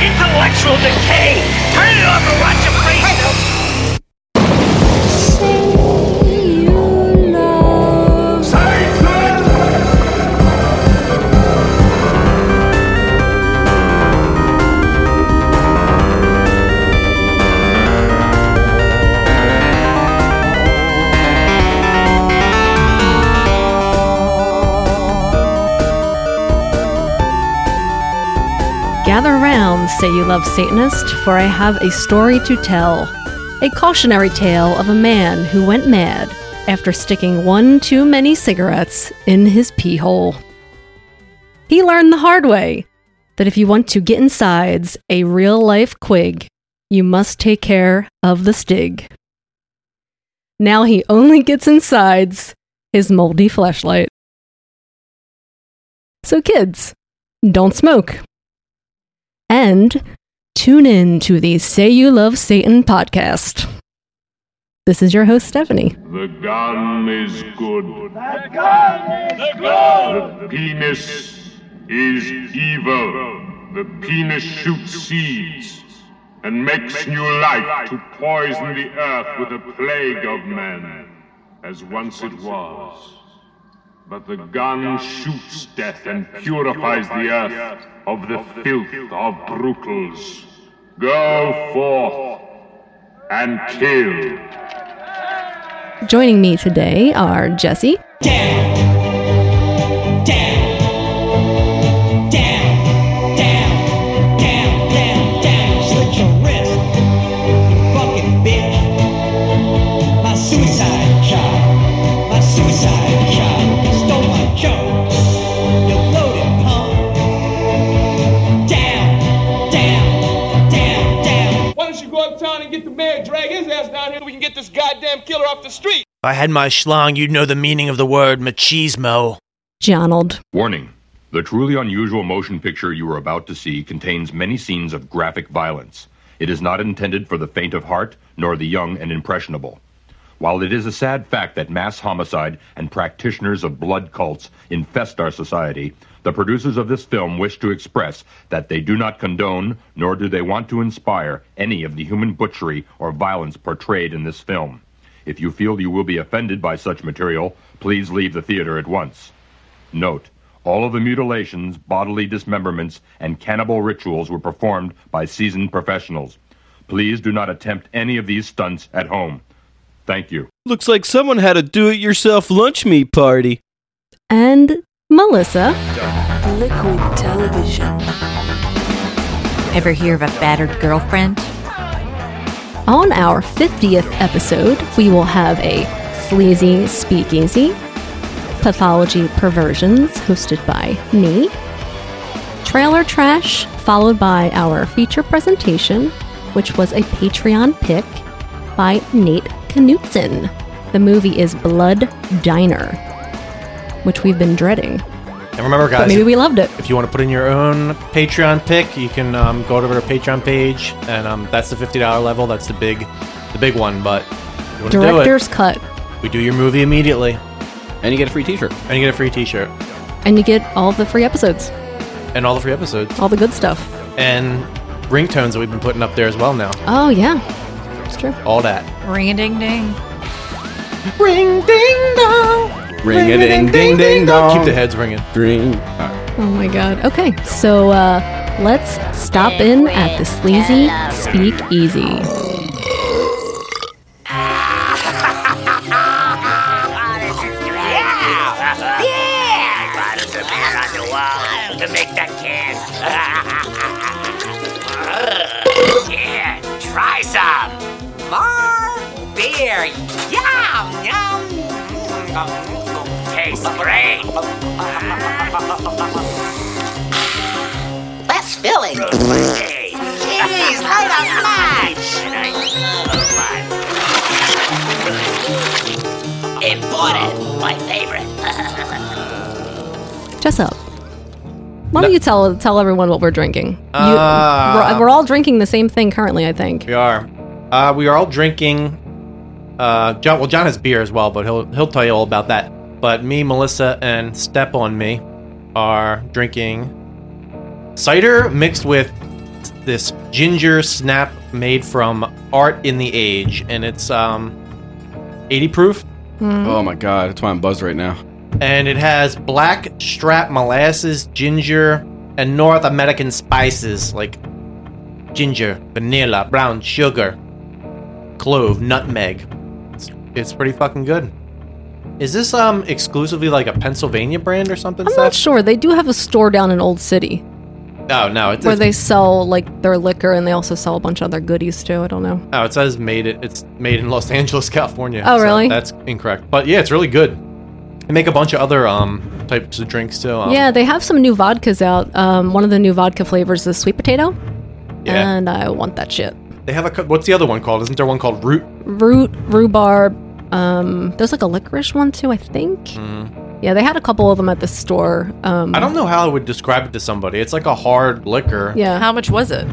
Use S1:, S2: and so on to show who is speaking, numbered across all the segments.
S1: Intellectual decay! Turn it off and watch your face!
S2: Gather round, say you love Satanist, for I have a story to tell. A cautionary tale of a man who went mad after sticking one too many cigarettes in his pee hole. He learned the hard way that if you want to get insides a real life quig, you must take care of the stig. Now he only gets insides his moldy flashlight. So, kids, don't smoke and tune in to the Say You Love Satan podcast. This is your host, Stephanie.
S3: The gun is good. The gun is good. The penis is evil. The penis shoots seeds and makes new life to poison the earth with a plague of men, as once it was. But the gun shoots death and purifies the earth of the filth of brutals. Go forth and kill.
S2: Joining me today are Jesse,
S4: down, down, down, down, down, down, down. Slit your wrist, you fucking bitch. My suicide child, my suicide child. Stole my joke, you loaded punk. Down, down, down, down.
S5: Why don't you go uptown and get the mayor, drag his ass down here, so we can get this goddamn killer off the street?
S6: If I had my schlong, you'd know the meaning of the word machismo.
S2: Jonald,
S7: Warning. The truly unusual motion picture you are about to see contains many scenes of graphic violence. It is not intended for the faint of heart, nor the young and impressionable. While it is a sad fact that mass homicide and practitioners of blood cults infest our society, the producers of this film wish to express that they do not condone, nor do they want to inspire, any of the human butchery or violence portrayed in this film. If you feel you will be offended by such material, please leave the theater at once. Note, all of the mutilations, bodily dismemberments, and cannibal rituals were performed by seasoned professionals. Please do not attempt any of these stunts at home. Thank you.
S8: Looks like someone had a do it yourself lunch meat party.
S2: and Melissa.
S9: Liquid television.
S10: Ever hear of a battered girlfriend?
S2: On our 50th episode, we will have a sleazy speakeasy, pathology perversions hosted by me, trailer trash, followed by our feature presentation, which was a Patreon pick by Nate Knutson. The movie is Blood Diner, which we've been dreading,
S6: And remember,
S2: but
S6: guys,
S2: maybe we loved it.
S6: if you want to put in your own Patreon pick, you can um, go over to our Patreon page, and um, that's the fifty dollar level. That's the big, the big one. But if you want to
S2: Director's cut,
S6: do it, we do your movie immediately,
S11: and you get a free T-shirt.
S6: and you get a free T-shirt
S2: and you get all the free episodes,
S6: and all the free episodes
S2: all the good stuff.
S6: and ringtones that we've been putting up there as well. Now,
S2: Oh, yeah, it's true.
S6: all that.
S10: Ring a ding ding.
S6: Ring ding dong.
S11: Ring a ding ding ding dong.
S6: Keep
S2: Um,
S6: the heads ringing.
S11: Ring.
S2: Oh my god. Okay, so uh, let's stop in at the sleazy speakeasy.
S1: Yeah! Yeah! Right as a man on the wall to make that kiss. yeah, try some. More beer. Yum, yum. Tastes great. That's filling. Jeez, light a match. Important, my favorite.
S2: Jessup, why don't you tell tell everyone what we're drinking? You,
S6: Ah.
S2: we're, we're all drinking the same thing currently, I think.
S6: We are. Uh, we are all drinking. Uh, John. Well, John has beer as well, but he'll he'll tell you all about that. But me, Melissa, and Step on Me are drinking cider mixed with this ginger snap made from art in the age, and it's um, 80 proof.
S2: Hmm.
S11: Oh my god, that's why I'm buzzed right now.
S6: and it has black strap molasses, ginger, and North American spices like ginger, vanilla, brown sugar, clove, nutmeg. It's, it's pretty fucking good. Is this um exclusively like a Pennsylvania brand or something?
S2: I'm not sure. They do have a store down in Old City
S6: Oh no, it's,
S2: where
S6: it's-
S2: they sell like their liquor and they also sell a bunch of other goodies too. I don't know.
S6: Oh, it says made it. It's made in Los Angeles, California.
S2: Oh, really?
S6: That's incorrect. But yeah, it's really good. They make a bunch of other um types of drinks too. Um,
S2: yeah, they have some new vodkas out. Um, one of the new vodka flavors is sweet potato,
S6: Yeah.
S2: and I want that shit.
S6: They have a. cou- What's the other one called? Isn't there one called Root?
S2: Root, rhubarb. Um, there's like a licorice one too, I think. Yeah, they had a couple of them at the store. Um,
S6: Mm-hmm. I don't know how I would describe it to somebody. It's like a hard liquor.
S2: Yeah.
S10: How much was it?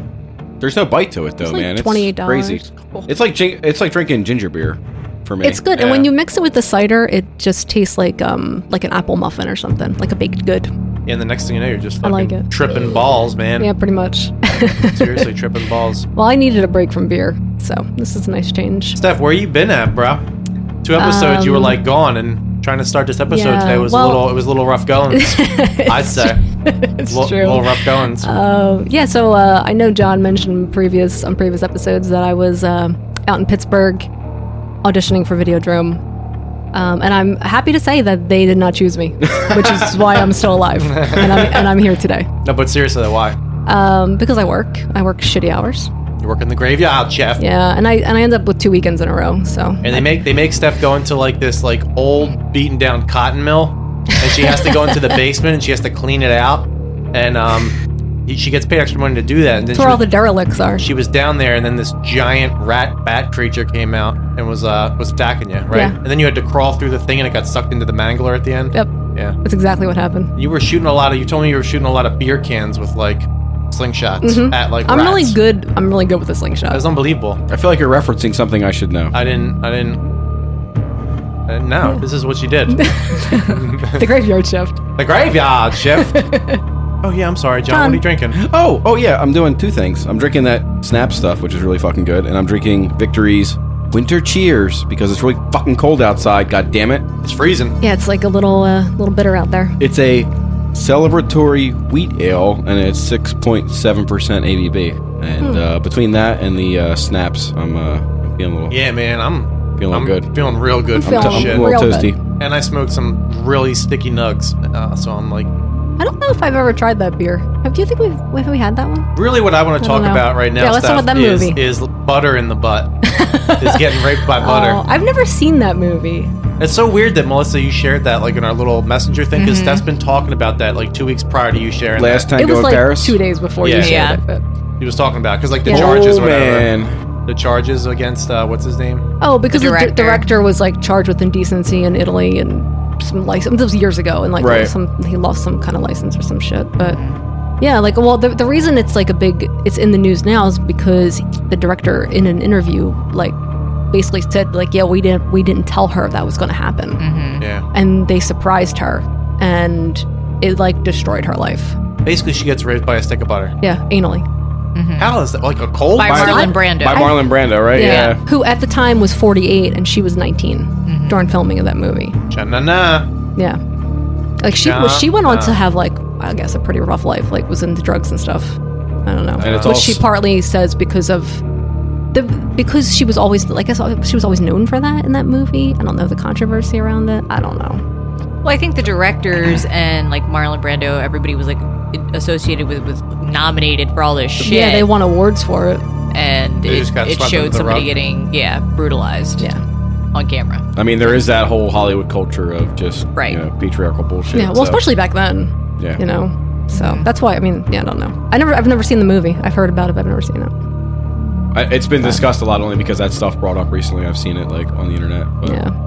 S11: There's no bite to it though,
S2: like
S11: man.
S2: $28.
S11: It's crazy.
S10: Cool.
S11: It's like gin- it's like drinking ginger beer for me.
S2: It's good, and when you mix it with the cider, it just tastes like um like an apple muffin or something, like a baked good.
S6: And the next thing you know, you're just
S2: I
S6: fucking
S2: like it.
S6: tripping balls, man.
S2: Yeah, pretty much.
S6: Seriously, tripping balls.
S2: well, I needed a break from beer, so this is a nice change.
S6: Steph, where you been at, bro? Two episodes, you were
S2: Um,
S6: like gone, and trying to start this episode
S2: yeah,
S6: today was
S2: well-
S6: a little. It was a little rough going. I'd say.
S2: it's
S6: Little-
S2: true.
S6: Little rough goings.
S2: Uh, yeah, so uh, I know John mentioned in previous on previous episodes that I was uh, out in Pittsburgh auditioning for Videodrome, um, and I'm happy to say that they did not choose me, which is why I'm still alive and I'm, and I'm here today
S6: no, but seriously, though, why?
S2: um, because I work. I work shitty hours.
S6: You work in the graveyard, chef.
S2: Yeah, and I and I end up with two weekends in a row. So
S6: And they make they make Steph go into like this like old beaten down cotton mill, and she has to go into the basement and she has to clean it out, and um, she gets paid extra money to do that. And then
S2: that's
S6: she
S2: where all
S6: was-
S2: the derelicts are.
S6: she was down there, and then this giant rat bat creature came out and was uh was attacking you, right?
S2: Yeah.
S6: And then you had to crawl through the thing, and it got sucked into the mangler at the end.
S2: Yep,
S6: Yeah.
S2: that's exactly what happened.
S6: You were shooting a lot of. You told me you were shooting a lot of beer cans with like slingshots
S2: Mhm.
S6: at like.
S2: I'm really
S6: rats.
S2: good. I'm really good with the
S6: That
S2: slingshot.
S6: was unbelievable.
S11: I feel like you're referencing something I should know.
S6: I didn't. I didn't. I didn't know. This is what you did.
S2: the graveyard shift.
S6: the graveyard shift. oh yeah, I'm sorry, John. What are you drinking?
S11: Oh, oh yeah, I'm doing two things. I'm drinking that snap stuff, which is really fucking good, and I'm drinking Victory's Winter Cheers because it's really fucking cold outside, god damn it.
S6: It's freezing.
S2: Yeah, it's like a little uh, little bitter out there.
S11: It's a celebratory wheat ale and it's 6.7% ABV. And
S2: Hmm.
S11: uh, between that and the uh, snaps, I'm uh, I'm feeling a little
S6: Yeah, man. I'm
S11: Feeling
S6: I'm
S11: good.
S6: Feeling real good.
S2: I'm
S6: from
S2: feeling
S6: this
S11: I'm
S6: shit.
S11: a little
S2: Real
S11: toasty.
S6: And I smoked some really sticky nugs, uh, so I'm like
S2: I don't know if I've ever tried that beer. Have do you think we've have we had that one?
S6: Really, what I want to
S2: I
S6: talk
S2: don't know.
S6: about right now
S2: Yeah, let's talk
S6: Steph,
S2: about that
S6: is,
S2: movie.
S6: is butter in the butt. is getting raped by
S2: Oh,
S6: butter.
S2: I've never seen that movie.
S6: It's so weird that Melissa, you shared that like in our little messenger thing
S2: Mm-hmm.
S6: because Steph's been talking about that like two weeks prior to you sharing.
S11: Last time
S2: it was
S11: going
S2: like
S11: to Paris.
S2: two days before
S6: Yeah.
S2: you shared
S10: Yeah.
S2: it. But.
S6: that. he was talking about because like the
S2: Yeah.
S6: charges,
S11: oh,
S6: whatever.
S11: man.
S6: The charges against uh, what's his name?
S2: Oh, because the,
S10: The
S2: di-
S10: director.
S2: director was like charged with indecency in Italy and some license. This was years ago, and like
S11: Right.
S2: some he lost some kind of license or some shit. But yeah, like well, the the reason it's like a big it's in the news now is because the director in an interview like basically said like yeah we didn't we didn't tell her that was going to happen,
S10: Mm-hmm.
S2: Mm.
S6: Yeah.
S2: and they surprised her, and it like destroyed her life.
S6: Basically, she gets raped by a stick of butter.
S2: Yeah, anally. Mm-hmm.
S6: How is that like a cold?
S10: By
S6: butter?
S10: Marlon Brando.
S11: By Marlon Brando, right?
S2: Who at the time was 48 and she was 19 during filming of that movie.
S6: Cha-na-na.
S2: Yeah. Like she
S6: Nah,
S2: well, she went on
S6: nah.
S2: to have like I guess a pretty rough life, like was into drugs and stuff. I don't know.
S11: And it's
S2: Which
S11: all
S2: she
S11: s-
S2: partly says because of the because she was always like I saw she was always known for that in that movie. I don't know the controversy around it. I don't know.
S10: Well, I think the directors and like Marlon Brando, everybody was like associated with, was nominated for all this shit.
S2: Yeah, they won awards for it.
S10: and
S6: They
S10: it,
S6: just got
S10: it
S6: swept under
S10: showed
S6: the
S10: somebody
S6: rug.
S10: getting yeah brutalized
S2: Yeah.
S10: on camera.
S11: I mean, there is that whole Hollywood culture of just
S10: Right.
S11: you know, patriarchal bullshit.
S2: Yeah. Well,
S11: so-
S2: especially back then.
S11: Yeah.
S2: You know. So that's why I mean, yeah, I don't know. I never I've never seen the movie. I've heard about it, but I've never seen it.
S11: I, it's been discussed a lot only because that stuff brought up recently. I've seen it like on the internet. But
S2: Yeah.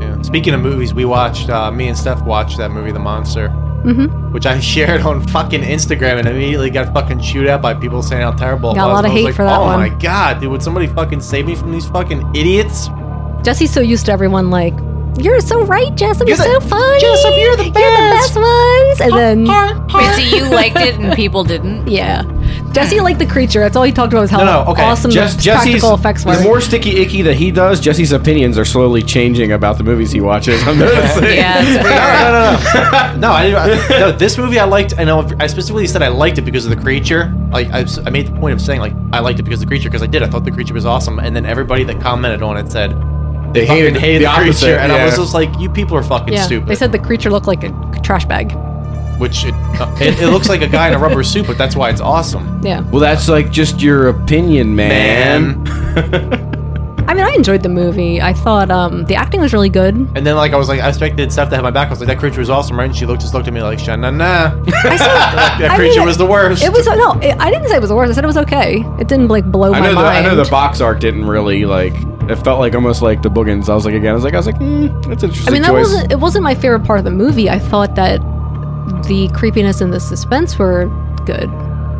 S6: Yeah. Speaking of movies, we watched. Uh, me and Steph watched that movie, The Monster.
S2: Mm-hmm.
S6: which I shared on fucking Instagram and immediately got fucking chewed at by people saying how terrible it
S2: Got a
S6: was.
S2: lot of
S6: I was
S2: hate
S6: like,
S2: for that
S6: Oh
S2: one."
S6: my god, dude, would somebody fucking save me from these fucking idiots?
S2: Jesse's so used to everyone like, you're so right, Jessup. You're,
S6: You're
S2: so
S6: the-
S2: funny.
S6: Jessup, you're the
S10: Um,
S2: You're the best ones. And then,
S10: Fancy you liked it and people didn't.
S2: yeah. Jesse liked the creature. That's all he talked about was how
S11: No, no, okay.
S2: awesome
S11: Jess-
S2: the
S11: Jesse's-
S2: Mm-hmm. practical effects were.
S11: The more sticky icky that he does, Jesse's opinions are slowly changing about the movies he watches. I'm noticing.
S6: No, I, didn't- I, no, this movie I liked. I know I specifically said I liked it because of the creature. Like I, s- I made the point of saying like I liked it because of the creature because I did. I thought the creature was awesome, and then everybody that commented on it said
S11: They
S6: fucking
S11: hated the opposite,
S6: and I was
S11: yeah.
S6: just like, you people are fucking
S2: yeah,
S6: stupid.
S2: they said the creature looked like a trash bag.
S6: Which it, uh, it, it looks like a guy in a rubber suit, but that's why it's awesome.
S2: Yeah,
S11: Well, that's like just your opinion, man.
S2: I mean, I enjoyed the movie. I thought um, the acting was really good.
S6: And then like I was like I expected Steph to have my back. I was like that creature was awesome, right? And she looked just looked at me like sha na na. that
S2: I
S6: creature
S2: mean,
S6: was the worst.
S2: It was no, it, I didn't say it was the worst. I said it was okay. It didn't like blow
S11: I
S2: my
S11: know, the, I
S2: mind.
S11: know the box art didn't really like. It felt like almost like the boogans. I was like again. I was like I was like mm, that's an
S2: I
S11: interesting.
S2: mean, that
S11: choice.
S2: wasn't it wasn't my favorite part of the movie. I thought that the creepiness and the suspense were good.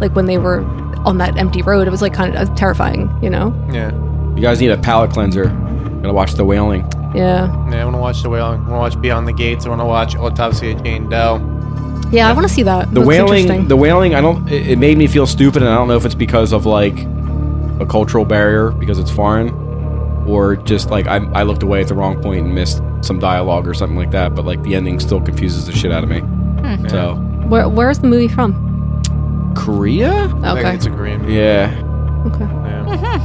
S2: Like when they were on that empty road, it was like kind of terrifying. You know?
S11: Yeah. You guys need a palate cleanser. Gotta watch the wailing.
S2: Yeah.
S6: Yeah, I want to watch the whale. I want to watch Beyond the Gates. I want to watch Autopsy of Jane Doe.
S2: Yeah, I want to see that.
S11: The
S2: That's
S11: wailing.
S2: interesting.
S11: The wailing. I don't. It, it made me feel stupid, and I don't know if it's because of like a cultural barrier because it's foreign, or just like I, I looked away at the wrong point and missed some dialogue or something like that. But like the ending still confuses the shit out of me.
S2: Hmm.
S11: So
S2: Where Where's the movie from?
S11: Korea.
S6: I think
S2: Okay.
S6: it's a Korean movie.
S11: Yeah.
S2: Okay.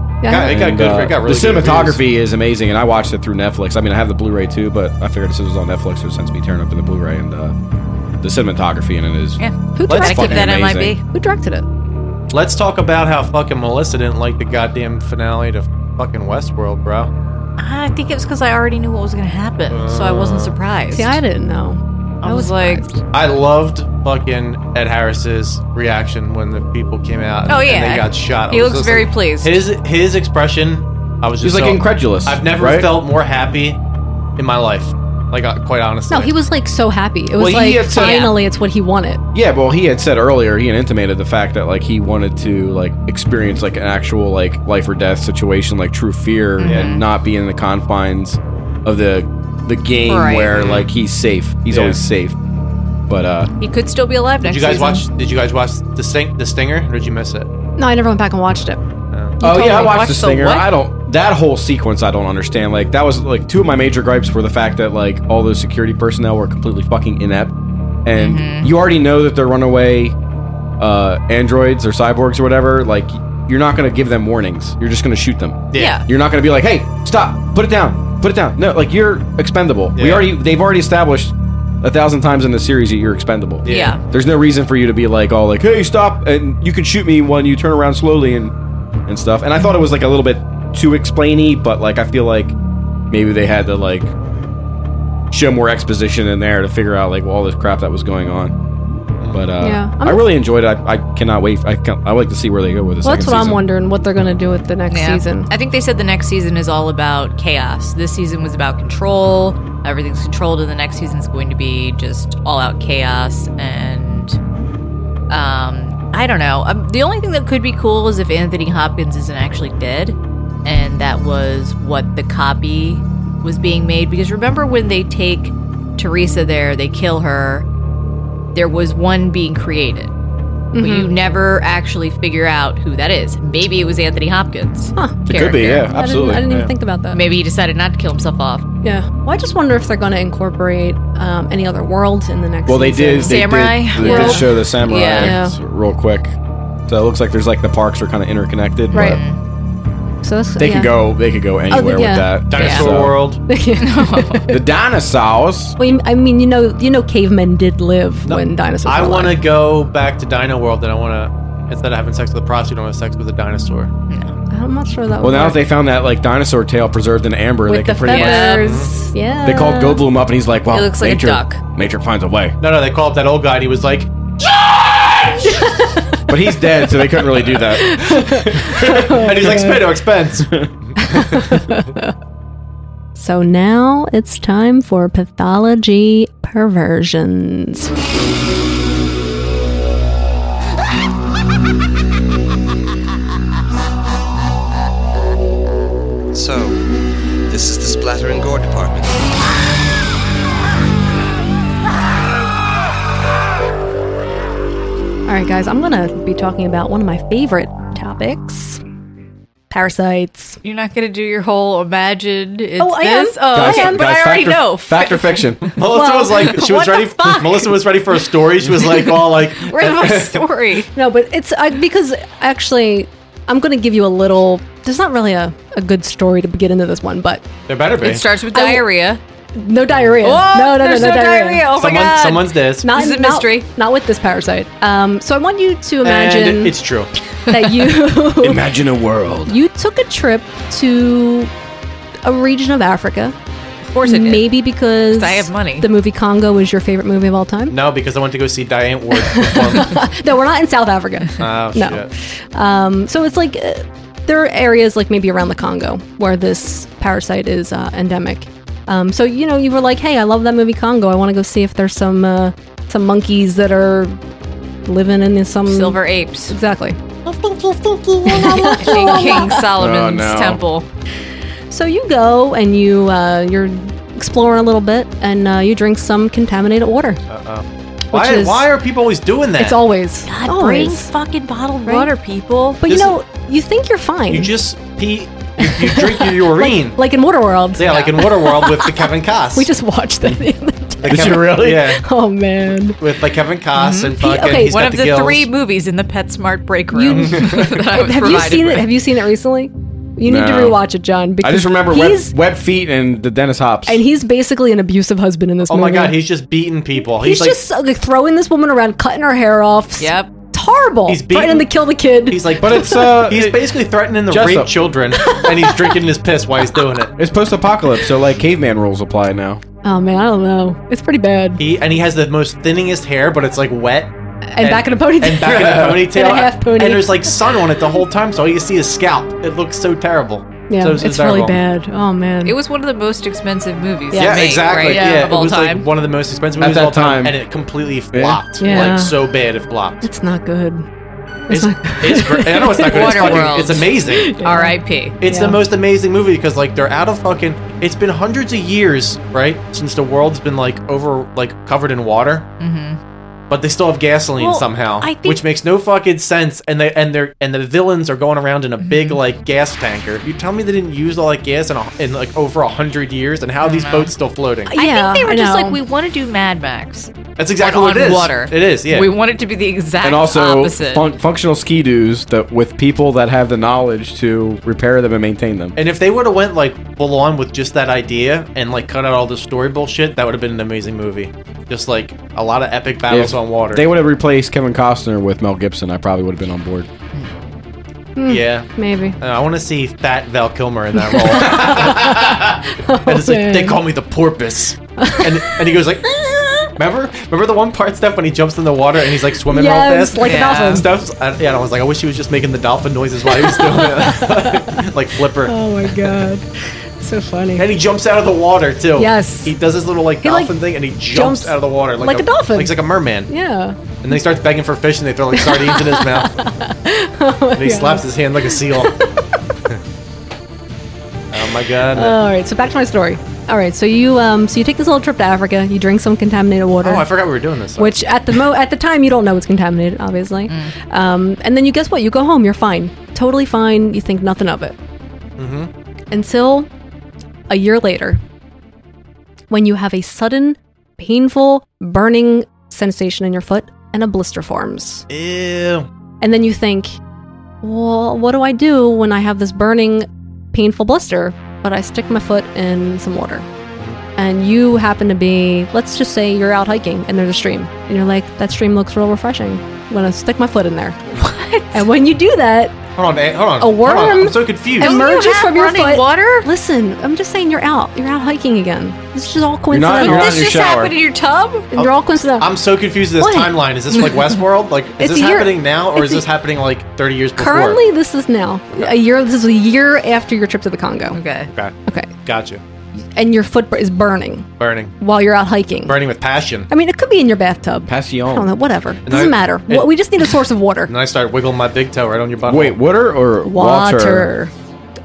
S6: Yeah,
S2: Yeah.
S6: it got
S11: And,
S6: good-
S11: uh,
S6: it got really
S11: the
S6: good
S11: cinematography is amazing, and I watched it through Netflix. I mean, I have the Blu-ray too, but I figured since it was on Netflix, it would sense me tearing up to the Blu-ray and uh, the cinematography in it is
S10: Yeah.
S2: Who
S11: Let's
S10: Gotta keep
S11: fucking
S10: that
S11: amazing.
S10: MIB.
S2: Who directed it?
S6: Let's talk about how fucking Melissa didn't like the goddamn finale to fucking Westworld, bro.
S10: I think it was because I already knew what was going to happen, so I
S6: Uh,
S10: wasn't surprised.
S2: See, I didn't know.
S10: I was like,
S6: I loved fucking Ed Harris's reaction when the people came out. And,
S10: Oh, yeah.
S6: and they got shot. I
S10: He
S6: was
S10: looks
S6: just
S10: very
S6: like-
S10: pleased.
S6: His his expression, I was
S11: He's
S6: just
S11: like
S6: so-
S11: incredulous.
S6: I've never
S11: right?
S6: felt more happy in my life. Like uh, quite honestly,
S2: No, he was like so happy. It was
S11: Well, he
S2: like
S11: had said-
S2: finally, it's what he wanted.
S11: Yeah, well, he had said earlier he had intimated the fact that like he wanted to like experience like an actual like life or death situation, like true fear, and not be in the confines of the the game
S10: Right.
S11: where like he's safe. He's
S6: Yeah.
S11: always safe. But uh,
S10: he could still be alive
S6: Did
S10: next
S6: you guys
S10: season.
S6: watch? Did you guys watch the sting, the Stinger? Or did you miss it?
S2: No, I never went back and watched it.
S11: oh
S2: told
S11: yeah, I
S2: me.
S11: watched
S2: Watch
S11: the
S2: the
S11: stinger.
S2: what?
S11: I don't that whole sequence. I don't understand. Like that was like two of my major gripes were the fact that like all those security personnel were completely fucking inept, and
S2: Mm-hmm.
S11: you already know that they're runaway uh, androids or cyborgs or whatever. Like you're not gonna give them warnings. You're just gonna shoot them.
S10: Yeah.
S11: You're not gonna be like, hey, stop, put it down, put it down. No, like you're expendable. We
S6: Yeah.
S11: already they've already established a thousand times in the series that you're expendable.
S10: Yeah. Yeah.
S11: There's no reason for you to be like all like, hey, stop, and you can shoot me when you turn around slowly and and stuff. And I thought it was like a little bit too explainy, but like I feel like maybe they had to like show more exposition in there to figure out like all this crap that was going on. But uh,
S2: Yeah. I'm
S11: I really enjoyed it. I, I cannot wait. I can, I like to see where they go with this.
S2: Well, that's what I'm wondering what they're gonna do with the next
S10: Yeah.
S2: season.
S10: I think they said the next season is all about chaos. This season was about control. Everything's controlled, and the next season's going to be just all out chaos. And um, I don't know. Um, the only thing that could be cool is if Anthony Hopkins isn't actually dead, and that was what the copy was being made. Because remember when they take Teresa there, they kill her. There was one being created. But you
S2: Mm-hmm.
S10: never actually figure out who that is. Maybe it was Anthony Hopkins.
S11: It could be, yeah,
S10: character.
S11: absolutely.
S2: I didn't, I didn't even
S11: Yeah.
S2: think about that.
S10: Maybe he decided not to kill himself off.
S2: Yeah. Well, I just wonder if they're going to incorporate um, any other worlds in the next.
S11: Well, they
S2: season.
S11: did. They
S10: Samurai
S11: did, they
S10: world.
S11: did show the samurai
S10: Yeah.
S11: real quick. So it looks like there's like the parks are kind of interconnected.
S2: Right.
S11: But
S2: So that's,
S11: they
S2: yeah.
S11: can go. They could go
S10: Oh,
S11: anywhere
S2: yeah.
S11: with that.
S6: Dinosaur
S11: So-
S6: World.
S11: The dinosaurs.
S10: Oh,
S2: Well, you- I mean, you know, you know, cavemen did live
S6: No,
S2: when dinosaurs.
S6: I
S2: were
S6: want to
S2: alive.
S6: go back to Dino World, and I want to instead of having sex with a prostitute, I want to have sex with a dinosaur.
S2: I'm not sure that.
S11: Well,
S2: would
S11: now
S2: work.
S11: that they found that like dinosaur tail preserved in amber,
S2: with
S11: they
S2: the
S11: can pretty much.
S2: feathers, yeah.
S11: They called Goldblum up, and he's like, "Well,
S10: It looks like a
S11: nature,
S10: duck.
S11: Nature finds a way."
S6: No, no, they called up that old guy, and he was like,
S11: But he's dead, so they couldn't really do that.
S6: and he's like, spend no expense.
S2: So now it's time for pathology perversions.
S12: So, this is the splatter and gore department.
S2: All All right, guys, I'm going to be talking about one of my favorite topics parasites.
S10: You're not going to do your whole imagine. It's
S2: Oh, I am.
S10: this? Oh,
S2: Guys,
S10: I am, but
S2: guys,
S10: I already
S6: fact or-
S10: know.
S11: Fact or fiction?
S6: Melissa was like, she
S10: what
S6: was
S10: the
S6: ready. Melissa was ready for a story. She was like, all like,
S10: Where's my story?
S2: no, but it's I, because actually, I'm going to give you a little. There's not really a, a good story to get into this one, but
S6: there better be.
S10: It starts with
S2: I will-
S10: diarrhea.
S2: no diarrhea.
S10: Oh,
S2: no, no, no,
S10: there's no
S2: diarrhea.
S10: diarrhea. Oh my
S6: Someone-
S10: God.
S6: someone's this.
S2: Not,
S10: This is a
S2: not-
S10: mystery.
S2: Not, with this parasite. Um, so I want you to imagine
S6: And it's true.
S2: that you
S11: Imagine a world.
S2: you took a trip to a region of Africa. Of
S10: course I did.
S2: Maybe because
S10: 'Cause I have money.
S2: The movie Congo was your favorite movie of all time.
S6: No, because I went to go see Diane Ward perform.
S2: no, we're not in South Africa.
S6: oh
S2: No.
S6: shit!
S2: Um, so it's like uh, there are areas like maybe around the Congo where this parasite is uh, endemic. Um, so you know, you were like, "Hey, I love that movie Congo. I want to go see if there's some uh, some monkeys that are living in some
S10: Silver apes.
S2: Exactly.
S10: King, King Solomon's
S2: Oh,
S11: no.
S10: temple.
S2: So you go and you uh, you're exploring a little bit, and uh, you drink some contaminated water.
S6: Uh-oh. Why?
S2: is-
S6: why are people always doing that?
S2: It's always
S10: God, bring
S2: always.
S10: fucking bottled water, people.
S2: But you
S6: This-
S2: know, you think you're fine.
S6: you just pee. You, you drink your urine.
S2: like in Waterworld.
S6: yeah, like in Waterworld with the Kevin Costner.
S2: We just watched that. the other day.
S6: The Kevin- Yeah,
S2: Oh man.
S6: with like Kevin Costner and fucking.
S2: okay.
S6: he's
S10: One
S6: got
S10: of
S6: the,
S10: the
S6: gills.
S10: three movies in the PetSmart break room.
S2: You-
S10: that I was
S2: have you
S10: provided
S2: seen
S10: with.
S2: it? Have you seen it recently? You need to
S11: No.
S2: rewatch it, John. Because
S11: I just remember web,
S2: he's
S11: web feet and the Dennis Hops.
S2: and he's basically an abusive husband in this
S6: Oh my
S2: movie.
S6: god, he's just beating people.
S2: he's,
S6: He's, like
S2: just uh, like, throwing this woman around, cutting her hair off.
S10: Yep.
S2: It's horrible.
S6: He's
S2: threatening
S6: beaten-
S2: to kill the kid.
S6: he's like
S11: but it's uh,
S6: he's
S11: it-
S6: basically threatening to
S11: Jessup.
S6: rape children, and he's drinking his piss while he's doing it.
S11: it's post-apocalypse, so like caveman rules apply now.
S2: oh man, I don't know. It's pretty bad.
S6: He and he has the most thinningest hair, but it's like wet.
S2: and, back in a ponytail.
S6: And back in a ponytail.
S2: And a half pony.
S6: And there's like sun on it the whole time, so all you see is scalp. It looks so terrible.
S2: yeah,
S6: so
S2: it's really
S6: desirable.
S2: bad. Oh man.
S10: It was one of the most expensive movies.
S6: Yeah,
S10: made,
S6: exactly.
S10: Right?
S6: Yeah,
S10: of
S6: it
S10: all
S6: was
S10: time.
S6: like one of the most expensive
S11: At
S6: movies
S11: that
S6: of all time,
S11: time.
S6: and it completely flopped.
S2: Yeah.
S6: Like so bad, it flopped.
S2: it's not good.
S6: It's it's great. I know it's not good. It's,
S10: Waterworld.
S6: fucking, it's amazing.
S10: R.I.P.
S6: It's
S2: Yeah.
S6: the most amazing movie because like they're out of fucking. It's been hundreds of years, right, since the world's been like over like covered in water. Mm-hmm. But they still have gasoline
S10: Well,
S6: somehow,
S10: I think-
S6: which makes no fucking sense. And they and they're and the villains are going around in a big like gas tanker. You tell me they didn't use all that gas in, a, in like over a hundred years, and how are these boats still floating?
S2: Yeah,
S10: I think they were
S2: I
S10: just
S2: know.
S10: like, we want to do Mad Max
S6: That's exactly what
S10: on
S6: Oh, it is.
S10: water.
S6: It is, yeah.
S10: We want it to be the exact
S11: and also
S10: opposite.
S11: fun- functional ski doos that with people that have the knowledge to repair them and maintain them.
S6: and if they would have went like full on with just that idea and like cut out all the story bullshit, that would have been an amazing movie. Just like a lot of epic battles
S11: If
S6: on water.
S11: They would have replaced Kevin Costner with Mel Gibson. I probably would have been on board.
S2: Hmm.
S6: yeah,
S2: Maybe.
S6: Uh, I want to see fat Val Kilmer in that role. and it's like, they call me the porpoise. And, and he goes like, remember? Remember the one part, Steph, when he jumps in the water and he's like swimming real
S2: Yes,
S6: fast?
S2: like
S10: Yeah.
S2: a dolphin.
S6: Steph's, I, yeah, and I was like, I wish he was just making the dolphin noises while he was doing it. like flipper.
S2: Oh my god. so funny.
S6: And he jumps out of the water too.
S2: Yes.
S6: He does his little like
S2: He, like,
S6: dolphin thing and he jumps,
S2: jumps
S6: out of the water
S2: like a dolphin.
S6: Like he's like a merman.
S2: yeah.
S6: And then he starts begging for fish and they throw like sardines in his mouth. and he
S2: Oh God.
S6: slaps his hand like a seal. oh my god.
S2: All right. So back to my story. All right. So you um so you take this little trip to Africa. You drink some contaminated water.
S6: Oh, I forgot we were doing this.
S2: which at the mo at the time you don't know it's contaminated, obviously. Um, and then you guess what? You go home. You're fine, totally fine. You think nothing of it until a year later, when you have a sudden, painful, burning sensation in your foot and a blister forms.
S6: Ew.
S2: And then you think, well, what do I do when I have this burning, painful blister? But I stick my foot in some water. And you happen to be, let's just say you're out hiking and there's a stream. And you're like, that stream looks real refreshing. I'm going to stick my foot in there. What? And when you do that,
S6: Hold on, eh, hold on.
S2: A worm
S6: Hold on, I'm so confused.
S10: Don't you
S2: emerges
S10: have
S2: from your
S10: running
S2: foot.
S10: water?
S2: Listen, I'm just saying you're out. You're out hiking again. This is all
S11: not-
S2: coincidental.
S11: you're not
S10: This
S11: in your
S10: just
S11: shower.
S10: happened in your tub?
S2: And you're all coincidental.
S6: I'm so confused with this
S2: What?
S6: timeline. Is this like Westworld? Like, is
S2: It's
S6: this
S2: a year-
S6: happening now, or is
S2: it's a-
S6: this happening like 30 years before?
S2: Currently, this is now a year. This is a year after your trip to the Congo.
S10: Okay.
S6: Okay,
S2: Okay,
S6: gotcha.
S2: and your foot is burning
S6: Burning,
S2: while you're out hiking.
S6: burning with passion.
S2: I mean, it could be in your bathtub.
S11: Passion.
S2: I don't know. Whatever. Doesn't
S6: I-
S2: matter.
S6: it-
S2: What we just need a source of water.
S6: And then I start wiggling my big toe right on your butt.
S11: Wait, water or water?
S2: water.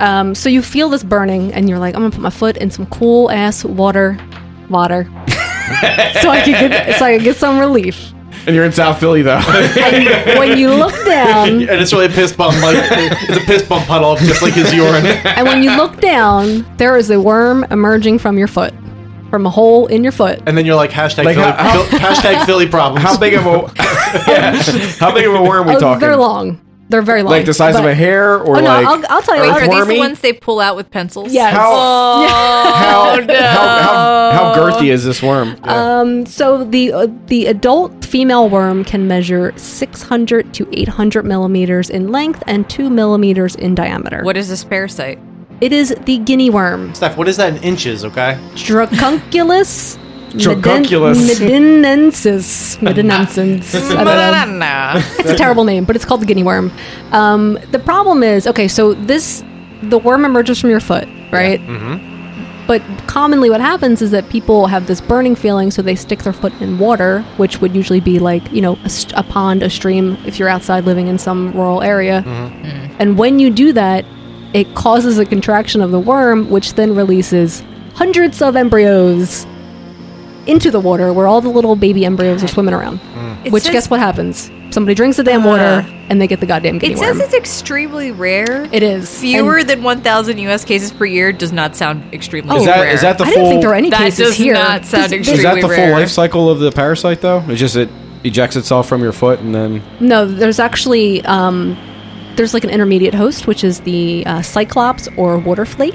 S2: Um, so you feel this burning, and you're like, I'm gonna put my foot in some cool ass water, water, so I can get so I can get some relief.
S11: And you're in South Philly though.
S2: when you look down,
S6: and it's really a piss bump. Like it's a piss bump puddle, just like his urine.
S2: and when you look down, there is a worm emerging from your foot, from a hole in your foot.
S6: And then you're like hashtag
S2: Like,
S6: Philly,
S2: how-
S6: Phil- hashtag Philly problems.
S11: How big of a How big of a worm we
S2: Oh,
S11: talking?
S2: They're long. They're very long.
S11: Like the size of
S2: but-
S11: a hair, or
S2: oh, no,
S11: like
S2: I'll, I'll tell you.
S10: Wait,
S2: I'll-
S10: are these the ones they pull out with pencils?
S2: Yes. How-
S10: oh, no.
S11: how girthy is this worm?
S2: Um, so the uh, the adult female worm can measure 600 to 800 millimeters in length and two millimeters in diameter.
S10: What is this parasite?
S2: It is the guinea worm,
S6: Steph, what is that in inches? Okay.
S2: Dracunculus. medin-
S6: Dracunculus.
S2: Medinensis. Medinensis. I don't know. It's a terrible name, but it's called the guinea worm. Um, the problem is okay, so this the worm emerges from your foot, right?
S6: Mm-hmm.
S2: But commonly, what happens is that people have this burning feeling, so they stick their foot in water, which would usually be like, you know, a, st- a pond, a stream, if you're outside living in some rural area. And when you do that, it causes a contraction of the worm, which then releases hundreds of embryos into the water where all the little baby embryos are swimming around.
S10: It
S2: Which,
S10: says- Uh,
S2: guess what happens? Somebody drinks the damn water and they get the goddamn guinea
S10: It
S2: worm.
S10: says it's extremely rare.
S2: It is.
S10: Fewer than 1,000 U.S. cases per year does not sound extremely
S11: Is that-
S10: rare.
S11: is that the I didn't think full- there were
S2: any
S10: that
S2: cases
S10: does
S2: here.
S10: not sound
S2: This-
S10: extremely
S11: Is that the
S10: rare.
S11: full life cycle of the parasite though? It's just it ejects itself from your foot and then
S2: No, there's actually um, there's like an intermediate host, which is the uh, cyclops or water flea.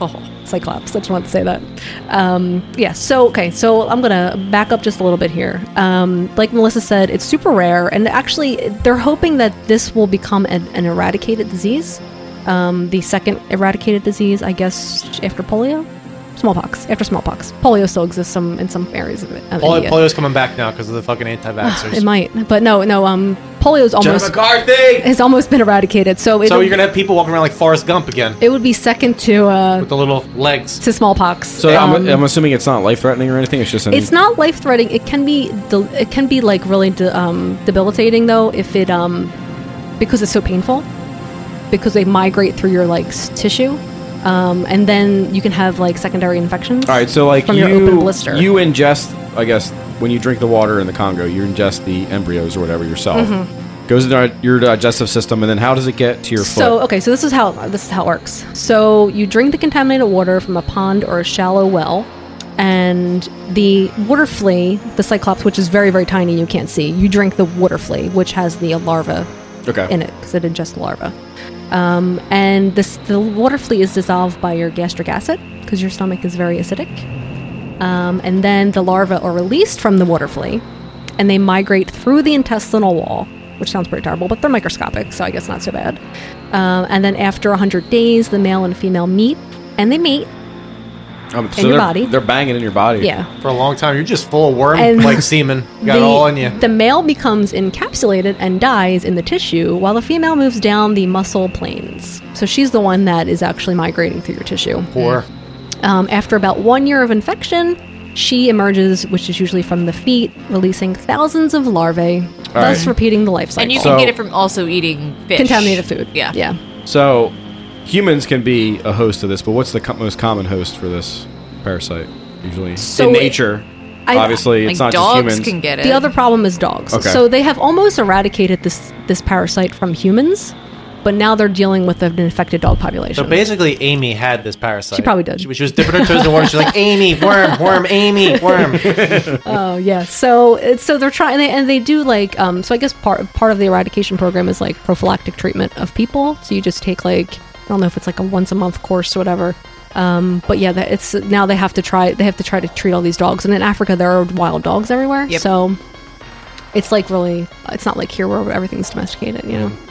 S10: Oh,
S2: cyclops! I just wanted to say that. Um, yeah. So okay. So I'm gonna back up just a little bit here. Um, like Melissa said, it's super rare, and actually they're hoping that this will become an, an eradicated disease. Um, the second eradicated disease, I guess, after polio, smallpox. After smallpox, polio still exists some in some areas of it. of
S6: Polio,
S2: India.
S6: polio's coming back now because of the fucking anti-vaxxers.
S2: It might, but no, no. Um, polio's
S6: Jenna
S2: almost
S6: McCarthy!
S2: has almost been eradicated. So,
S6: so
S2: it'll-
S6: you're gonna have people walking around like Forrest Gump again
S2: it would be second to uh
S6: with the little legs.
S2: to smallpox.
S11: So
S2: Um,
S11: I'm, I'm assuming it's not life threatening or anything. It's just an,
S2: it's not life threatening. It can be del- it can be like really de- um, debilitating though if it um because it's so painful because they migrate through your like s- tissue. Um, and then you can have like secondary infections.
S11: All right, so like
S2: from
S11: you
S2: your open blister.
S11: you ingest, I guess, when you drink the water in the Congo, you ingest the embryos or whatever yourself.
S2: Mhm.
S11: Goes into your digestive system, and then how does it get to your
S2: So
S11: foot?
S2: okay, so this is how this is how it works. So you drink the contaminated water from a pond or a shallow well, and the water flea, the cyclops, which is very very tiny, you can't see. You drink the water flea, which has the larva
S11: Okay.
S2: in it because it ingests the larva. Um, and this the water flea is dissolved by your gastric acid because your stomach is very acidic. Um, and then the larvae are released from the water flea and they migrate through the intestinal wall, which sounds pretty terrible, but they're microscopic, so I guess not so bad. Um, and then after 100 days, the male and female meet and they mate.
S11: Um,
S2: in your
S11: they're,
S2: body.
S11: They're banging in your body.
S2: Yeah.
S6: For a long time, you're just full of worm
S2: And
S6: like semen. You got
S2: the,
S6: it all in you.
S2: The male becomes encapsulated and dies in the tissue, while the female moves down the muscle planes. So she's the one that is actually migrating through your tissue.
S6: Poor.
S2: Um, after about one year of infection, she emerges, which is usually from the feet, releasing thousands of larvae, thus
S11: right.
S2: repeating the life cycle.
S10: And you
S11: So-
S10: can get it from also eating fish.
S2: Contaminated food.
S10: Yeah.
S2: Yeah.
S11: So humans can be a host of this, but what's the co- most common host for this parasite usually
S2: So
S11: in
S2: it-
S11: nature? obviously, it's not just humans.
S2: The other problem is dogs.
S11: Okay.
S2: So they have almost eradicated this this parasite from humans, but now they're dealing with an infected dog population.
S6: So basically, Amy had this parasite.
S2: She probably did.
S6: She, she was dipping her toes in water. She's like, Amy, worm, worm, Amy, worm.
S2: Oh yeah, so it's- so they're trying, and they, and they do like, um, so I guess part part of the eradication program is like prophylactic treatment of people. So you just take like I don't know if it's like a once a month course or whatever. Um, but yeah, that it's now they have to try they have to try to treat all these dogs, and in Africa there are wild dogs everywhere.
S10: Yep.
S2: So it's like really, it's not like here where everything's domesticated, you know.
S10: Mm-hmm.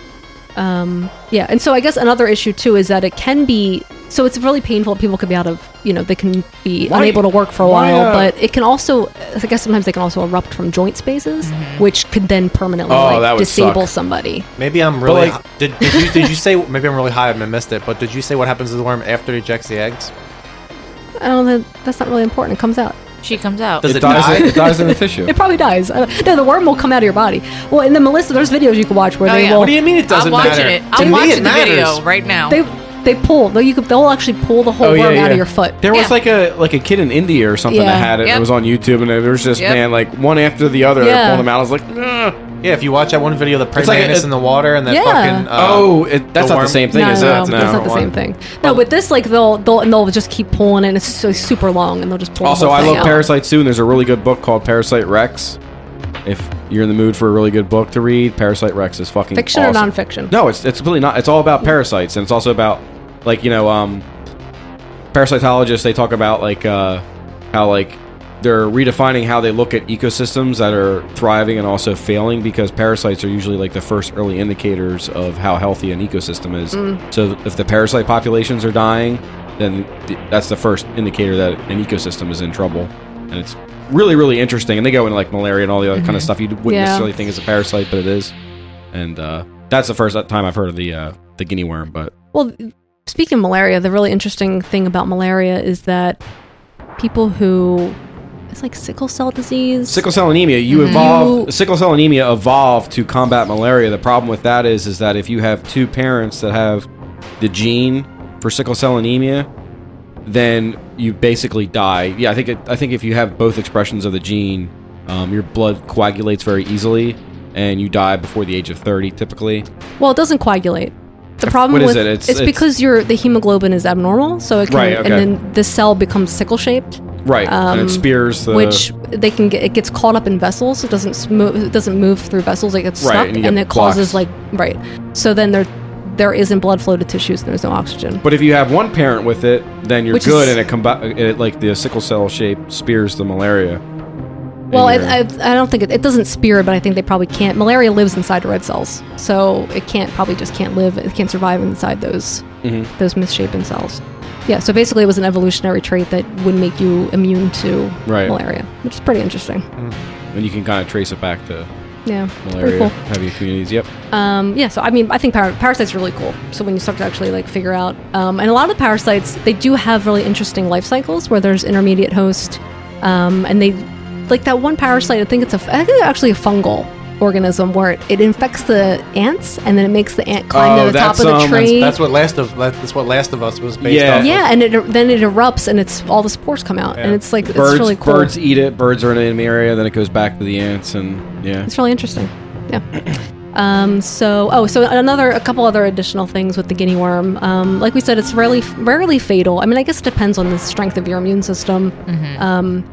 S2: Um, yeah, and so I guess another issue too is that it can be so it's really painful. People could be out of you know they can be
S10: Why-
S2: unable to work for a
S10: why,
S2: while,
S10: uh,
S2: but it can also I guess sometimes they can also erupt from joint spaces,
S10: Mm-hmm.
S2: which could then permanently
S6: Oh, that
S2: like,
S6: would
S2: disable
S6: suck.
S2: somebody.
S6: Maybe I'm
S11: But
S6: really.
S11: like-
S6: did, did you did you say? Maybe I'm really high. I missed it. But did you say what happens to the worm after it ejects the eggs?
S2: I don't know. That's not really important. It comes out.
S10: She comes out.
S6: Does it,
S11: dies
S6: die?
S11: in- it dies in the tissue.
S2: It probably dies. I don't- No, the worm will come out of your body. Well, and then Melissa, there's videos you can watch where
S10: Oh,
S2: they
S10: yeah.
S2: will.
S10: What do you mean it I'm
S6: doesn't
S10: watching
S6: matter?
S10: it.
S6: To
S10: I'm
S6: me,
S10: watching
S6: it
S10: the video
S6: matters.
S10: right now.
S2: They They pull. Though you could, they'll actually pull the whole
S11: Oh, yeah,
S2: worm out
S11: yeah.
S2: of your foot.
S11: There was like a like a kid in India or something
S2: Yeah.
S11: that had it.
S2: Yep.
S11: It was on YouTube, and it was just
S2: Yep.
S11: man, like one after the other, they
S2: Yeah.
S11: pulled them out. I was like,
S6: Yeah, if you watch that one video, the praying
S11: like a-
S6: mantis in the water and that
S2: Yeah.
S6: fucking. Uh,
S11: Oh, it- that's not the
S6: worm.
S11: same thing,
S2: No,
S11: is
S2: no,
S11: it?
S2: no, that's not the same thing. No, but this like they'll they'll and they'll just keep pulling it. and It's so super long, and they'll just pull. the
S11: also,
S2: whole
S11: I
S2: thing
S11: love
S2: out.
S11: Parasite Soon. There's a really good book called Parasite Rex. If you're in the mood for a really good book to read, Parasite Rex is fucking
S2: Fiction
S11: awesome.
S2: or nonfiction?
S11: No, it's it's completely not. It's all about parasites, and it's also about like you know, um, parasitologists. They talk about like uh, how like they're redefining how they look at ecosystems that are thriving and also failing because parasites are usually like the first early indicators of how healthy an ecosystem is.
S13: Mm.
S11: So if the parasite populations are dying, then th- that's the first indicator that an ecosystem is in trouble, and it's really really interesting. And they go into like malaria and all the other kind of
S13: Mhm.
S11: stuff you wouldn't
S13: Yeah.
S11: necessarily think is a parasite, but it is. And uh, that's the first time I've heard of the uh, the guinea worm. But
S2: Well, speaking of malaria, the really interesting thing about malaria is that people who it's like sickle cell disease.
S11: sickle cell anemia, you
S2: Mhm.
S11: evolve sickle cell anemia evolved to combat malaria. The problem with that is is that if you have two parents that have the gene for sickle cell anemia, then you basically die. Yeah, I think it, I think if you have both expressions of the gene, um, your blood coagulates very easily, and you die before the age of thirty, typically.
S2: Well, it doesn't coagulate. The problem
S11: What is
S2: with
S11: it? It's-
S2: it's,
S11: it's-
S2: because your the hemoglobin is abnormal, so it can,
S11: Right, okay.
S2: and then the cell becomes sickle shaped.
S11: Right, and it spears the
S2: Um, which they can get. It gets caught up in vessels. It doesn't s- move. It doesn't move through vessels. It gets
S11: Right,
S2: stuck,
S11: and you
S2: and,
S11: get
S2: it causes like
S11: blocks.
S2: right. So then there there isn't blood flow to tissues. and There's no oxygen.
S11: But if you have one parent with it, then you're
S2: Which is-
S11: good, and it combi- it like the sickle cell shape spears the malaria. And
S2: Well, I,
S11: you're-
S2: I, I don't think it, it doesn't spear, but I think they probably can't. Malaria lives inside red cells, so it can't probably just can't live. It can't survive inside those
S11: Mhm.
S2: those misshapen cells. Yeah, so basically, it was an evolutionary trait that would make you immune to
S11: Right.
S2: malaria, which is pretty interesting.
S11: and you can kind of trace it back to
S2: Yeah, it's pretty
S11: malaria
S2: cool.
S11: heavy communities. Yep.
S2: Um, yeah, so I mean, I think par- parasites are really cool. So when you start to actually like figure out, um, and a lot of the parasites, they do have really interesting life cycles where there's intermediate host, um, and they like that one parasite. I think it's a, I think it's actually a fungal organism where it, it infects the ants and then it makes the ant climb to the top of the
S6: Oh, That's,
S2: tree.
S6: that's what Last of that's what Last of Us was based
S11: Yeah.
S6: off.
S2: yeah, and it then it erupts and it's all the spores come out and it's like
S11: birds,
S2: it's really cool.
S11: birds eat it. Birds are in an enemy area. Then it goes back to the ants, and yeah.
S2: It's really interesting. Yeah. Um, so, oh, so another, a couple other additional things with the guinea worm. Um, like we said, it's rarely, rarely fatal. I mean, I guess it depends on the strength of your immune system.
S10: Mhm.
S2: Um,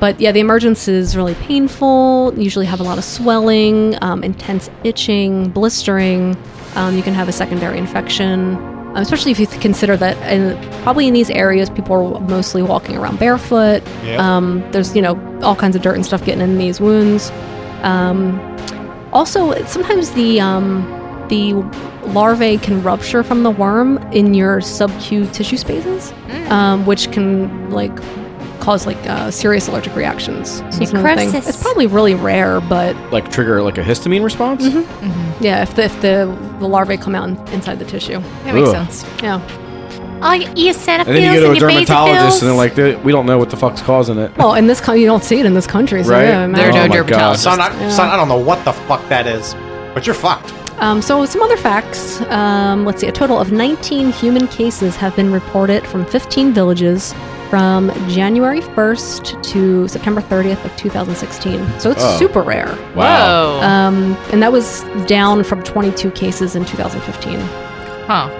S2: but yeah, the emergence is really painful. You Usually have a lot of swelling, um, intense itching, blistering. Um, you can have a secondary infection, um, especially if you th- consider that in, probably in these areas people are mostly walking around barefoot.
S10: Yep.
S2: Um, there's you know all kinds of dirt and stuff getting in these wounds. Um, also, sometimes the um, the larvae can rupture from the worm in your sub-Q tissue spaces, um, which can like cause like uh, serious allergic reactions. So it's another thing.
S10: Necrosis.
S2: It's probably really rare, but
S11: Like trigger like a histamine response.
S2: Mm-hmm. yeah, if the if the, the larvae come out in, inside the tissue,
S11: That makes Ugh. sense.
S2: Yeah.
S10: Oh, you set
S11: And then you go to a dermatologist, and they're like, "Dude, "We don't know what the fuck's causing it."
S2: Well, in this country, you don't see it in this country, so
S11: Right?
S2: yeah,
S11: There are no Oh my God. dermatologists.
S6: Son, I,
S2: Yeah.
S6: son, I don't know what the fuck that is, but you're fucked.
S2: Um, so, some other facts. Um, let's see. A total of 19 human cases have been reported from 15 villages from January 1st to September 30th of 2016. So, it's
S10: Oh.
S2: super rare.
S10: Wow. Whoa.
S2: Um, and that was down from 22 cases in 2015.
S10: Huh.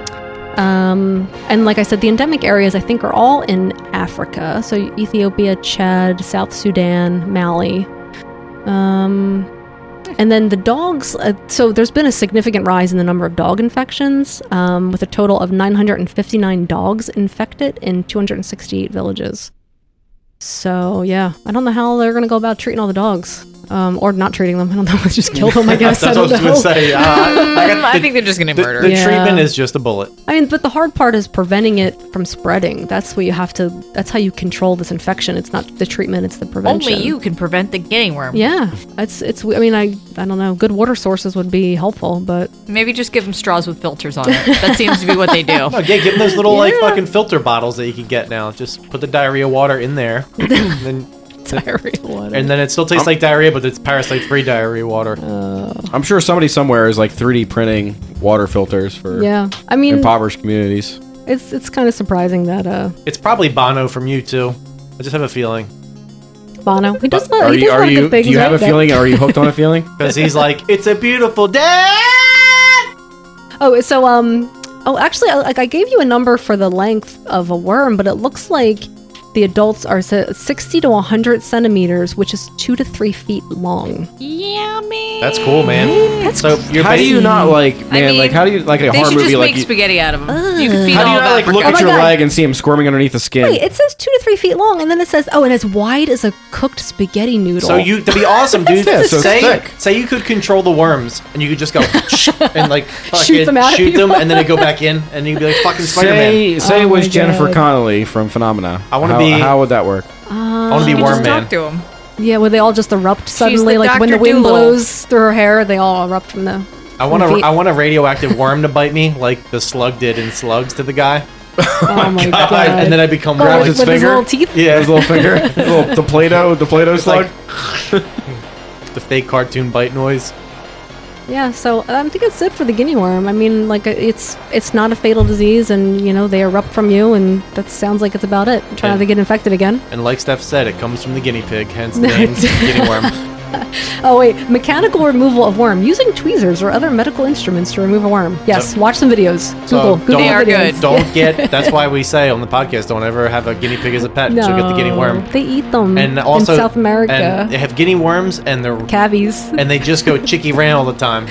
S2: Um, and like I said, the endemic areas I think are all in Africa. So Ethiopia, Chad, South Sudan, Mali. Um, and then the dogs. Uh, so there's been a significant rise in the number of dog infections, um, with a total of 959 dogs infected in 268 villages. So yeah, I don't know how they're gonna go about treating all the dogs, um, or not treating them. I don't know. Just kill them. I guess.
S6: That's
S2: I don't
S6: what I was
S2: know.
S6: gonna say. Uh, I, got
S10: I think they're just gonna
S6: the-
S10: murder.
S6: The,
S2: Yeah.
S6: treatment is just a bullet.
S2: I mean, but the hard part is preventing it from spreading. That's what you have to. That's how you control this infection. It's not the treatment; it's the prevention.
S10: Only you can prevent the guinea worm.
S2: Yeah, it's it's. I mean, I I don't know. Good water sources would be helpful, but
S10: Maybe just give them straws with filters on it. That seems to be what they do.
S6: No, Uh, yeah, give them those little like fucking filter bottles that you can get now. Just put the diarrhea water in there, and then
S2: diarrhea water,
S11: Um.
S6: and then it still tastes like diarrhea, but it's parasite-free diarrhea water.
S11: I'm sure somebody somewhere is like 3D printing water filters for
S2: Yeah, I mean-
S11: impoverished communities.
S2: It's it's kind of surprising that uh
S6: It's probably Bono from you too. I just have a feeling.
S2: Bono he does.
S11: Are
S2: he
S11: you?
S2: does a lot
S11: Are
S2: of
S11: you?
S2: good things,
S11: Do you have a
S2: right? That-
S11: feeling? Are you hooked on a feeling?
S6: Because he's like, it's a beautiful day.
S2: Oh, so um, oh, actually, I, like I gave you a number for the length of a worm, but it looks like the adults are se- sixty to one hundred centimeters, which is two to three feet long.
S6: That's cool, man.
S2: That's
S6: so you're
S11: how do you
S6: basically-
S11: not like, man? like, how do you like a
S10: they
S11: horror
S10: should just
S11: movie?
S10: make
S11: Like, you-
S10: spaghetti out of them. you can feed
S11: how do
S10: all
S11: you
S10: of
S11: not like
S10: Africa.
S11: look
S2: Oh
S11: at
S2: my
S11: your
S2: God.
S11: leg and see him squirming underneath the skin?
S2: Wait, it says two to three feet long, and then it says, oh, and as wide as a cooked spaghetti noodle.
S6: So you to be awesome, dude.
S2: That's so
S6: say
S2: thick.
S6: say you could control the worms, and you could just go and like fucking
S2: them out at
S6: shoot them,
S2: people.
S6: and then they go back in, and you'd be like fucking Spider
S11: Say,
S6: Man.
S11: say it
S2: Oh
S11: was
S2: my
S11: Jennifer
S2: God.
S11: Connelly from Phenomena. I
S6: wanna
S11: to
S6: be-
S11: How would that work?
S2: I
S6: wanna be
S10: You
S6: worm
S10: just
S6: man.
S10: talk to him.
S2: Yeah, where they all just erupt suddenly,
S10: the
S2: like when the
S10: Dr.
S2: wind
S10: Doolittle.
S2: blows through her hair, they all erupt from the.
S6: I want a
S2: from the feet.
S6: I want a radioactive worm to bite me like the slug did in Slugs to the guy.
S2: Oh my god!
S6: And then I become
S2: Oh,
S6: more
S2: with,
S6: like-
S2: with his
S11: finger?
S2: little teeth.
S6: yeah,
S11: His little finger, little, the Play-Doh, the Play-Doh slug.
S6: the fake cartoon bite noise.
S2: Yeah, so um, I think it's it for the guinea worm. I mean, like uh, it's it's not a fatal disease, and you know they erupt from you, and that sounds like it's about it. Try
S6: Yeah.
S2: not to get infected again.
S6: And like Steph said, it comes from the guinea pig, hence the name guinea worm.
S2: Oh wait, mechanical removal of worm using tweezers or other medical instruments to remove a worm. Yes,
S6: So-
S2: watch some videos.
S6: So
S2: Google, Google
S6: don't,
S10: They are
S2: videos.
S10: good.
S6: don't get. That's why we say on the podcast, don't ever have a guinea pig as a pet.
S2: No,
S6: So get the guinea worm.
S2: They eat them
S6: And also
S2: in South America.
S6: and they have guinea worms, and they're
S2: Cavies.
S6: and they just go chicky ran all the time.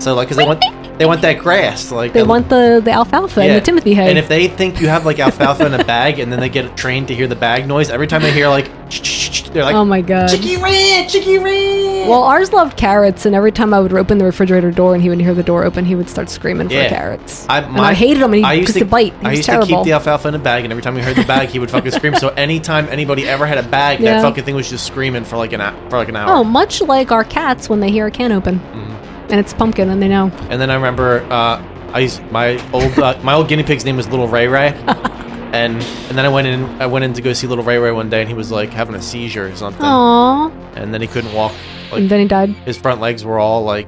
S6: So like, 'cause they want they want that grass. Like
S2: They want the the alfalfa and
S6: Yeah.
S2: the Timothy hay.
S6: And if they think you have like alfalfa in a bag, and then they get trained to hear the bag noise, every time they hear like, they're like,
S2: oh my god.
S6: chicky ran, chicky ran.
S2: Well, ours loved carrots, and every time I would open the refrigerator door and he would hear the door open, he would start screaming for
S6: Yeah.
S2: carrots.
S6: I,
S2: and I hated him, and he
S6: I used
S2: used to, bite. He
S6: I
S2: was
S6: used
S2: terrible.
S6: to keep the alfalfa in a bag, and every time we heard the bag, he would fucking scream. So anytime anybody ever had a bag,
S2: Yeah.
S6: that fucking thing was just screaming for like an hou- for like an
S2: Oh,
S6: hour.
S2: much like our cats when they hear a can open,
S6: Mm-hmm.
S2: and it's pumpkin, and they know.
S6: And then I remember, uh, I used, my old uh, my old guinea pig's name was Little Ray Ray, and and then I went in I went in to go see Little Ray Ray one day, and he was like having a seizure or something,
S2: Oh. Aww.
S6: and then he couldn't walk.
S2: and
S6: Like
S2: then he died.
S6: his front legs were all like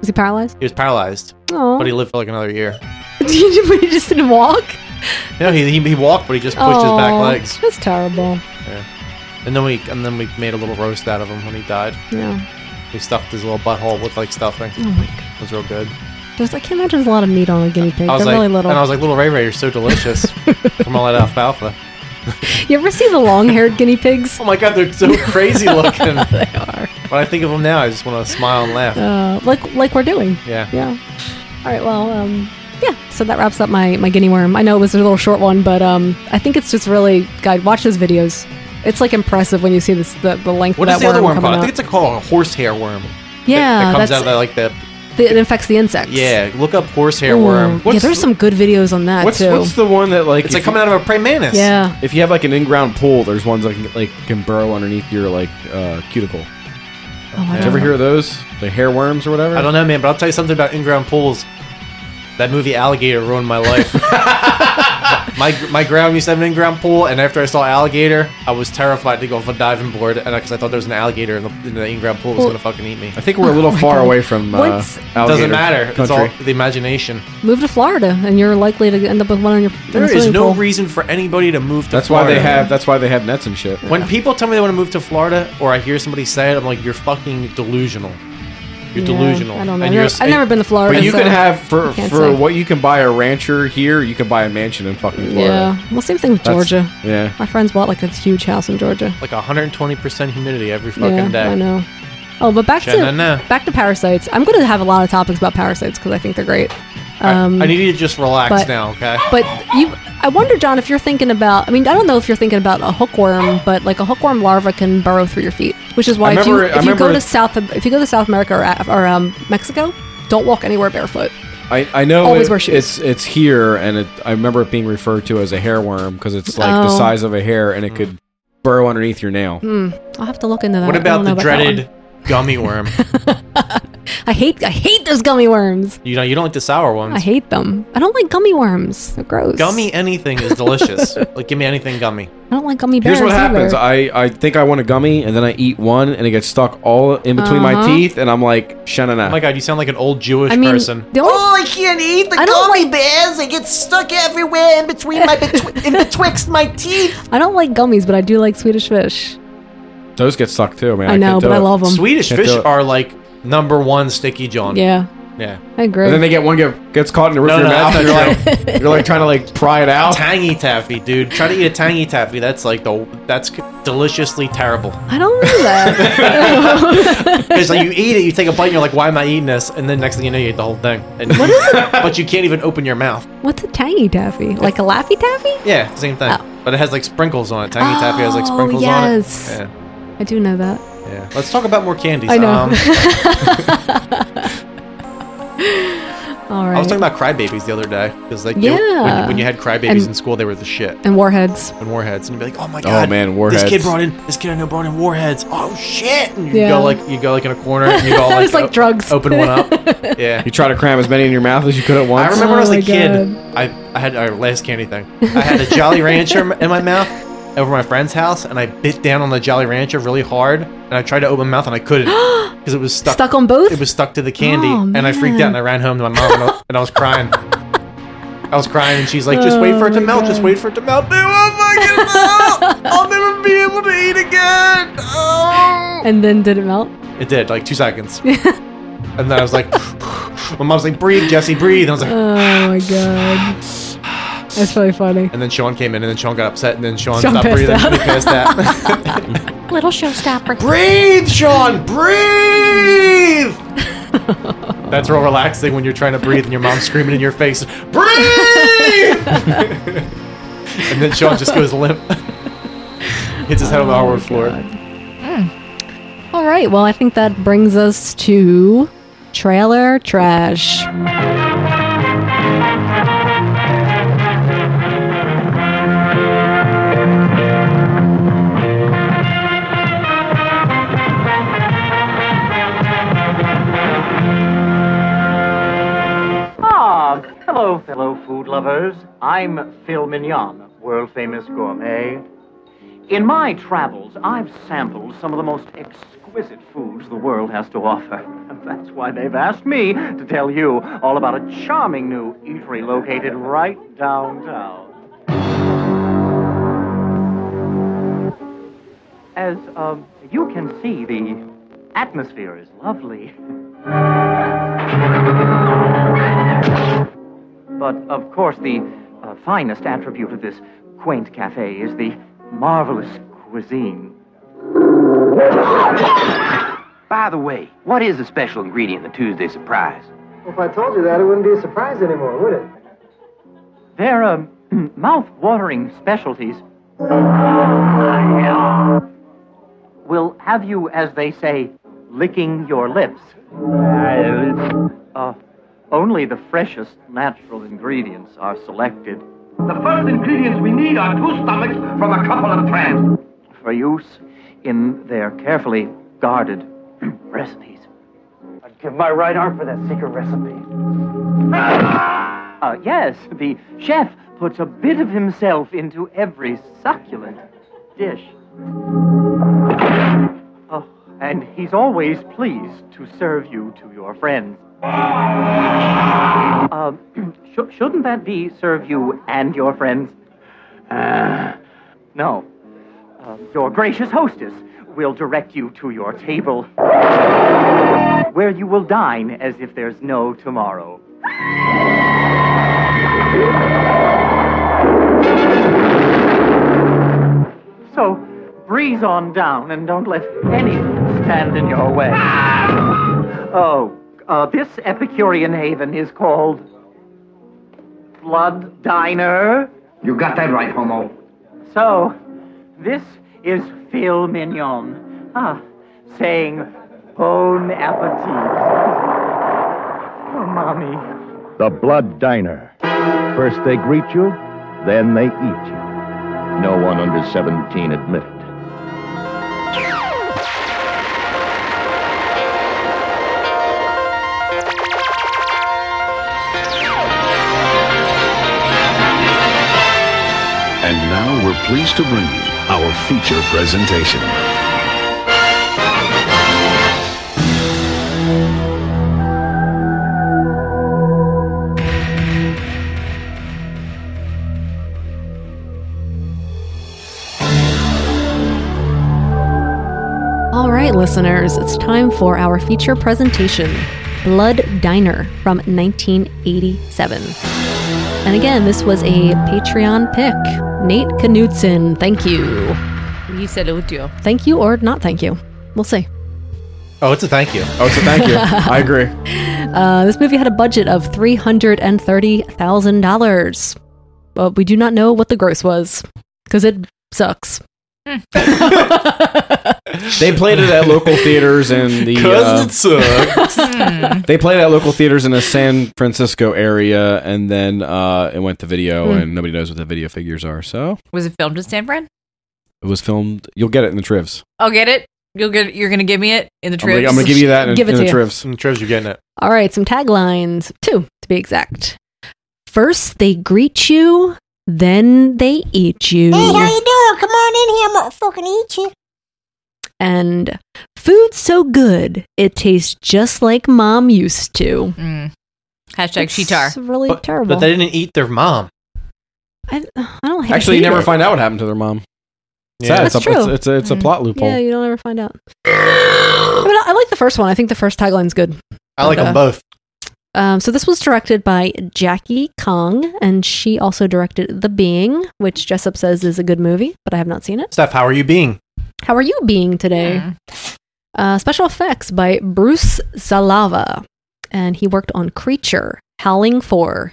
S2: Was he paralyzed?
S6: he was paralyzed,
S2: Aww.
S6: but he lived for like another year.
S2: But he just didn't walk.
S6: No, he, he he walked, but he just pushed his back
S2: Aw,
S6: legs.
S2: That's terrible.
S6: And then we and then we made a little roast out of him when he died.
S2: Yeah.
S6: We stuffed his little butthole with like stuffing.
S2: Oh my god.
S6: It was real good.
S2: There's, I can't imagine there's a lot of meat on a guinea pig.
S6: I
S2: They're
S6: was like,
S2: really little.
S6: and I was like, little Ray Ray, you're so delicious from all that alfalfa.
S2: you ever see the long-haired guinea pigs?
S6: Oh my god, they're so crazy looking. they are. When I think of them now, I just want to smile and laugh.
S2: Uh, like like we're doing.
S6: yeah.
S2: Yeah. All right. Well, um, yeah. So that wraps up my my guinea worm. I know it was a little short one, but um, I think it's just really, God, watch those videos. It's like impressive when you see this the, the length
S6: What
S2: of
S6: is
S2: that
S6: the other
S2: worm
S6: worm
S2: coming
S6: called? I
S2: out.
S6: think it's a called a horsehair worm.
S2: yeah,
S6: That comes out
S2: that's
S6: of the, like the
S2: the, it infects the insects.
S6: yeah. Look up horsehair
S2: Ooh,
S6: worm.
S2: yeah,
S11: What's
S2: there's
S11: the-
S2: some good videos on that
S11: What's
S2: too.
S11: what's the one that like?
S6: It's
S11: if
S6: like coming out of a prey mantis.
S2: yeah.
S11: If you have like an in-ground pool, there's ones that can, like can burrow underneath your like uh, cuticle.
S2: Oh, I
S6: Yeah.
S11: Did you
S2: don't
S11: ever
S2: know.
S11: hear of those? The hair worms or whatever?
S6: I don't know, man, but I'll tell you something about in-ground pools. That movie Alligator ruined my life. my my ground used to have an in-ground pool, and after I saw Alligator, I was terrified to go off a diving board, and because I thought there was an alligator in the, in the in-ground pool, it was
S2: Well-
S6: gonna fucking eat me.
S11: I think we're a little far away from uh,
S2: Oh What's-
S6: It
S11: alligator
S6: doesn't matter. It's
S11: country.
S6: all the imagination.
S2: Move to Florida, and you're likely to end up with one on your. in a
S6: There is
S2: swimming
S6: no
S2: pool.
S6: reason for anybody to move to.
S11: That's why
S6: Florida.
S11: they have. That's why they have nets and shit.
S6: When people tell me they want to move to Florida, or I hear somebody say it, I'm like, you're fucking delusional. You're
S2: Yeah,
S6: delusional.
S2: I don't know.
S6: And
S2: I've
S6: you're
S2: never,
S6: a-
S2: I've never been to Florida.
S11: But you
S2: so-
S11: can have for
S2: can't
S11: for
S2: say.
S11: what you can buy a rancher here, you can buy a mansion in fucking Florida.
S2: Yeah. Well, same thing with
S11: That's-
S2: Georgia.
S11: Yeah.
S2: My friends bought like a huge house in Georgia.
S6: like 120% humidity every fucking
S2: yeah,
S6: day.
S2: I know. Oh, but back
S6: Shanana.
S2: to back to parasites. I'm going to have a lot of topics about parasites because I think they're great. Um,
S6: I need you to just relax
S2: but-
S6: now, okay?
S2: but you, I wonder, John, if you're thinking about. I mean, I don't know if you're thinking about a hookworm, but like a hookworm larva can burrow through your feet, which is why
S11: I
S2: if you
S11: remember- I
S2: if you go
S11: remember-
S2: to South if you go to South America or, A- or um, Mexico, don't walk anywhere barefoot.
S11: I, I know
S2: Always
S11: it-
S2: wear shoes.
S11: it's it's here, and it, I remember it being referred to as a hair worm because it's like
S2: Oh.
S11: the
S2: Mm.
S11: size of a hair, and it could burrow underneath your nail.
S2: Hmm. I'll have to look into that.
S6: what
S2: I don't know
S6: about the
S2: that one.
S6: dreaded gummy worm?
S2: I hate I hate those gummy worms.
S6: You know, you don't like the sour ones.
S2: I hate them. I don't like gummy worms. They're gross.
S6: Gummy anything is delicious. like, give me anything gummy.
S2: I don't like gummy bears.
S11: Here's what
S2: either.
S11: happens. I, I think I want a gummy, and then I eat one, and it gets stuck all in between my
S2: Uh-huh.
S11: teeth, and I'm like, Shanana.
S6: Oh my god, you sound like an old Jewish
S2: I mean,
S6: person. Ah!
S2: the only-
S13: Oh, I can't eat the
S2: I don't
S13: gummy bears. They get stuck everywhere in between my betwi- in betwixt my teeth.
S2: I don't like gummies, but I do like Swedish fish.
S11: Those get stuck too, man.
S2: I know,
S11: can't do
S2: but I
S11: it.
S2: love 'em.
S6: Swedish
S11: Can't do
S6: fish
S11: it.
S6: are like number one sticky John.
S2: Yeah,
S6: Yeah.
S2: I agree.
S11: And then they get one get, gets caught in the roof
S6: No,
S11: of
S6: no,
S11: your mouth, and you're
S6: after
S11: like, you're like trying to like pry it out.
S6: Tangy taffy, dude. Try to eat a tangy taffy. That's like the that's deliciously terrible.
S2: I don't know that.
S6: Because like you eat it, you take a bite, and you're like, "Why am I eating this?" And then next thing you know, you ate the whole thing. And what is it? But you can't even open your mouth.
S2: What's a tangy taffy? Like a laffy taffy?
S6: Yeah, same thing. But it has like sprinkles on it. Tangy taffy has like
S2: Oh,
S6: sprinkles
S2: yes.
S6: on it. Yeah.
S2: I do know that.
S6: Yeah. Let's talk about more candies. Um,
S2: I know. All right.
S6: I was talking about crybabies the other day because like they- when,
S2: Yeah.
S6: you, when you had crybabies
S2: And-
S6: in school, they were the shit.
S2: and warheads.
S6: And warheads, and you'd be like, "Oh my
S11: Oh,
S6: god,
S11: man,
S6: This kid
S11: warheads.
S6: brought in this kid I know brought in warheads. Oh shit!" And you
S2: Yeah.
S6: go like you go like in a corner, and you go
S2: It
S6: like, uh,
S2: was like drugs.
S6: Open one up. Yeah.
S11: You try to cram as many in your mouth as you could at once.
S6: I remember when I was
S2: Oh my
S6: a kid, I, I had our last candy thing. I had a Jolly Rancher in my mouth over my friend's house, and I bit down on the Jolly Rancher really hard, and I tried to open my mouth, and I couldn't because it was stuck.
S2: Stuck on both?
S6: It was stuck to the candy,
S2: Oh,
S6: and I freaked out, and I ran home to my mom, and I, and I was crying. I was crying, and she's like, "Just wait
S2: Oh,
S6: for it to melt. Just wait for it to melt." "Oh
S13: I'll never be able to eat again. Oh.
S2: And then did it melt?
S6: It did, like two seconds, and then I was like, "My mom's like, breathe, Jesse, breathe." And I was like,
S2: oh my god. That's really funny.
S6: and then Sean came in, and then Sean got upset, and then Sean,
S2: Sean
S6: stopped
S2: passed
S6: breathing
S2: out.
S6: because that.
S2: Little showstopper.
S6: Breathe, Sean. Breathe. That's real relaxing when you're trying to breathe and your mom's screaming in your face, breathe! and then Sean just goes limp, hits his head on the
S2: Oh
S6: hardwood floor.
S2: All right. Well, I think that brings us to trailer trash.
S14: Ah, hello, fellow food lovers. I'm Phil Mignon, world famous gourmet. In my travels, I've sampled some of the most exquisite foods the world has to offer. That's why they've asked me to tell you all about a charming new eatery located right downtown. As um, you can see, the atmosphere is lovely. But of course, the uh, finest attribute of this quaint cafe is the marvelous cuisine.
S15: By the way, what is the special ingredient in the Tuesday surprise?
S16: If I told you that, it wouldn't be a surprise anymore, would it?
S14: Their um, mouth-watering specialties will have you, as they say, licking your lips. Uh, only the freshest natural ingredients are selected.
S17: The first ingredients we need are two stomachs from a couple of trams.
S14: for use in their carefully guarded recipes. I'd give my right arm for that secret recipe. Uh, yes, the chef puts a bit of himself into every succulent dish. Oh, and he's always pleased to serve you to your friends. Uh, shou- shouldn't that be serve you and your friends? Uh, no. Uh, your gracious hostess will direct you to your table, where you will dine as if there's no tomorrow. So, breeze on down and don't let anything stand in your way. Oh, uh, this Epicurean haven is called Blood Diner.
S17: You got that right, homo.
S14: So, this is Phil Mignon. Ah, saying bon appetit. Oh, mommy.
S18: The Blood Diner. First they greet you, then they eat you. No one under 17 admitted.
S19: And now we're pleased to bring you our feature presentation.
S2: All right, listeners, it's time for our feature presentation Blood Diner from 1987. And again, this was a Patreon pick. Nate Knudsen, thank you.
S10: You said it would do.
S2: Thank you or not thank you. We'll see.
S6: Oh, it's a thank you.
S11: Oh, it's a thank you. I agree.
S2: Uh, this movie had a budget of $330,000. But we do not know what the gross was because it sucks.
S11: They played it at local theaters in the. uh,
S6: 'Cause it
S10: Hmm.
S11: they played it at local theaters in the San Francisco area, and then uh, it went to video,
S10: Hmm.
S11: and nobody knows what the video figures are. So
S10: Was it filmed in San Fran?
S11: it was filmed. You'll get it in the trivs.
S10: I'll get it. You'll get. You're gonna give me it in the
S11: I'm gonna-
S10: trivia.
S11: I'm gonna give you that in,
S2: Give it
S11: in
S2: to you. Hmm.
S11: the trivs.
S6: In the trivs, you're getting it.
S2: All right, some taglines, two to be exact. First, they greet you, then they eat you.
S20: Hey, how you doing? Come on in here. I'm gonna fucking eat you.
S2: And food's so good, it tastes just like mom used to.
S10: Hmm. Hashtag
S2: It's really terrible.
S6: But they didn't eat their mom.
S2: I, I don't ha-
S11: Actually, you
S2: hate
S11: never
S2: it.
S11: find out what happened to their mom.
S2: Yeah.
S11: Sad. It's,
S2: That's
S11: a, it's,
S2: true. Hmm.
S11: it's a, it's a plot loophole.
S2: Yeah, you don't ever find out. I mean, I, I like the first one. I think the first tagline's good.
S6: I like
S2: But,
S6: them
S2: uh,
S6: both.
S2: Um, so this was directed by Jackie Kong, and she also directed The Being, which Jessup says is a good movie, but I have not seen it.
S6: Steph, how are you being?
S2: How are you being today? Uh, special effects by Bruce Zalava, and he worked on Creature, Howling Four,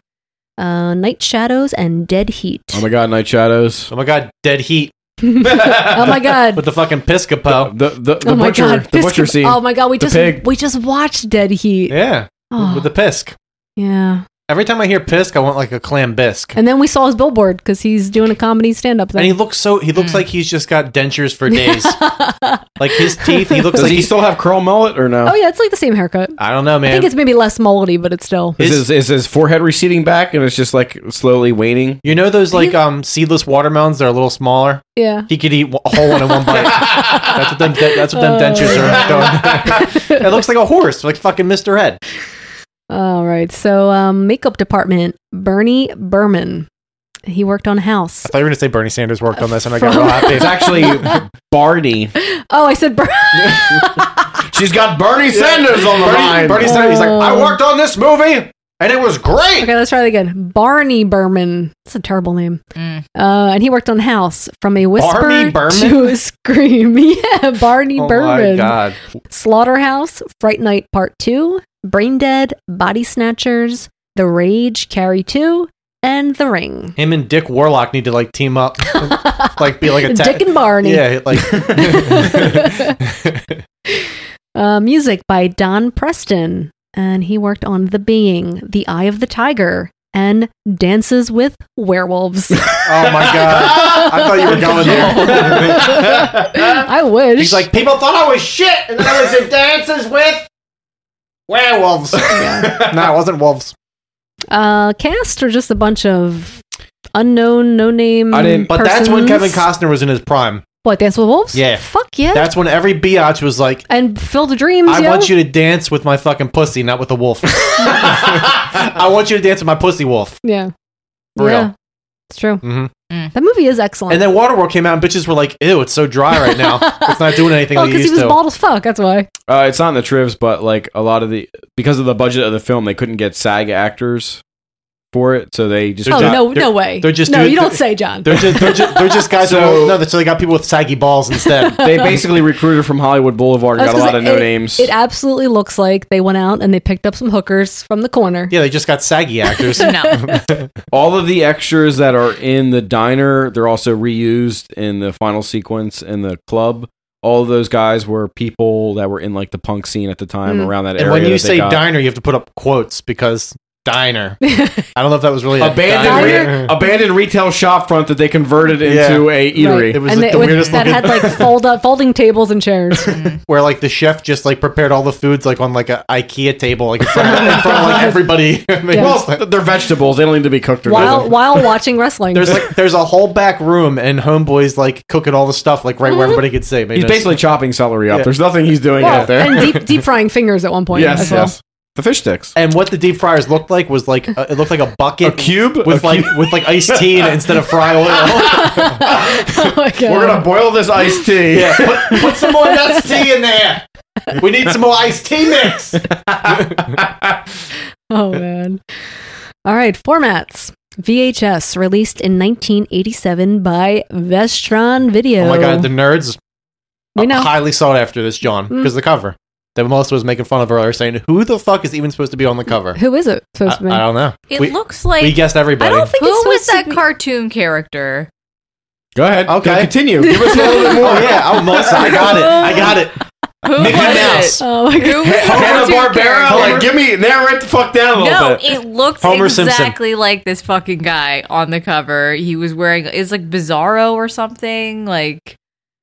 S2: uh, Night Shadows, and Dead Heat.
S11: Oh my god, Night Shadows.
S6: Oh my god, Dead Heat.
S2: oh my god!
S6: With the fucking Piscopo.
S11: The the,
S2: oh my god! Pisco- Oh my god! We
S6: The
S2: just
S6: pig.
S2: we just watched Dead Heat.
S6: Yeah.
S2: Oh.
S6: With the Pisk.
S2: Yeah.
S6: Every time I hear Pisk, I want like a clam bisque.
S2: And then we saw his billboard because he's doing a comedy stand up.
S6: And he looks so he
S2: Mm.
S6: looks like he's just got dentures for days. like his teeth, he looks
S11: Does
S6: like
S11: he
S6: he-
S11: still have curl mullet or no?
S2: Oh yeah, it's like the same haircut.
S6: I don't know,
S2: I think it's maybe less moldy, but it's still.
S11: Is his, is his forehead receding back and it's just like slowly waning?
S6: You know those like um seedless watermelons that are a little smaller?
S2: Yeah.
S6: He could eat a whole one in one bite. that's what them de- that's
S2: Oh,
S6: what them dentures are doing. it looks like a horse, like fucking Mr. Head.
S2: All right. So, um, makeup department, Bernie Berman. He worked on House.
S6: I thought you were gonna say Bernie Sanders worked on this and I got real happy.
S11: It's actually Barney.
S2: Oh, I said Ber-
S11: She's got Bernie Sanders on the
S6: Bernie-
S11: line.
S6: Bernie Sanders, he's like, I worked on this movie and it was great.
S2: Okay, let's try it again. Barney Berman. That's a terrible name. Uh, and he worked on House from a whisper
S6: Mm. Barney Berman?
S2: to a scream. Yeah, Barney
S6: Oh
S2: Berman.
S6: my god.
S2: Slaughterhouse, Fright Night Part 2, Brain Dead, Body Snatchers, The Rage, Carrie 2, and The Ring.
S6: Him and Dick Warlock need to like team up. like be like a ta-
S2: Dick and Barney.
S6: Yeah, like
S2: Uh, music by Don Preston. And he worked on The Being, The Eye of the Tiger, and Dances with Werewolves.
S6: Oh my god. I thought you were going there.
S2: I wish.
S6: He's like, people thought I was shit, and then I was in dances with werewolves. no, it wasn't wolves.
S2: Uh, cast or just a bunch of unknown, no name.
S6: But that's when Kevin
S2: persons?
S6: Costner was in his prime.
S2: What, Dance with Wolves?
S6: Yeah.
S2: Fuck yeah.
S6: That's when every biatch was like,
S2: and Fill the Dreams.
S6: I
S2: yo.
S6: want you to dance with my fucking pussy, not with a wolf. I want you to dance with my pussy wolf.
S2: Yeah.
S6: For
S2: yeah.
S6: real.
S2: It's true.
S6: hmm
S2: That movie is excellent.
S6: And then Waterworld came out, and bitches were like, ew, it's so dry right now. it's not doing anything
S2: oh,
S6: like it
S2: because he
S6: used
S2: was
S6: to.
S2: bald as fuck. That's why.
S11: Uh, it's not in the trivs, but like a lot of the because of the budget of the film, they couldn't get SAG actors for it, so they just
S2: oh
S11: got-
S2: no, no way.
S6: they're just
S2: no.
S6: doing-
S2: you don't
S6: they're-
S2: say, John.
S6: They're just, they're just, they're just guys who
S11: So-
S6: don't- no, so they got people with saggy balls instead.
S11: They basically recruited from Hollywood Boulevard,
S2: I
S11: and
S2: was
S11: got a
S2: gonna
S11: lot
S2: say,
S11: of no
S2: it,
S11: names.
S2: It absolutely looks like they went out and they picked up some hookers from the corner.
S6: Yeah, they just got saggy actors.
S11: All of the extras that are in the diner, they're also reused in the final sequence in the club. All of those guys were people that were in like the punk scene at the time
S6: Mm.
S2: Hmm.
S11: around that
S6: and
S11: area.
S6: when
S11: that
S6: you
S11: they
S6: say
S11: got.
S6: diner, you have to put up quotes because diner. I don't know if that was really a
S11: abandoned
S6: diner.
S11: re- abandoned retail shop front that they converted into
S6: Yeah.
S11: a eatery.
S6: Right. It was
S2: and
S6: like
S2: they-
S6: the
S2: with-
S6: weirdest
S2: that
S6: looking-
S2: had like fold up, folding tables and chairs.
S6: where like the chef just like prepared all the foods like on like a IKEA table, like in front of, in front of like everybody. I mean,
S2: Yeah.
S6: it's
S11: Well, they're vegetables; they don't need to be cooked or
S2: while
S11: nothing.
S2: while watching wrestling.
S6: There's like there's a whole back room and homeboys like cooking all the stuff like right where everybody could see.
S11: He's basically chopping celery up. There's nothing he's doing
S2: Well,
S11: out there.
S2: and deep deep frying fingers at one point.
S11: yes,
S2: as well.
S11: yes. The fish sticks.
S6: And what the deep fryers looked like was like uh, it looked like a bucket, a
S11: cube
S6: with like with like iced tea in it instead of fry oil.
S11: We're
S2: uh,
S11: gonna boil this iced tea.
S6: Yeah, put, put some more nuts tea in there. We need some more iced tea mix.
S2: Oh man. All right, formats. VHS released in 1987 by Vestron Video.
S6: Oh my god, the nerds
S2: We
S6: are
S2: know.
S6: highly sought after this, John, because
S2: Mm.
S6: the cover that Melissa was making fun of earlier, saying, "Who the fuck is even supposed to be on the cover?"
S2: Who is it
S6: I,
S2: supposed to be?
S6: I don't know.
S10: It
S6: We-
S10: looks like
S6: we guessed everybody.
S10: I don't think who
S2: it's
S10: was
S2: supposed
S10: that cartoon character?
S11: Go ahead.
S6: Okay.
S11: Continue. Give us a little bit more.
S6: Oh yeah, oh Melissa, I got it. I got it.
S10: Who
S6: Mickey
S10: was
S6: Mouse.
S10: it?
S2: Oh my
S10: Who was the
S11: Hanna
S10: cartoon
S11: Barbera.
S10: character?
S11: Like, give me narrow it the fuck down a little
S10: No,
S11: bit.
S10: it looks
S6: Homer Simpson.
S10: exactly like this fucking guy on the cover. He was wearing it's like Bizarro or something. Like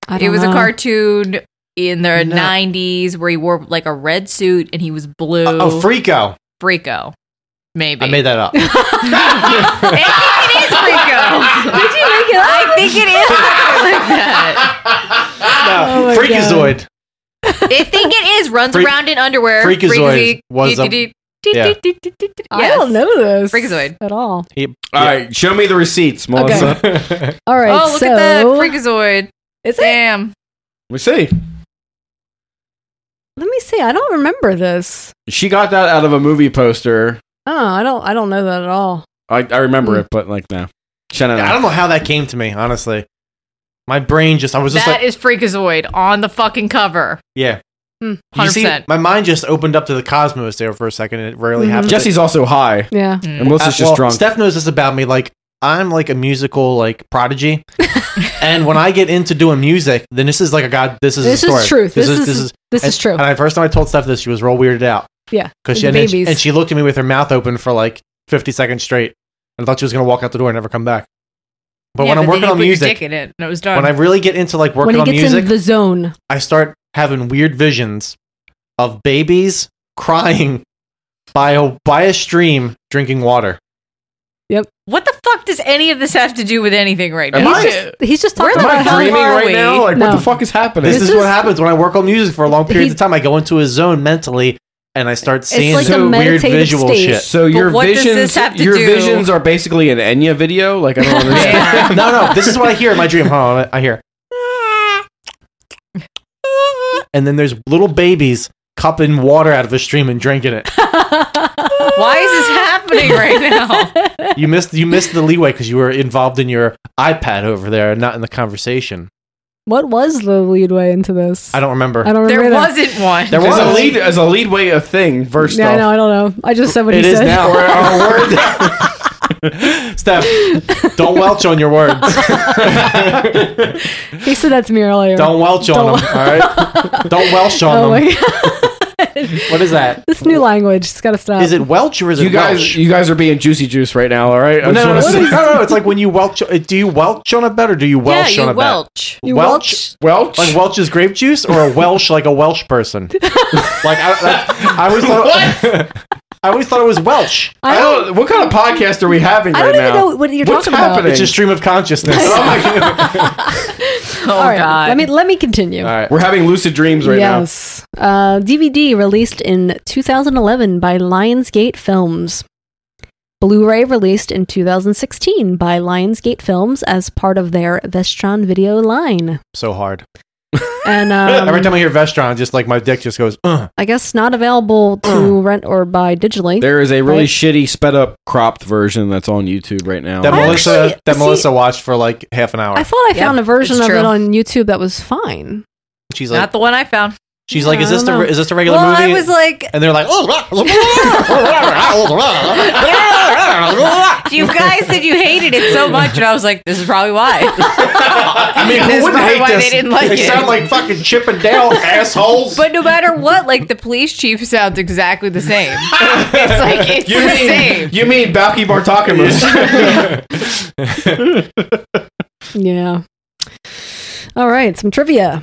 S2: I
S10: it
S2: don't
S10: was
S2: know.
S10: a cartoon in the
S6: No.
S10: '90s where he wore like a red suit and he was blue.
S6: Oh, Freako.
S10: Freako, maybe.
S6: I made that up.
S10: I think it is Freako.
S2: Did you make it up?
S10: I think it is something like that.
S2: Oh my
S6: No,
S2: God.
S6: Freakazoid.
S10: I think it is runs
S6: Freak-
S10: around in underwear. Freakazoid.
S6: Freakazoid was a-
S10: Dee- dee-
S6: Yeah.
S10: dee- dee- dee- dee-
S2: I
S10: yes.
S2: don't know this
S10: Freakazoid.
S2: at all.
S6: He-
S11: All right, show me the receipts, Melissa.
S2: All right.
S10: Oh, look
S2: so,
S10: at that Freakazoid.
S2: Is it?
S10: Damn.
S11: We see.
S2: Let me see. I don't remember this.
S11: She got that out of a movie poster.
S2: Oh, I don't. I don't know that at all.
S11: I, I remember
S2: Hmm.
S11: it, but like now. Shannon.
S6: I don't know how that came to me, honestly. My brain just I was just
S10: That
S6: like
S10: is Freakazoid on the fucking cover.
S6: yeah.
S2: Hmm,
S6: You see,
S10: 100%.
S6: my mind just opened up to the cosmos there for a second and it rarely
S10: Mm-hmm.
S2: Mhm.
S6: happens.
S11: Jesse's also high,
S2: Yeah.
S11: and Melissa's
S6: Uh, well,
S11: just drunk.
S6: Steph knows this about me. Like I'm like a musical like prodigy, and when I get into doing music, then this is like a god. This is
S2: This
S6: a
S2: is
S6: story.
S2: truth. This is- this
S6: and-
S2: is true.
S6: And I first time I told Steph this, she was real weirded out
S2: Yeah.
S6: because
S2: with
S6: she
S2: the
S6: and, then she
S2: babies.
S6: and she looked at me with her mouth open for like 50 seconds straight, and I thought she was gonna walk out the door and never come back. But
S10: Yeah,
S6: when I'm
S10: then
S6: working
S10: you
S6: on
S10: put your
S6: music,
S10: dick in it, and it was done.
S6: when I really get into like
S2: when
S6: working
S2: he
S6: on
S2: gets
S6: music,
S2: in the zone.
S6: I start having weird visions of babies crying by a by a stream drinking water.
S10: what the fuck does any of this have to do with anything right
S11: Am
S10: now?
S11: I-
S10: He's-
S2: He's just talking
S10: Where the
S2: about
S10: hell
S2: how
S11: dreaming
S10: are
S11: right
S10: we?
S11: now? Like, what
S2: No.
S11: the fuck is happening?
S6: This,
S2: This
S6: is, what
S2: is-
S6: happens when I work on music for long periods of time. I go into a zone mentally, and I start seeing
S2: like a
S6: some weird
S2: meditative
S6: visual
S2: state.
S6: shit.
S11: so your
S10: what does
S11: visions,
S10: this have to
S11: your
S10: do?
S11: visions are basically an Enya video. Like I don't understand.
S10: Yeah.
S6: no, no, this is what I hear in my dream. Hold on, I hear, and then there's little babies cupping water out of a stream and drinking it.
S10: Why is this happening right now?
S6: You missed, you missed the leeway because you were involved in your iPad over there, and not in the conversation.
S2: What was the leadway into this?
S6: I don't remember.
S2: I don't remember.
S10: there
S2: either.
S10: wasn't one.
S6: There
S11: As
S6: was
S11: a lead, as a lead way of thing. First
S2: Yeah, I know.
S11: off,
S2: I don't know. I just said what
S6: It
S2: he
S6: is
S2: said.
S6: now. Steph, don't welch on your words.
S2: He said that to me earlier.
S6: Don't welch on
S2: Don't-
S6: them. All right. Don't welch on
S2: oh
S6: them.
S2: my god!
S6: What is that?
S2: This new language. It's got to stop.
S6: Is it welch or is it
S11: you guys,
S6: welch?
S11: you guys are being juicy juice right now. All right, I
S6: no, no, no,
S11: just
S6: no,
S11: wanna say-
S6: no, no, It's like when you welch. uh, Do you welch on a bed or do you
S10: yeah,
S6: welch on
S10: you
S6: a
S10: welch.
S6: bed?
S2: You
S6: welch,
S11: Welch.
S6: like Welch's grape juice, or a Welsh like a Welsh person. like I, I, I always thought. I always thought it was Welsh.
S11: I don't, what kind of podcast are we having
S2: I
S11: right
S2: don't even
S11: now?
S2: know what you're
S11: What's
S2: talking
S11: happening?
S6: It's a stream of consciousness.
S11: Oh my God.
S10: Oh
S2: about. All right.
S10: god.
S2: Let me let me continue.
S6: All right.
S11: We're having lucid dreams right
S2: yes. Uh, DVD released in 2011 by Lionsgate Films. Blu-ray released in 2016 by Lionsgate Films as part of their Vestron video line.
S6: So hard.
S2: And um,
S6: Every time I hear Vestron, just like my dick just goes. "Ugh."
S2: I guess not available to rent or buy digitally.
S11: now. There is a really
S2: Right.
S11: shitty, sped up, cropped version that's on YouTube right now.
S6: That
S2: I
S6: Melissa,
S2: actually-
S6: that
S2: see-
S6: Melissa watched for like half an hour.
S2: I thought I
S10: Yeah,
S2: found a version
S10: it's
S2: of
S10: true.
S2: it on YouTube that was fine.
S6: she's like,
S10: Not the one I found.
S6: she's like,
S2: Yeah,
S6: is
S2: I
S6: this
S2: don't
S6: the
S2: know.
S6: is this the regular
S10: Well,
S6: movie?
S10: I was like,
S6: and they're like, oh,
S10: you guy said you hated it so much, and I was like, this is probably why.
S6: I mean, who
S10: That's
S6: wouldn't
S10: probably
S6: hate
S10: why
S6: this?
S10: they didn't like
S6: They
S10: it.
S6: sound like fucking Chip and Dale assholes.
S10: But no matter what, like the police chief sounds exactly the same. it's like it's the same.
S11: You mean Balky Bartakamus?
S2: Yeah. All right, some trivia.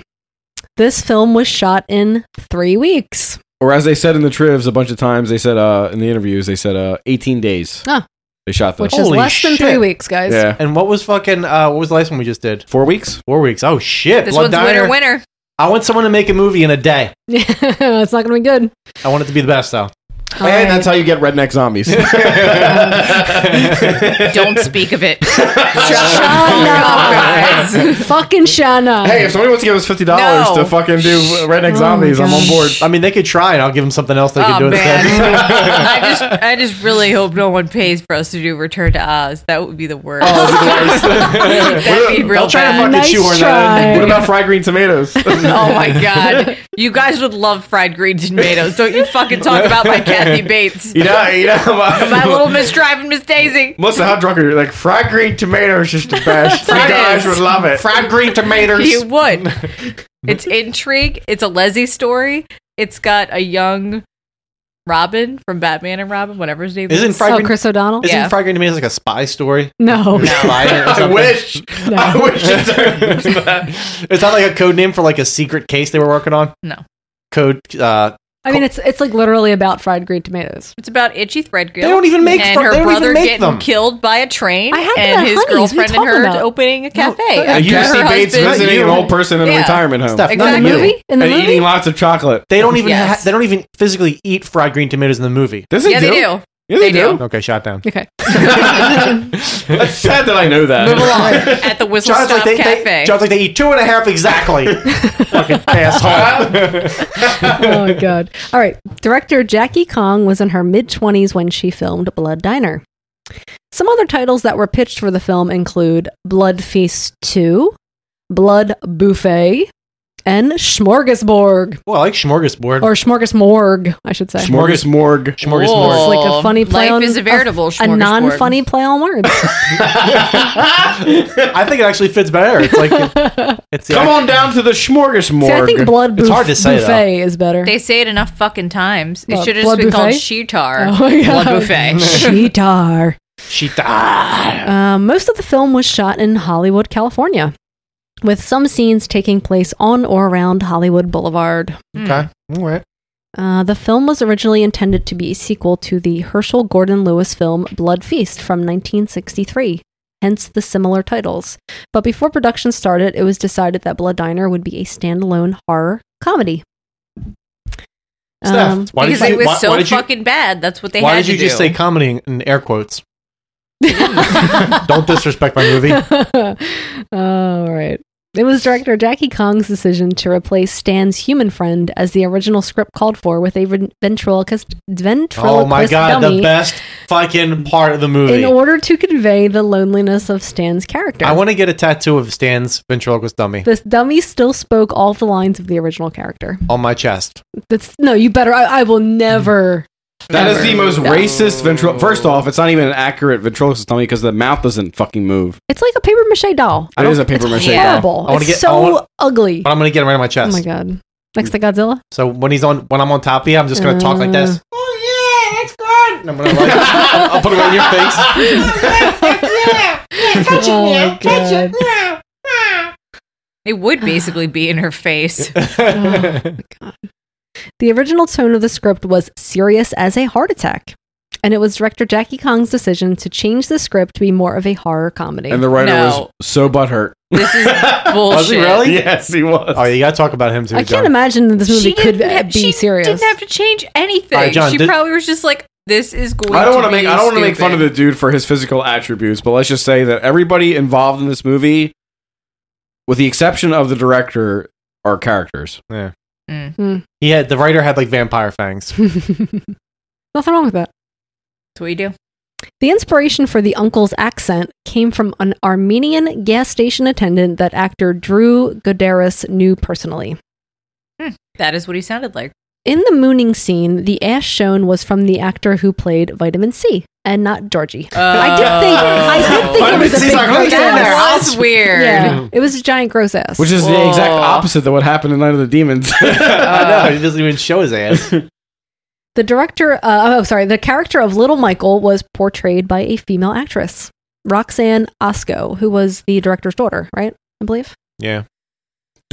S2: This film was shot in three weeks.
S11: or as they said in the trivs a bunch of times, they said uh, in the interviews, they said uh, 18 days.
S2: Ah.
S11: They shot this.
S2: Which is less than three weeks, guys.
S11: Yeah.
S6: And what was fucking? Uh, what was the last one we just did?
S11: Four weeks.
S6: Four weeks. Oh shit!
S10: This
S6: Blood
S10: one's
S6: Diner.
S10: winner, winner.
S6: I want someone to make a movie in a day.
S2: it's not going to be good.
S6: I want it to be the best though.
S11: and that's how you get redneck zombies.
S10: Don't speak of it.
S2: fucking Shana.
S11: hey, if somebody wants to give us fifty dollars
S2: No.
S11: to fucking do redneck
S2: Oh,
S11: zombies, I'm on board.
S6: I mean, they could try, and I'll give them something else they could do
S10: Oh man,
S6: instead.
S10: I just I just really hope no one pays for us to do Return to Oz. That would be the worst. That'd be real
S11: Oh, I'll try to
S10: bad.
S11: fucking shoehorn that in. What about fried green tomatoes?
S10: oh my god, you guys would love fried green tomatoes. Don't you fucking talk about my Kathy Bates.
S11: You know, you know, my-
S10: my little Miss Driving Miss Daisy.
S11: Melissa, how drunk are you? Like fried green tomatoes is just the best. you
S10: Fried
S11: guys
S10: is.
S11: would love it.
S6: Fried green
S10: You would. It's intrigue. It's a Leslie story. It's got a young Robin from Batman and Robin, whatever his name
S6: Isn't
S10: is.
S6: fried green, Isn't
S10: yeah.
S6: fried green tomatoes like a spy story?
S2: Oh, No.
S6: I wish.
S2: I
S11: wish.
S6: Is that like a code name for like a secret case they were working on?
S10: No.
S6: Code. Uh,
S2: I mean, it's it's like literally about fried green tomatoes.
S10: it's about Itchy Threadgill. They
S6: don't even make
S10: and
S6: fr-
S10: her
S6: they don't even
S10: brother
S6: make
S10: getting
S6: them.
S10: killed by a train,
S2: I had that
S10: and his
S2: Honey's. What are you
S10: girlfriend and her
S2: talking about?
S10: opening a cafe.
S11: And
S10: after
S11: Jesse
S10: her
S11: Bates
S10: husband-
S11: visiting an old person in a
S10: Yeah.
S11: retirement home.
S6: Steph, not in the
S11: Exactly.
S6: movie.
S2: In the
S11: and
S2: movie?
S11: eating lots of chocolate.
S6: They don't even.
S10: Yes.
S6: Ha- they don't even physically eat fried green tomatoes in the movie.
S11: Does
S10: Yeah, they do.
S11: Yeah, they,
S10: They
S11: do.
S10: do.
S6: Okay, shot down.
S2: Okay.
S11: That's sad that I know that.
S10: Move along at the Whistle
S6: John's
S10: Stop
S6: like, they,
S10: Cafe.
S6: they, John's like they eat two and a half exactly. Fucking asshole.
S2: oh god. All right. Director Jackie Kong was in her mid 20s when she filmed Blood Diner. Some other titles that were pitched for the film include Blood Feast 2, Blood Buffet, and Smorgasborg
S6: well, I like smorgasbord.
S2: or Smorgasmorg, I should say.
S11: Smorgasmorg.
S6: smorgasbord.
S2: It's like a funny play
S10: Life
S2: on
S10: is a veritable
S2: a,
S10: smorgasbord.
S2: non-funny play on words.
S6: I think it actually fits better. It's like it's the
S11: Come on down to the smorgasmorg.
S2: See, I think Blood
S6: It's
S2: Buff-
S6: hard to say, though.
S2: Buffet is better.
S10: They say it enough fucking times.
S2: What,
S10: it should have
S2: blood
S10: just been called
S2: buffet?
S10: Sheetar.
S2: Oh my god.
S10: Blood buffet.
S2: Cheetar.
S6: She died.
S2: Uh, most of the film was shot in Hollywood, California, with some scenes taking place on or around Hollywood Boulevard.
S6: Okay. All right.
S2: Uh, the film was originally intended to be a sequel to the Herschel Gordon Lewis film Blood Feast from 1963, hence the similar titles. But before production started, it was decided that Blood Diner would be a standalone horror comedy.
S6: Steph,
S2: Um,
S6: why did
S10: because
S6: you,
S10: it was
S6: why,
S10: so
S6: why did you,
S10: fucking bad. That's what they
S6: why
S10: had
S6: did you
S10: to
S6: just
S10: do.
S6: say comedy in- in air quotes? Don't disrespect my movie.
S2: All right. It was director Jackie Kong's decision to replace Stan's human friend as the original script called for with a ven- ventriloquist, ventriloquist
S6: Oh my god,
S2: dummy
S6: the best fucking part of the
S2: in
S6: movie.
S2: order to convey the loneliness of Stan's character.
S6: I want to get a tattoo of Stan's ventriloquist dummy
S2: this dummy still spoke all the lines of the original character.
S6: on my chest.
S2: That's no, you better. I, I will never.
S11: That is the most
S2: No.
S11: racist ventrilo. First off, it's not even an accurate ventriloquist dummy because the mouth doesn't fucking move.
S2: It's like a paper mache doll.
S11: It is a paper mache
S2: It's
S11: doll.
S2: horrible.
S6: I wanna
S2: It's
S6: get- I
S2: so
S6: wanna-
S2: ugly.
S6: But I'm gonna get it right on my
S2: Oh
S6: chest.
S2: my god! Next to Godzilla.
S6: So when he's on, when I'm on top of you, I'm just gonna talk like this.
S2: Mm.
S13: Oh, yeah, that's good.
S6: And I'm gonna like, I'll, I'll put it right in your face.
S13: Yeah, touch
S2: Oh
S13: it
S2: my
S13: now. Touch it
S2: God.
S13: now.
S10: It would basically be in her face.
S2: The original tone of the script was serious as a heart attack, and it was director Jackie Kong's decision to change the script to be more of a horror comedy.
S11: And the writer
S10: No.
S11: was so butthurt.
S10: This is bullshit.
S6: Was he really?
S11: Yes, he was.
S6: Oh, you gotta talk about him too.
S2: I
S6: John.
S2: can't imagine that this movie
S10: She
S2: could
S10: didn't,
S2: uh,
S10: have,
S2: be
S10: she
S2: serious.
S10: didn't have to change anything.
S6: All right, John,
S10: she
S6: did-
S10: probably was just like, "This is going."
S11: I don't
S10: want to
S11: make
S10: be
S11: I don't want to make fun of
S10: stupid.
S11: the dude for his physical attributes, but let's just say that everybody involved in this movie, with the exception of the director, are characters.
S6: Yeah.
S10: Mm.
S6: He had the writer had like vampire fangs.
S2: Nothing wrong with that.
S10: That's what we do.
S2: The inspiration for the uncle's accent came from an Armenian gas station attendant that actor Drew Godaris knew personally.
S10: That is what he sounded like.
S2: In the mooning scene, the ash shown was from the actor who played Vitamin C, and not Georgie. But I did think
S10: Oh.
S2: I did think
S11: But
S2: it was a
S11: it's
S2: big
S11: like,
S2: gross
S11: look at
S2: ass.
S11: that. That's weird.
S2: Yeah, it was a giant gross ass.
S11: Which is the exact opposite of what happened in Night of the Demons. I
S2: Uh.
S6: know. He doesn't even show his ass.
S2: The director, uh, oh, sorry, the character of Little Michael was portrayed by a female actress, Roxanne Osco, who was the director's daughter, right? I believe.
S6: Yeah.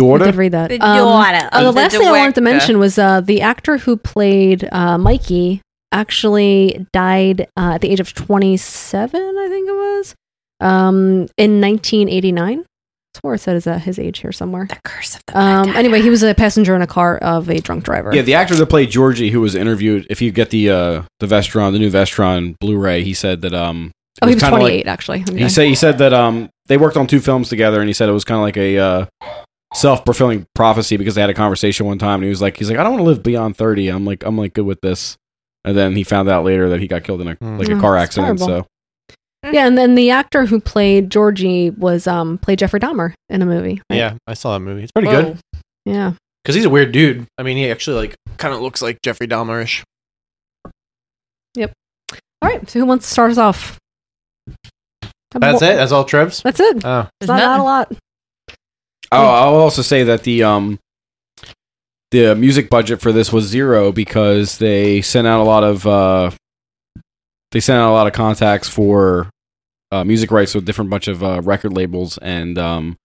S2: I did read that.
S21: The
S2: Um,
S21: daughter
S2: oh,
S21: of
S2: the
S21: the
S2: last thing I wanted
S21: director.
S2: to mention was uh, the actor who played uh, Mikey actually died uh, at the age of 27, I think it was, um, in 1989. I swore it said his, uh, his age here somewhere. The curse of the um, Anyway, he was a passenger in a car of a drunk driver.
S11: Yeah, the actor that played Georgie, who was interviewed, if you get the uh, the Vestron, the new Vestron Blu-ray, he said that um, it
S2: Oh, he was
S11: kinda
S2: 28, actually. Okay.
S11: He said he said that um, they worked on two films together, and he said it was kind of like a uh, self fulfilling prophecy because they had a conversation one time, and he was like, he's like, I don't want to live beyond thirty. I'm like, I'm like good with this, and then he found out later that he got killed in a like a
S2: Oh,
S11: car
S2: that's
S11: accident.
S2: horrible.
S11: So
S2: Yeah, and then the actor who played Georgie was um played Jeffrey Dahmer in a movie.
S6: Yeah, I saw that movie. It's pretty
S2: Whoa.
S6: good.
S2: Yeah.
S6: Because he's a weird dude. I mean, he actually like kind of looks like Jeffrey Dahmerish.
S2: Yep. All right. So who wants to start us off?
S6: That's it. That's all Trev's.
S2: That's it.
S6: Oh.
S2: It's not, not a lot.
S11: I'll, I'll also say that the um the music budget for this was zero because they sent out a lot of uh they sent out a lot of contacts for uh, music rights with different bunch of uh, record labels and um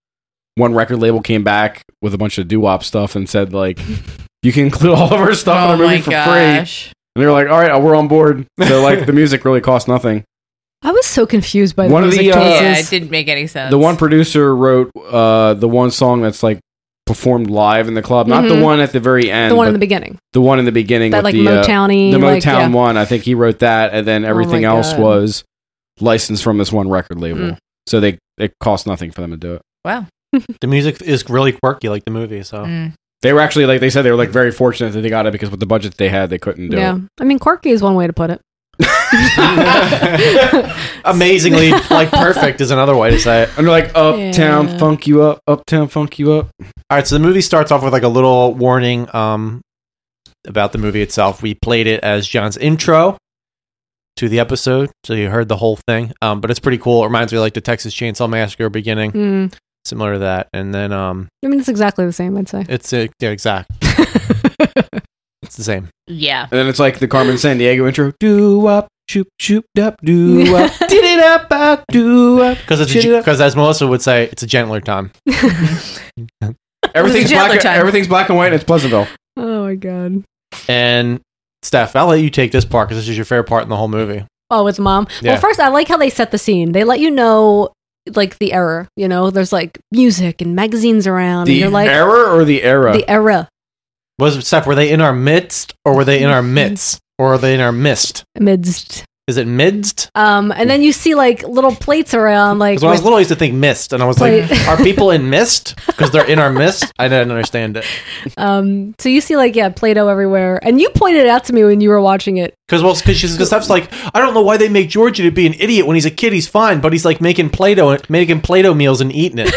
S11: one record label came back with a bunch of doo wop stuff and said like you can include all of our stuff in
S10: Oh
S11: our movie
S10: my
S11: for
S10: gosh.
S11: free and they were like all right we're on board so like the music really cost nothing
S2: I was so confused by the
S11: One of
S2: music
S11: the, uh,
S2: choices.
S10: yeah, it didn't make any sense.
S11: the one producer wrote uh, the one song that's like performed live in the club, not
S2: Mhm.
S11: the one at the very end,
S2: the one
S11: but
S2: in the beginning.
S11: the one in the beginning,
S2: That,
S11: with
S2: like,
S11: the uh,
S2: Motown-y,
S11: the
S2: like,
S11: Motown
S2: yeah. Oh
S11: one. I think he wrote that, and then everything
S2: my
S11: else
S2: God.
S11: was licensed from this one record label.
S2: Mm.
S11: So they it cost nothing for them to do it.
S10: Wow.
S6: the music is really quirky, like the movie. So
S2: Mm.
S10: Mm.
S11: They were actually like they said they were like very fortunate that they got it because with the budget they had they couldn't do
S2: Yeah.
S11: it.
S2: I mean, quirky is one way to put it.
S6: amazingly, like perfect is another way to say it.
S11: And they're like uptown
S6: Yeah.
S11: funk you up, uptown funk you up.
S6: All right, so the movie starts off with like a little warning um, about the movie itself. We played it as John's intro to the episode, so you heard the whole thing. Um, but it's pretty cool. It reminds me of, like the Texas Chainsaw Massacre beginning,
S2: Mm.
S6: similar to that. And then um,
S2: I mean, it's exactly the same, I'd say.
S6: it's uh, yeah, exact. it's the same.
S10: Yeah.
S11: And then it's like the Carmen San Diego intro. Do up, shoop, shoop, up, do up, did it up, up, do up.
S6: Because it's because as Melissa would say, it's a gentler time.
S11: Everything's
S2: It's a gentler
S11: black.
S2: time.
S11: Everything's black and white. and It's Pleasantville.
S2: Oh, my God.
S6: And Steph, I'll let you take this part because this is your favorite part in the whole movie.
S2: Oh, with mom.
S6: Yeah.
S2: Well, first, I like how they set the scene. They let you know, like, the era. You know, there's, like, music and magazines around. and Um, you're like,
S11: error or the era?
S2: The era.
S6: Was Steph, were they in our midst or were they in our midst? Or are they in our mist?
S2: Midst.
S6: Is it midst?
S2: Um, and then you see, like, little plates around, like,
S6: Because when I was
S2: with-
S6: little, I used to think mist, and I was
S2: Wait.
S6: like, "Are people in mist? Because they're in our mist." I didn't understand it.
S2: Um, so you see, like, yeah, Play Doh everywhere. And you pointed it out to me when you were watching it.
S6: Because well, because Steph's like, "I don't know why they make Georgie to be an idiot when he's a kid. He's fine, but he's like making Play-Doh, making Play-Doh meals and eating it."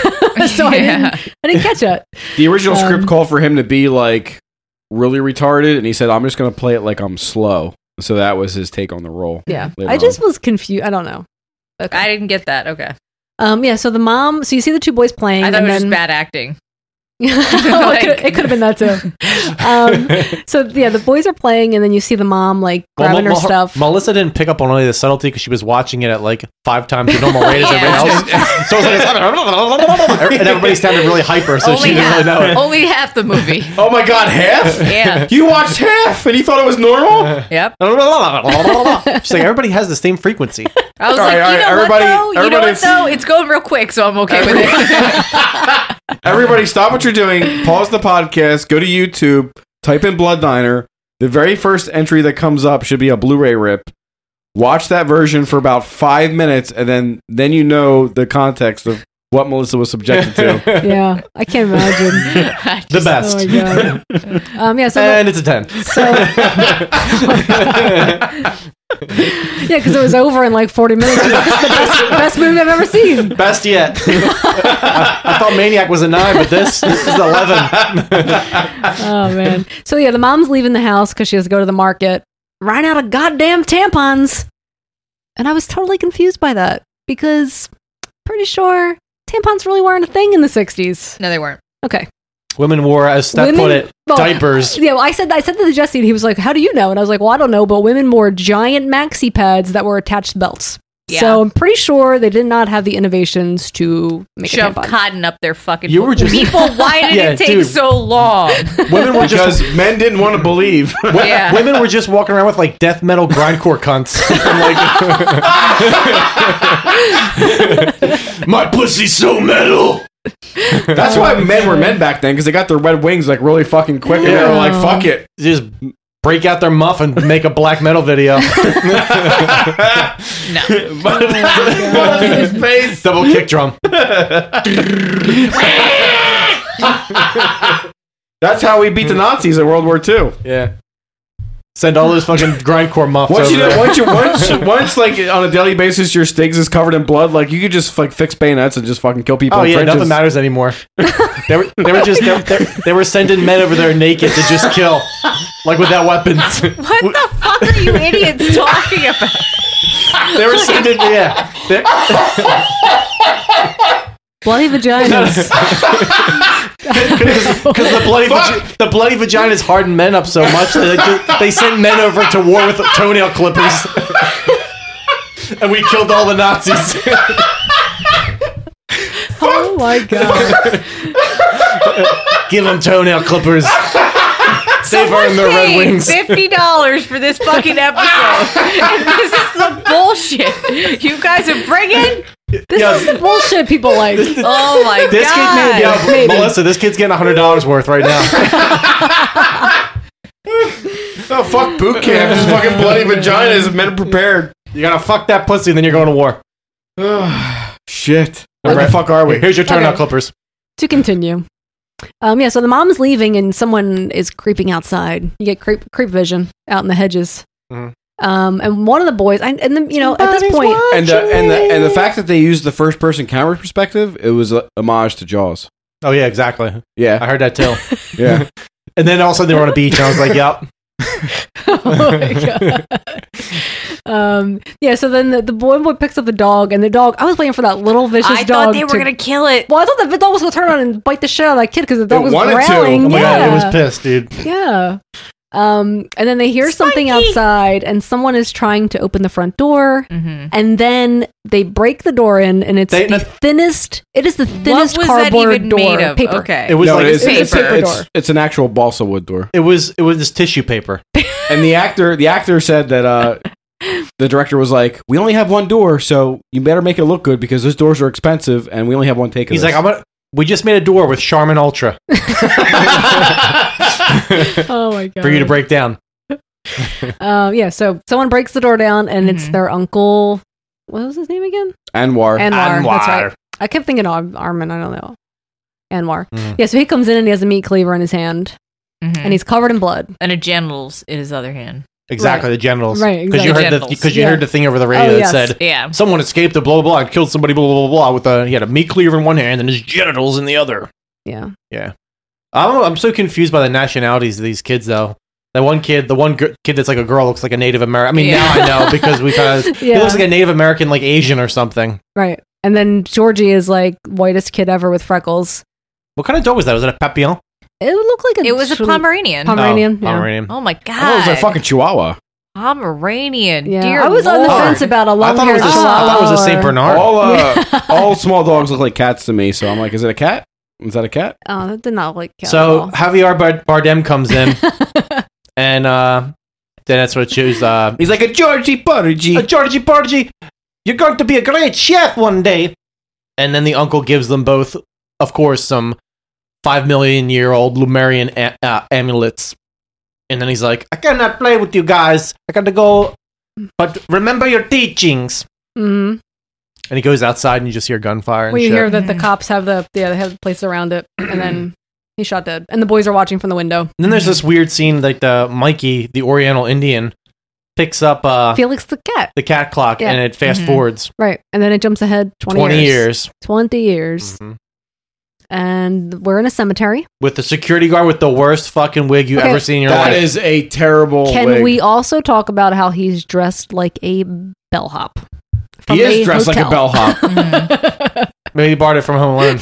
S2: so I, didn't, I didn't catch it.
S11: The original
S2: Um,
S11: script called for him to be like really retarded, and he said, "I'm just gonna play it like I'm slow." So that was his take on the role.
S2: Yeah.
S11: later
S2: I
S11: on.
S2: just was confused. I don't know.
S10: I didn't get that. Okay.
S2: Um, yeah, so the mom, so you see the two boys playing.
S10: I thought it
S2: and
S10: was just
S2: then-
S10: bad acting.
S2: Oh, it could- it could have been that too. Um, so yeah, the boys are playing, and then you see the mom like
S6: Well,
S2: grabbing
S6: Mel-
S2: her
S6: Mel-
S2: stuff.
S6: Melissa didn't pick up on any of the subtlety because she was watching it at like five times the normal rate as everyone else. So it was like, and everybody sounded really hyper, so
S10: only,
S6: she didn't
S10: half,
S6: really know it.
S10: only half the movie.
S11: Oh my god, half?
S10: Yeah.
S11: You watched half and you thought it was normal?
S10: Yep.
S6: She's like, everybody has the same frequency.
S10: I was
S11: All
S10: like,
S11: right, all
S10: you
S11: right,
S10: know
S11: everybody-
S10: what though? You know what
S11: everybody's-
S10: though? It's going real quick, so I'm okay with it.
S11: Everybody, stop what you're doing. Pause the podcast. Go to YouTube. Type in Blood Diner. The very first entry that comes up should be a Blu-ray rip. Watch that version for about five minutes, and then then you know the context of what Melissa was subjected to.
S2: yeah, I can't imagine.
S6: the best.
S2: Oh my god. Um, yeah, so
S6: and it's a 10.
S2: the- yeah, because it was over in like forty minutes. She's like, this is the best, best movie I've ever seen.
S6: Best yet. I thought Maniac was a 9, but this, this is 11.
S2: Oh man. So yeah, the mom's leaving the house because she has to go to the market. Ran out of goddamn tampons. And I was totally confused by that because pretty sure tampons really weren't a thing in the 60s.
S10: No, they weren't.
S2: Okay.
S6: Women wore, as Steph
S2: Women-
S6: put it,
S2: well,
S6: diapers.
S2: Yeah, well, I said I said that to Jesse, and he was like, "How do you know?" And I was like, "Well, I don't know, but women wore giant maxi pads that were attached to belts."
S10: Yeah.
S2: So I'm pretty sure they did not have the innovations to make
S10: Shove
S2: a tampon.
S10: cotton up their fucking.
S6: You were just-
S10: people. Why did
S6: Yeah,
S10: it take
S6: dude.
S10: so long?
S6: Women were just
S11: because men didn't want to believe.
S6: Wo-
S10: Yeah.
S6: Women were just walking around with like death metal grindcore cunts. And, like,
S11: My pussy's so metal. That's why men were men back then because they got their red wings like really fucking quick and they were like, "Fuck it."
S6: Just break out their muff and make a black metal video. Double kick drum.
S11: That's how we beat the Nazis in World War II.
S6: Yeah. Send all those fucking grindcore muffs
S11: Once
S6: over
S11: you,
S6: there.
S11: once you once once like on a daily basis your stigs is covered in blood, like you could just like fix bayonets and just fucking kill people.
S6: Oh
S11: in
S6: yeah,
S11: trenches.
S6: nothing matters anymore. they, were, they were just they, were- they were sending men over there naked to just kill, like without weapons.
S10: What the fuck are you idiots talking about?
S6: they were sending yeah. They-
S2: Bloody vaginas.
S6: Because the bloody vagi- the bloody vaginas hardened men up so much that they, ju- they sent men over to war with toenail clippers, and we killed all the Nazis.
S2: oh my god!
S6: Give them toenail clippers. They've earned their red wings.
S10: Fifty dollars for this fucking episode. and this is the bullshit you guys are bringing.
S2: This
S6: Yeah.
S2: is the bullshit people like.
S10: Oh my
S6: This
S10: god!
S6: kid, yeah, Melissa, this kid's getting hundred dollars worth right now.
S11: Oh fuck boot camp, just fucking bloody vaginas, men prepared.
S6: You gotta fuck that pussy, and then you're going to war.
S11: Shit, where the fuck are we?
S6: Here's your toenail
S2: Okay.
S6: clippers.
S2: to continue. Um, yeah, so the mom's leaving and someone is creeping outside. You get creep creep vision out in the hedges.
S6: Mhm.
S2: Um, and one of the boys, and, and then you know, at this point,
S11: and the, and the and the fact that they used the first person camera perspective, it was a homage to Jaws.
S6: Oh yeah, exactly. I
S11: Yeah,
S6: heard that too.
S11: yeah.
S6: And then all of a sudden they were on a beach, and I was like, "Yep."
S2: oh my god. Um, yeah, so then the, the boy boy picks up the dog, and the dog. I was waiting for that little vicious
S10: I
S2: dog.
S10: thought they were
S2: to-
S10: gonna kill it.
S2: Well, I thought the dog was gonna turn on and bite the shit out of that kid because the dog
S11: It
S2: was
S11: wanted to.
S2: growling.
S6: Oh my
S2: yeah.
S6: god, it was pissed, dude.
S2: Yeah. Um, and then they hear something outside, and someone is trying to open the front door,
S10: Mm-hmm.
S2: and then they break the door in, and it's
S6: They-
S2: the thinnest. It is the thinnest
S10: was that
S2: cardboard
S10: even
S2: door
S10: made of?
S2: paper.
S10: Okay.
S6: It was
S11: No,
S6: like
S11: it is-
S2: It was
S11: it's,
S2: a paper
S11: it's,
S2: door.
S11: it's an actual balsa wood door.
S6: it was it was just tissue paper.
S11: And the actor the actor said that uh the director was like, "We only have one door, so you better make it look good because those doors are expensive, and we only have one take." Of
S6: He's
S11: this."
S6: like, "I'm gonna." We just made a door with Charmin Ultra
S2: Oh my god!
S6: for you to break down.
S2: Uh, yeah. So someone breaks the door down, and it's
S10: Mm-hmm.
S2: their uncle. What was his name again? Anwar.
S11: Anwar."
S2: That's right.
S6: Anwar.
S2: I kept thinking Ar- Armin. I don't know. Anwar.
S6: Mhm.
S2: Yeah. So he comes in and he has a meat cleaver in his hand,
S10: Mm.
S2: and he's covered in blood.
S10: Mm-hmm. and a genitals in his other hand.
S6: Exactly the genitals,
S2: Right,
S10: exactly.
S6: Because you heard the
S10: Genitals.
S6: because you
S2: Yeah.
S6: heard the thing over the radio
S2: Oh,
S6: that
S2: yes.
S6: said
S10: Yeah.
S6: someone escaped the blah blah and killed somebody blah blah blah with a he had a meat cleaver in one hand and his genitals in the other.
S2: Yeah.
S6: Yeah, I'm I'm so confused by the nationalities of these kids though. That one kid, the one gr- kid that's like a girl, looks like a Native American. I mean,
S10: Yeah.
S6: now I know because we kind of he
S2: Yeah.
S6: looks like a Native American, like Asian or something.
S2: Right. And then Georgie is like whitest kid ever with freckles.
S6: What kind of dog was that? Was it a papillon?
S2: It looked like a
S10: It was a
S2: tr-
S10: Pomeranian.
S2: Pomer- Oh, Pomeranian,
S6: Oh,
S2: yeah.
S6: Pomeranian.
S10: oh my
S11: I thought it was
S10: god!
S11: a fucking chihuahua.
S10: Pomeranian.
S2: Yeah,
S10: Dear
S2: I was on the
S10: Lord.
S2: fence about a
S6: I
S2: long
S6: thought it
S2: haired
S6: was a, I thought it was a Saint Bernard.
S11: All uh, all small dogs look like cats to me, so I'm like, "Is it a cat? Is that a cat?"
S2: Oh, that did not look cat
S6: so Javier Bard- Bardem comes in, and uh, then that's what she's. Uh,
S11: He's like a Georgie Porgy.
S6: "Uh, Georgie Porgy, you're going to be a great chef one day. And then the uncle gives them both, of course, some five million year old Lumerian a- uh, amulets. And then he's like, I cannot play with you guys. I gotta go. But remember your teachings.
S2: hmm
S6: And he goes outside, and you just hear gunfire and
S2: Well, you
S6: shit.
S2: hear that the cops have the yeah they have the place around it, and
S6: Mm-hmm.
S2: then he's shot dead, and the boys are watching from the window.
S6: And then there's this weird scene like the Mikey, the Oriental Indian, picks up uh,
S2: Felix the cat,
S6: the cat clock
S2: Yeah.
S6: and it fast
S10: Mhm.
S6: forwards
S2: right? And then it jumps ahead
S6: 20,
S2: twenty, years.
S6: years.
S2: Twenty years.
S6: Mhm.
S2: and we're in a cemetery.
S6: With the security guard with the worst fucking wig you
S2: Okay.
S6: ever seen in your
S11: That
S6: life.
S11: is a terrible.
S2: Can
S11: wig.
S2: we also talk about how he's dressed like a bellhop? from
S11: He
S2: a
S11: is dressed like a
S2: hotel?
S11: bellhop.
S6: Maybe he borrowed it from Home Alone.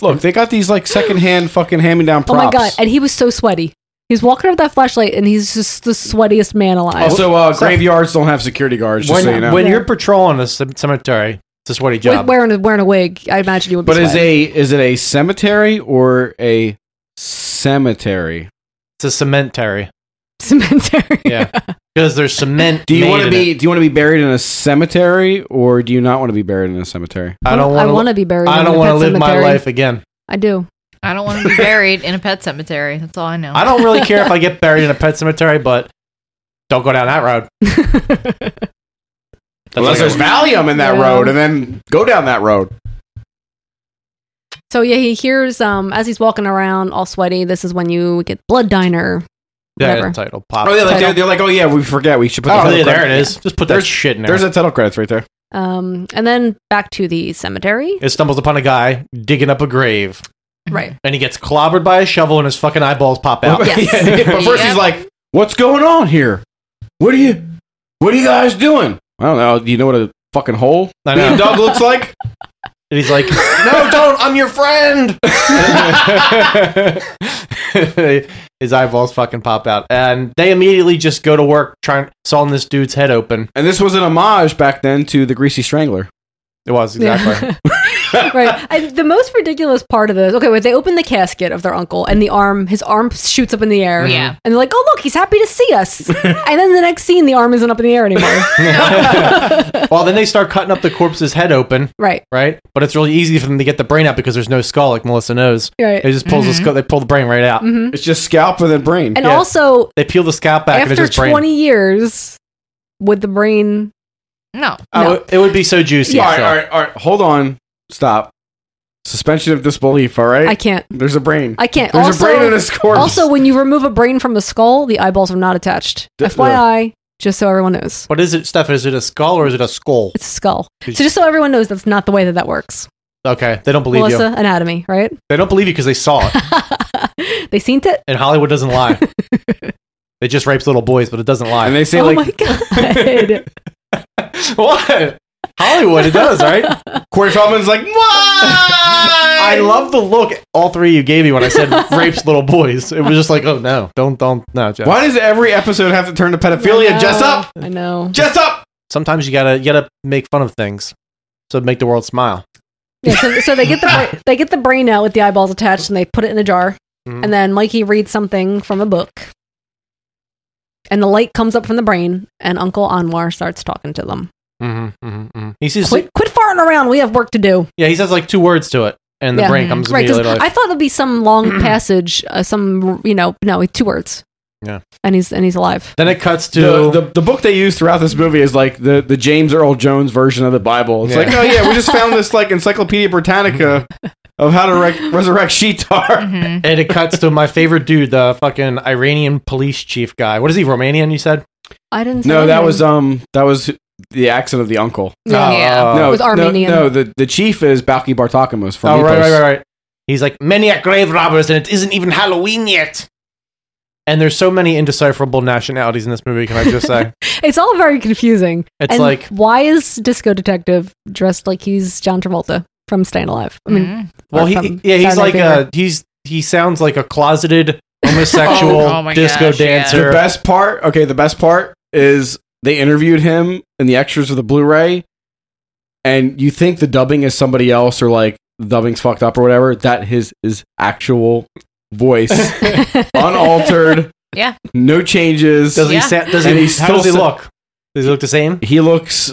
S11: Look, they got these like secondhand fucking hand-me-down
S2: Oh
S11: props.
S2: my god! And he was so sweaty. He was walking up with that flashlight, and he's just the sweatiest man alive.
S11: Also, uh, graveyards don't have security guards. Just
S6: when
S11: so you know.
S6: when you're patrolling a c- cemetery, it's a sweaty
S2: With
S6: job.
S2: wearing a, wearing a wig, I imagine you would. Be
S11: but is
S2: sweating.
S11: a is it a cemetery or a cemetery?
S6: It's a cemetery.
S2: Cemetery.
S6: Yeah. Because there's cement.
S11: Do you
S6: made
S11: want to
S6: in
S11: be
S6: it.
S11: Do you want to be buried in a cemetery or do you not want to be buried in a cemetery?
S6: I don't
S2: I
S6: want
S2: want to be buried.
S6: I
S2: in
S6: don't
S2: a
S6: want to
S2: pet
S6: live my
S2: cemetery.
S6: life again.
S2: I do.
S10: I don't want to be buried in a pet cemetery. That's all I know.
S6: I don't really care if I get buried in a pet cemetery, but don't go down that road. That's
S11: Unless
S6: like a-
S11: there's Valium in that
S2: Yeah.
S11: road, and then go down that road.
S2: So yeah, he hears um as he's walking around all sweaty. This is when you get blood diner.
S6: Yeah,
S2: Whatever.
S6: title pop.
S11: oh, yeah, like
S2: Title.
S11: they're, they're like, oh yeah, we forget we should put. the
S6: Oh,
S11: title
S6: yeah, there
S11: credit-
S6: it is. Just put that
S11: There's-
S6: shit in there.
S11: There's the title credits right there.
S2: Um, and then back to the cemetery.
S6: it stumbles upon a guy digging up a grave,
S10: Mm-hmm.
S2: Right.
S6: and he gets clobbered by a shovel, and his fucking eyeballs pop out.
S2: Yes.
S11: but first
S10: Yep.
S11: he's like, "What's going on here? What are you? What are you guys doing? I don't know. Do you know what a fucking hole
S6: I
S11: me
S6: know.
S11: and Doug looks like?
S6: And he's like,
S11: no, don't. I'm your friend.
S6: his eyeballs fucking pop out, and they immediately just go to work trying sawing this dude's head open.
S11: And this was an homage back then to the Greasy Strangler.
S6: It was exactly.
S2: right. And the most ridiculous part of this. Okay, wait. They open the casket of their uncle, and the arm, his arm shoots up in the air.
S10: Yeah.
S2: And they're like, "Oh look, he's happy to see us." and then the next scene, the arm isn't up in the air anymore.
S6: well, then they start cutting up the corpse's head open,
S2: right.
S6: right? But it's really easy for them to get the brain out because there's no skull, like Melissa knows.
S2: Right.
S6: They just pulls
S11: Mm-hmm.
S6: the skull. They pull the brain right out.
S2: hmm
S11: It's just scalp and then brain.
S2: And
S6: Yeah.
S2: also,
S6: They peel the scalp back, and it's
S2: after
S6: just brain.
S2: twenty years, would the brain?
S10: No.
S6: Oh,
S2: No.
S6: it- it would be so juicy.
S11: all right,
S6: so-
S11: all right, all right. Hold on. Stop. Suspension of disbelief. All right.
S2: I can't.
S11: There's a brain.
S2: I can't.
S11: There's
S2: also,
S11: a brain in this corpse.
S2: Also, when you remove a brain from the skull, the eyeballs are not attached.
S11: D-
S2: FYI, just so everyone knows,
S6: What is it, Steph? Is it a skull or is it a skull?
S2: it's a skull. So just so everyone knows, that's not the way that that works.
S6: Okay, they don't believe
S2: Melissa,
S6: you.
S2: anatomy, right?
S6: They don't believe you because they saw it,
S2: They seen it.
S6: and Hollywood doesn't lie. it just rapes little boys, but it doesn't lie.
S11: and they say
S2: oh
S11: like,
S2: my god!
S6: what? Hollywood, it does, right?
S11: Corey Feldman's like,
S6: I love the look all three of you gave me when I said rapes little boys. It was just like, oh no, don't, don't, no. Jeff.
S11: why does every episode have to turn to
S2: I know,
S11: pedophilia? Jess up,
S2: I know.
S11: Jess up.
S6: Sometimes you gotta, you gotta make fun of things to make the world smile.
S2: Yeah, so, so they get the bra- they get the brain out with the eyeballs attached, and they put it in a jar.
S6: Mhm.
S2: And then Mikey reads something from a book, and the light comes up from the brain, and Uncle Anwar starts talking to them.
S6: Mm-hmm, He says,
S2: Quit, quit farting around. We have work to do.
S6: yeah, he says like two words to it, and the
S2: Yeah.
S6: brain comes
S2: Right, 'cause
S6: immediately. to
S2: I
S6: life.
S2: thought it'd be some long passage, uh, some you know, no, two words.
S6: Yeah.
S2: and he's and he's alive.
S6: then it cuts to
S11: The, the the book they use throughout this movie is like the the James Earl Jones version of the Bible. It's
S6: Yeah.
S11: like, oh yeah, we just found this like Encyclopedia Britannica of how to re- resurrect Sheetar.
S2: Mm-hmm.
S10: Mhm.
S6: and it cuts to my favorite dude, the fucking Iranian police chief guy. What is he, Romanian? You said?
S2: I didn't. say
S11: No, that
S2: anything.
S6: uh,
S11: was um that was the accent of the uncle.
S2: Yeah.
S6: Oh,
S10: Yeah.
S11: no,
S2: It was
S11: no,
S2: Armenian.
S11: No, the, the chief is Balki Bartakamos from.
S6: oh, right,
S11: Mythos.
S6: right, right, right. He's like maniac grave robbers, and it isn't even Halloween yet. And there's so many indecipherable nationalities in this movie. Can I just say?
S2: It's all very confusing.
S6: It's
S2: And
S6: like-
S2: why is Disco Detective dressed like he's John Travolta from Staying Alive? I mean,
S10: Mhm.
S6: well,
S2: or
S6: he
S2: from
S6: yeah, he's
S2: Saturday
S6: like
S2: Night
S6: a he's he sounds like a closeted homosexual
S10: Oh my
S6: disco
S10: gosh, yeah.
S6: dancer.
S11: The best part, okay, the best part is they interviewed him in the extras of the Blu-ray, and you think the dubbing is somebody else or like the dubbing's fucked up or whatever. That his is actual voice,
S2: Fever.
S11: unaltered.
S10: Yeah.
S11: no changes.
S6: Does
S10: Yeah.
S6: he sound? Does he?
S11: And
S6: How
S11: he still
S6: does he
S11: sa-
S6: look? Does he look the same?
S11: He looks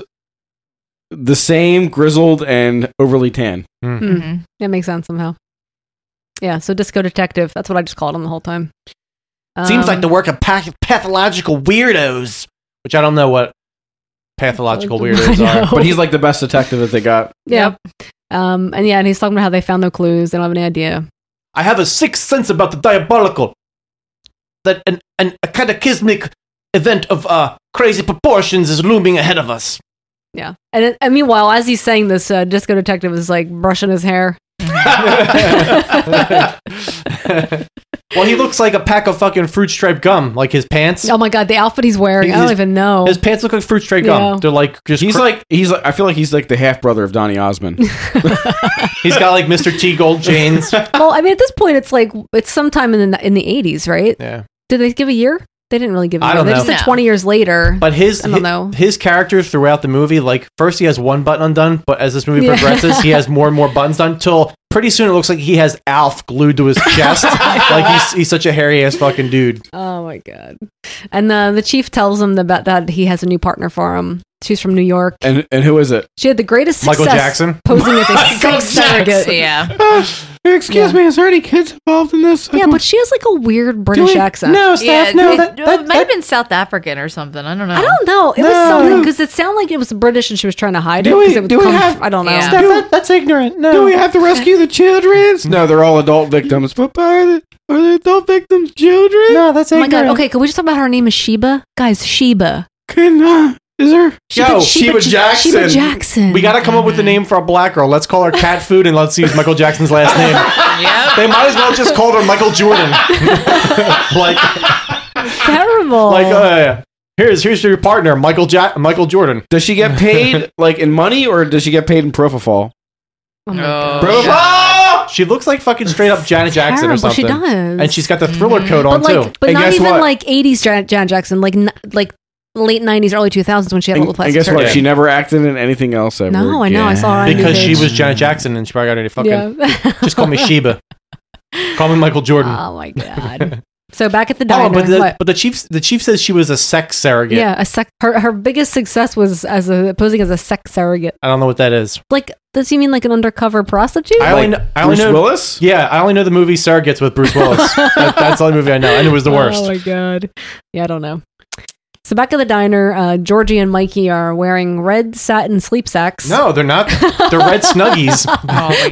S11: the same, grizzled and overly tan.
S10: Mhm.
S2: That makes sense somehow. Yeah, so Disco Detective. That's what I just called him the whole time.
S6: Seems
S2: Um,
S6: like the work of pa- pathological weirdos, which I don't know what pathological weirdos
S2: I know.
S6: are.
S11: But he's like the best detective that they got.
S2: yeah. Um, and yeah, and he's talking about how they found no clues. They don't have any idea.
S6: I have a sixth sense about the diabolical. That an, an a cataclysmic event of uh, crazy proportions is looming ahead of us.
S2: Yeah. And, and meanwhile, as he's saying this, uh, Disco Detective is like brushing his hair.
S6: well, he looks like a pack of fucking fruit stripe gum, like his pants.
S2: Oh my god, the outfit he's wearing. I don't
S6: His-
S2: even know.
S6: His pants look like fruit stripe gum.
S2: Yeah.
S6: They're like just
S11: he's like he's like I feel like he's like the half brother of Donny Osmond.
S6: he's got like Mr. T gold chains.
S2: well, I mean, at this point, it's like it's sometime in the in the eighties, right?
S6: Yeah.
S2: Did they give a year? They didn't really give. A
S6: I
S2: year.
S6: don't
S2: they
S6: know.
S2: just said
S6: No.
S2: twenty years later.
S6: But his
S2: I don't know.
S6: his, characters throughout the movie, like first he has one button undone, but as this movie
S2: Yeah.
S6: progresses, he has more and more buttons done till pretty soon it looks like he has Alf glued to his chest. like he's he's such a hairy ass fucking dude.
S2: Oh my god! And uh, the chief tells him about that he has a new partner for him. She's from New York.
S11: and and who is it?
S2: She had the greatest
S11: Michael
S2: success
S11: Jackson?
S2: posing as a
S11: Michael
S2: sex surrogate.
S11: Jackson.
S10: Yeah.
S11: excuse me, is there any kids involved in this?
S2: Yeah, but she has like a weird British
S10: we-
S2: accent.
S10: Yeah, it, no, it might have been South African or something. I don't know.
S2: I don't know. It was
S10: No.
S2: something because it sounded like it was British and she was trying to hide
S10: Do
S2: it
S10: we-
S2: because it would
S10: do we
S2: come.
S10: have-
S2: I don't know.
S10: Yeah.
S6: that's ignorant. No.
S11: Do we have to rescue the children? No, they're all adult victims. But are the, are the adult victims children?
S6: No, that's
S2: Oh my god. Okay, can we just talk about her name is Sheba? Guys, Sheba.
S11: Can uh, is there
S2: Sheba,
S6: Yo,
S2: Sheba
S6: Sheba,
S2: J-
S6: Jackson.
S2: Sheba Jackson.
S6: We gotta come up with a name for a black girl. Let's call her Cat Food and let's use Michael Jackson's last name. They might as well just call her Michael Jordan. like
S2: terrible.
S6: Like uh, here's here's your partner, Michael ja- Michael Jordan.
S11: Does she get paid like in money or does she get paid in propofol?
S6: Oh, Bravo! She looks like fucking straight up Janet Jackson or
S2: terrible. She
S6: something.
S2: does.
S6: And she's got the thriller coat on
S2: but like,
S6: too.
S2: but not even like '80s Jan, Jan Jackson. Like, n- like late '90s, early 2000s when she had a little
S11: And, and
S2: plastic
S11: guess what?
S2: surgery.
S11: She never acted in anything else ever.
S2: No, I know. I saw her on
S6: because
S2: New
S6: she
S2: Age.
S6: was Janet Jackson and she probably got any fucking.
S2: Yeah.
S6: Just call me Sheba. Call me Michael Jordan.
S2: Oh my god. so back at the diner.
S6: Oh, but the,
S2: what?
S6: but the chief the chief says she was a sex surrogate.
S2: yeah, a sec- her her biggest success was as a posing as a sex surrogate.
S6: I don't know what that is.
S2: Like, does he mean like an undercover prostitute?
S6: I only, kn- I only know Yeah, I only know the movie Surrogates with Bruce Willis. that, that's the only movie I know, and it was the worst.
S2: Oh my god. Yeah, I don't know. So back at the diner, uh, Georgie and Mikey are wearing red satin sleep sacks.
S6: no, they're not. They're red snuggies.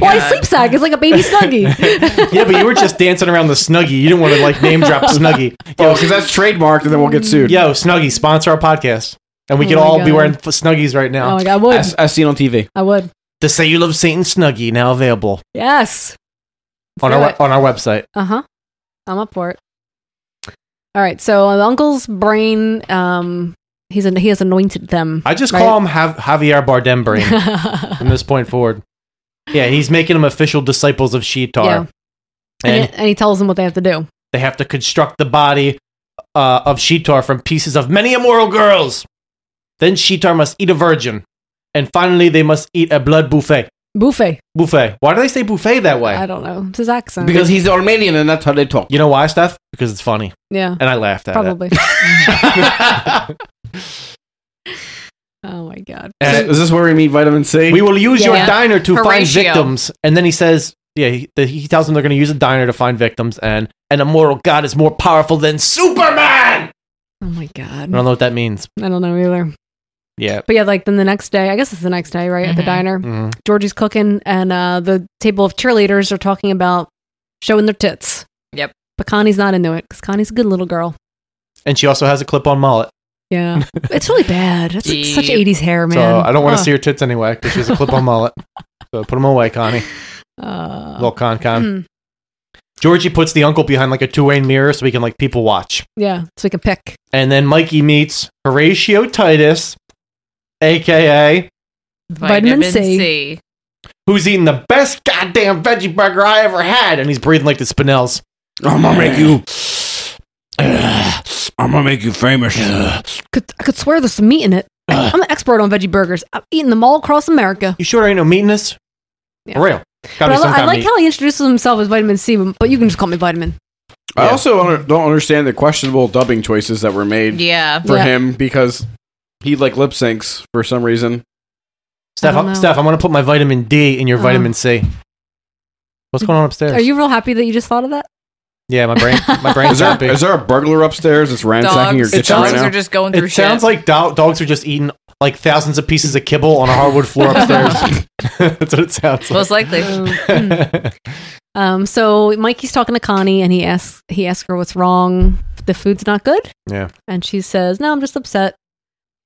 S2: Why sleep sack? It's like a baby snuggie.
S6: yeah, but you were just dancing around the Snuggie. You didn't want to like name drop Snuggie. Yo, because
S11: Oh, that's trademarked, and then we'll
S6: Mm,
S11: get sued.
S6: Yo, Snuggie, sponsor our podcast, and we
S2: Oh
S6: could
S2: my
S6: all be
S2: God.
S6: wearing f- Snuggies right now.
S2: Oh my God, I would.
S6: As,
S11: as seen on TV.
S2: I would.
S6: The Say You Love Satan Snuggie now available
S2: Yes.
S6: on
S2: do
S6: our
S2: it.
S6: we- on our website.
S2: Uh huh. I'm up for it. All right. So the uncle's brain, um, he's an, he has anointed them.
S6: I just
S2: right?
S6: call him Jav- Javier Bardem brain from this point forward. Yeah, he's making them official disciples of Sheetar,
S2: Yeah. And,
S6: and
S2: he- and he tells them what they have to do.
S6: they have to construct the body uh, of Sheetar from pieces of many immoral girls. Then Sheetar must eat a virgin, and finally they must eat a blood buffet.
S2: Buffet.
S6: Buffet. Why do they say buffet that way?
S2: I don't know. It's his accent.
S11: Armenian, and that's how they talk.
S6: You know why, Steph? Because it's funny.
S2: Yeah.
S6: And I laughed at
S2: Probably.
S6: it.
S2: oh my god.
S11: is this where we meet vitamin C?
S6: We will use your
S2: Yeah.
S6: diner to find
S2: Horatio.
S6: victims. And then he says, yeah, he, the, he tells them they're going to use a diner to find victims, and an immortal god is more powerful than Superman!
S2: Oh my god.
S6: I don't know what that means.
S2: I don't know either.
S6: Yeah.
S2: But yeah, like then the next day, I guess it's the next day, right? At the diner,
S6: Mhm.
S2: Georgie's cooking, and uh, the table of cheerleaders are talking about showing their tits.
S10: Yep.
S2: But Connie's not into it because Connie's a good little girl.
S6: And she also has a clip on mullet.
S2: Yeah. it's really bad. That's like, such
S6: Deep.
S2: 80s hair, Oh, man.
S6: So I don't want to
S2: Ugh.
S6: see her tits anyway because she has a clip on mullet. So put them away, Connie.
S2: Uh,
S6: Little con con.
S2: hmm.
S6: Georgie puts the uncle behind like a two way mirror so he can like people watch.
S2: Yeah. So we can pick.
S6: And then Mikey meets Horatio Titus, aka
S2: Vitamin Vitamin C.
S6: who's eating the best goddamn veggie burger I ever had, and he's breathing like the Spinels.
S19: I'm gonna make you. I'm gonna make you famous.
S2: Could, I could swear there's some meat in it. I'm an expert on veggie burgers. I've eaten them all across America.
S6: You sure there ain't no meat in this? For real.
S2: But
S6: Gotta
S2: I,
S6: be
S2: li-
S6: some
S2: I
S6: kind of
S2: like
S6: meat.
S2: how he introduces himself as vitamin C, but you can just call me vitamin.
S11: I also un- don't understand the questionable dubbing choices that were made.
S10: Yeah.
S11: for
S10: Yeah.
S11: him because he like lip syncs for some reason.
S6: Steph,
S2: I don't know.
S6: I'm, Steph, I'm gonna put my vitamin D in your
S2: Oh.
S6: vitamin C. What's going on upstairs?
S2: Are you real happy that you just thought of that?
S6: Yeah, my brain, my brain's
S11: is there,
S6: happy.
S11: is there a burglar upstairs that's ransacking your kitchen right now?
S10: going
S6: it
S10: through
S6: sounds
S10: shit.
S6: like do- dogs are just eating like thousands of pieces of kibble on a hardwood floor upstairs. That's what it sounds like.
S10: Most likely.
S2: Oh. hmm. Um, so Mikey's talking to Connie, and he asks he asks her what's wrong. The food's not good,
S6: Yeah.
S2: and she says, "No, I'm just upset."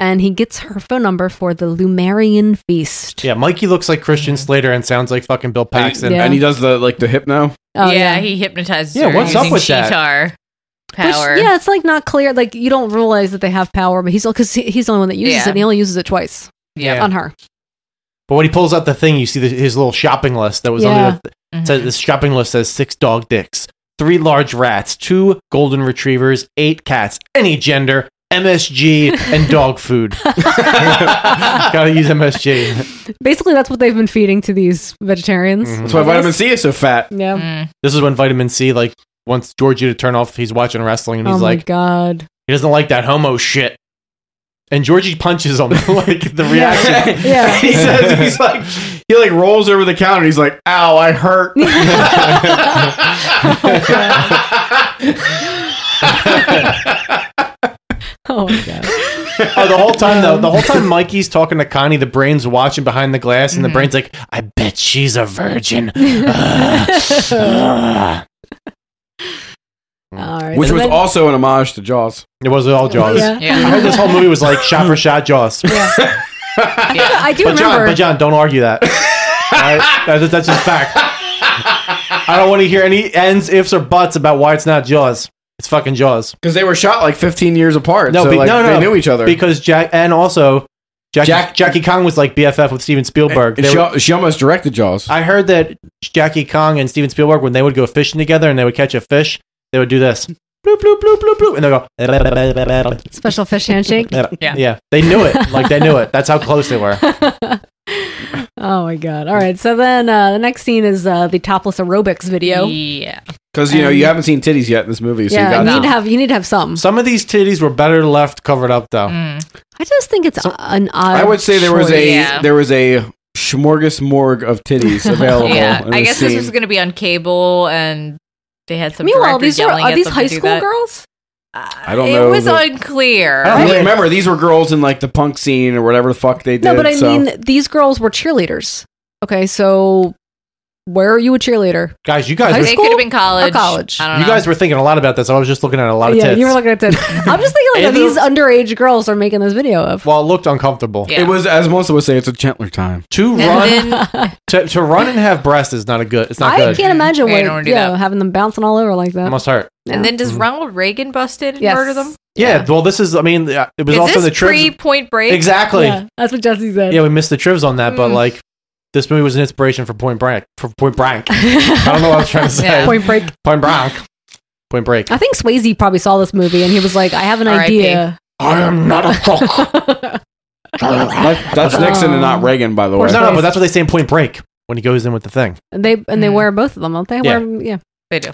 S2: and he gets her phone number for the Lumerian Feast.
S6: Yeah, Mikey looks like Christian Slater and sounds like fucking Bill Paxton.
S2: Yeah. And he
S6: does the like the hypno.
S10: yeah,
S2: Oh, yeah.
S10: he hypnotizes
S6: Yeah,
S10: her
S6: what's up
S10: using
S6: with that?
S10: Sheetar
S2: Which,
S10: power.
S2: yeah, it's like not clear. Like you don't realize that they have power, but he's because he, he's the only one that uses
S10: Yeah.
S2: it. and He only uses it twice.
S6: Yeah.
S2: on her.
S6: But when he pulls out the thing, you see the, his little shopping list that was
S2: Yeah.
S6: on the
S10: Mm-hmm.
S6: says this shopping list says six dog dicks, three large rats, two golden retrievers, eight cats, any gender, MSG, and dog food. Gotta use MSG.
S2: Basically, that's what they've been feeding to these vegetarians.
S11: Mm-hmm.
S6: That's why vitamin C is so fat.
S2: Yeah.
S6: This is when vitamin C like wants Georgie to turn off. He's watching wrestling and
S2: oh
S6: he's
S2: my
S6: like,
S2: god.
S6: he doesn't like that homo shit. And Georgie punches him like the reaction.
S2: Yeah.
S11: he says he's like he like rolls over the counter. He's like, "Ow, I hurt."
S2: Oh my god.
S6: oh, the whole time though, the whole time Mikey's talking to Connie, the brain's watching behind the glass,
S2: Mm-hmm.
S6: and the brain's like, "I bet she's a virgin." Ah.
S2: All right.
S11: Which
S2: so
S11: was
S2: then-
S11: also an homage to Jaws.
S6: It was all Jaws.
S2: Yeah. Yeah.
S6: I heard this whole movie was like shot for shot Jaws.
S2: I, do- I do
S6: but John,
S2: remember.
S6: but John, don't argue that. All right? that's, that's just fact. I don't want to hear any ends, ifs, or buts about why it's not Jaws. It's fucking Jaws.
S11: Because they were shot like 15 years apart.
S6: No,
S11: so,
S6: be-
S11: like,
S6: no, no,
S11: they
S6: no.
S11: knew each other.
S6: because Jack and also Jackie,
S11: Jack-
S6: Jackie Kong was like BFF with Steven Spielberg.
S11: And
S6: They
S11: she,
S6: were-
S11: she almost directed Jaws.
S6: I heard that Jackie Kong and Steven Spielberg, when they would go fishing together and they would catch a fish, they would do this. Bloop, bloop, bloop, bloop, bloop. And they'll go.
S2: Special fish handshake.
S6: Yeah. They knew it. Like, they knew it. That's how close they were.
S2: Oh my god. All right. So then uh, the next scene is uh, the topless aerobics video.
S10: Yeah.
S11: Because you know you haven't seen titties yet in this movie, so
S2: Um, yeah,
S11: you
S2: you
S11: got
S2: need to have you need to have some.
S6: Some of these titties were better left covered up, though.
S10: Mm.
S2: I just think it's an odd.
S11: I would say there was a
S2: choice.
S11: there was a smorgasmorg of titties available.
S10: yeah.
S11: in
S10: I guess this
S11: scene.
S10: was going to be on cable, and they had some.
S2: Meanwhile,
S10: director
S2: these are
S10: yelling
S2: are
S10: at
S2: these
S10: them
S2: high
S10: to do
S2: school
S10: that.
S2: girls?
S11: I don't
S10: It
S11: know.
S10: was
S11: the-
S10: unclear.
S11: I don't really remember. These were girls in like the punk scene or whatever the fuck they did.
S2: No, but I
S11: so-
S2: mean these girls were cheerleaders. Okay, so where are you a cheerleader?
S6: Guys, you guys
S2: High
S6: were,
S10: They
S2: school
S10: could have been college.
S2: or college?
S10: I don't
S6: you
S10: know.
S6: guys were thinking a lot about this. I was just looking at a lot of
S2: yeah,
S6: tits.
S2: you were looking at tits. I'm just thinking like
S6: And
S2: these
S6: the-
S2: underage girls are making this video of.
S6: Well, it looked uncomfortable.
S10: Yeah.
S11: it was as Melissa would say, it's a gentler time.
S6: To
S10: And
S6: run, to, to run and have breasts is not a good. It's not
S2: I
S6: good.
S2: can't imagine
S10: Yeah, you don't
S2: what
S10: wanna do
S2: yeah,
S10: that.
S2: having them bouncing all over like
S6: It
S2: that.
S6: must hurt.
S10: And then
S6: Mm.
S10: does Ronald Reagan bust in and
S2: Yes.
S10: murder them?
S6: Yeah, Well, this is. I mean, uh, it was
S10: Is
S6: also
S10: this
S6: the trivs.
S10: pre-Point Break?
S6: exactly.
S2: Yeah, that's what Jesse said.
S6: Yeah, we missed the trivs on that, but
S10: Mm.
S6: like this movie was an inspiration for Point Break. For Point Blank. I don't know what I was trying to say.
S10: Yeah.
S2: Point Break.
S6: Point Blank. Point Break.
S2: I think Swayze probably saw this movie and he was like, "I have an
S10: R.I.P..
S2: idea."
S6: I am not a crook.
S11: That- that's Nixon and not Reagan, by the
S6: no,
S11: way.
S6: no, but that's what they say in Point Break when he goes in with the thing.
S2: And they and they wear both of them, don't they?
S6: Hmm. Yeah.
S2: Wear, yeah.
S10: They do.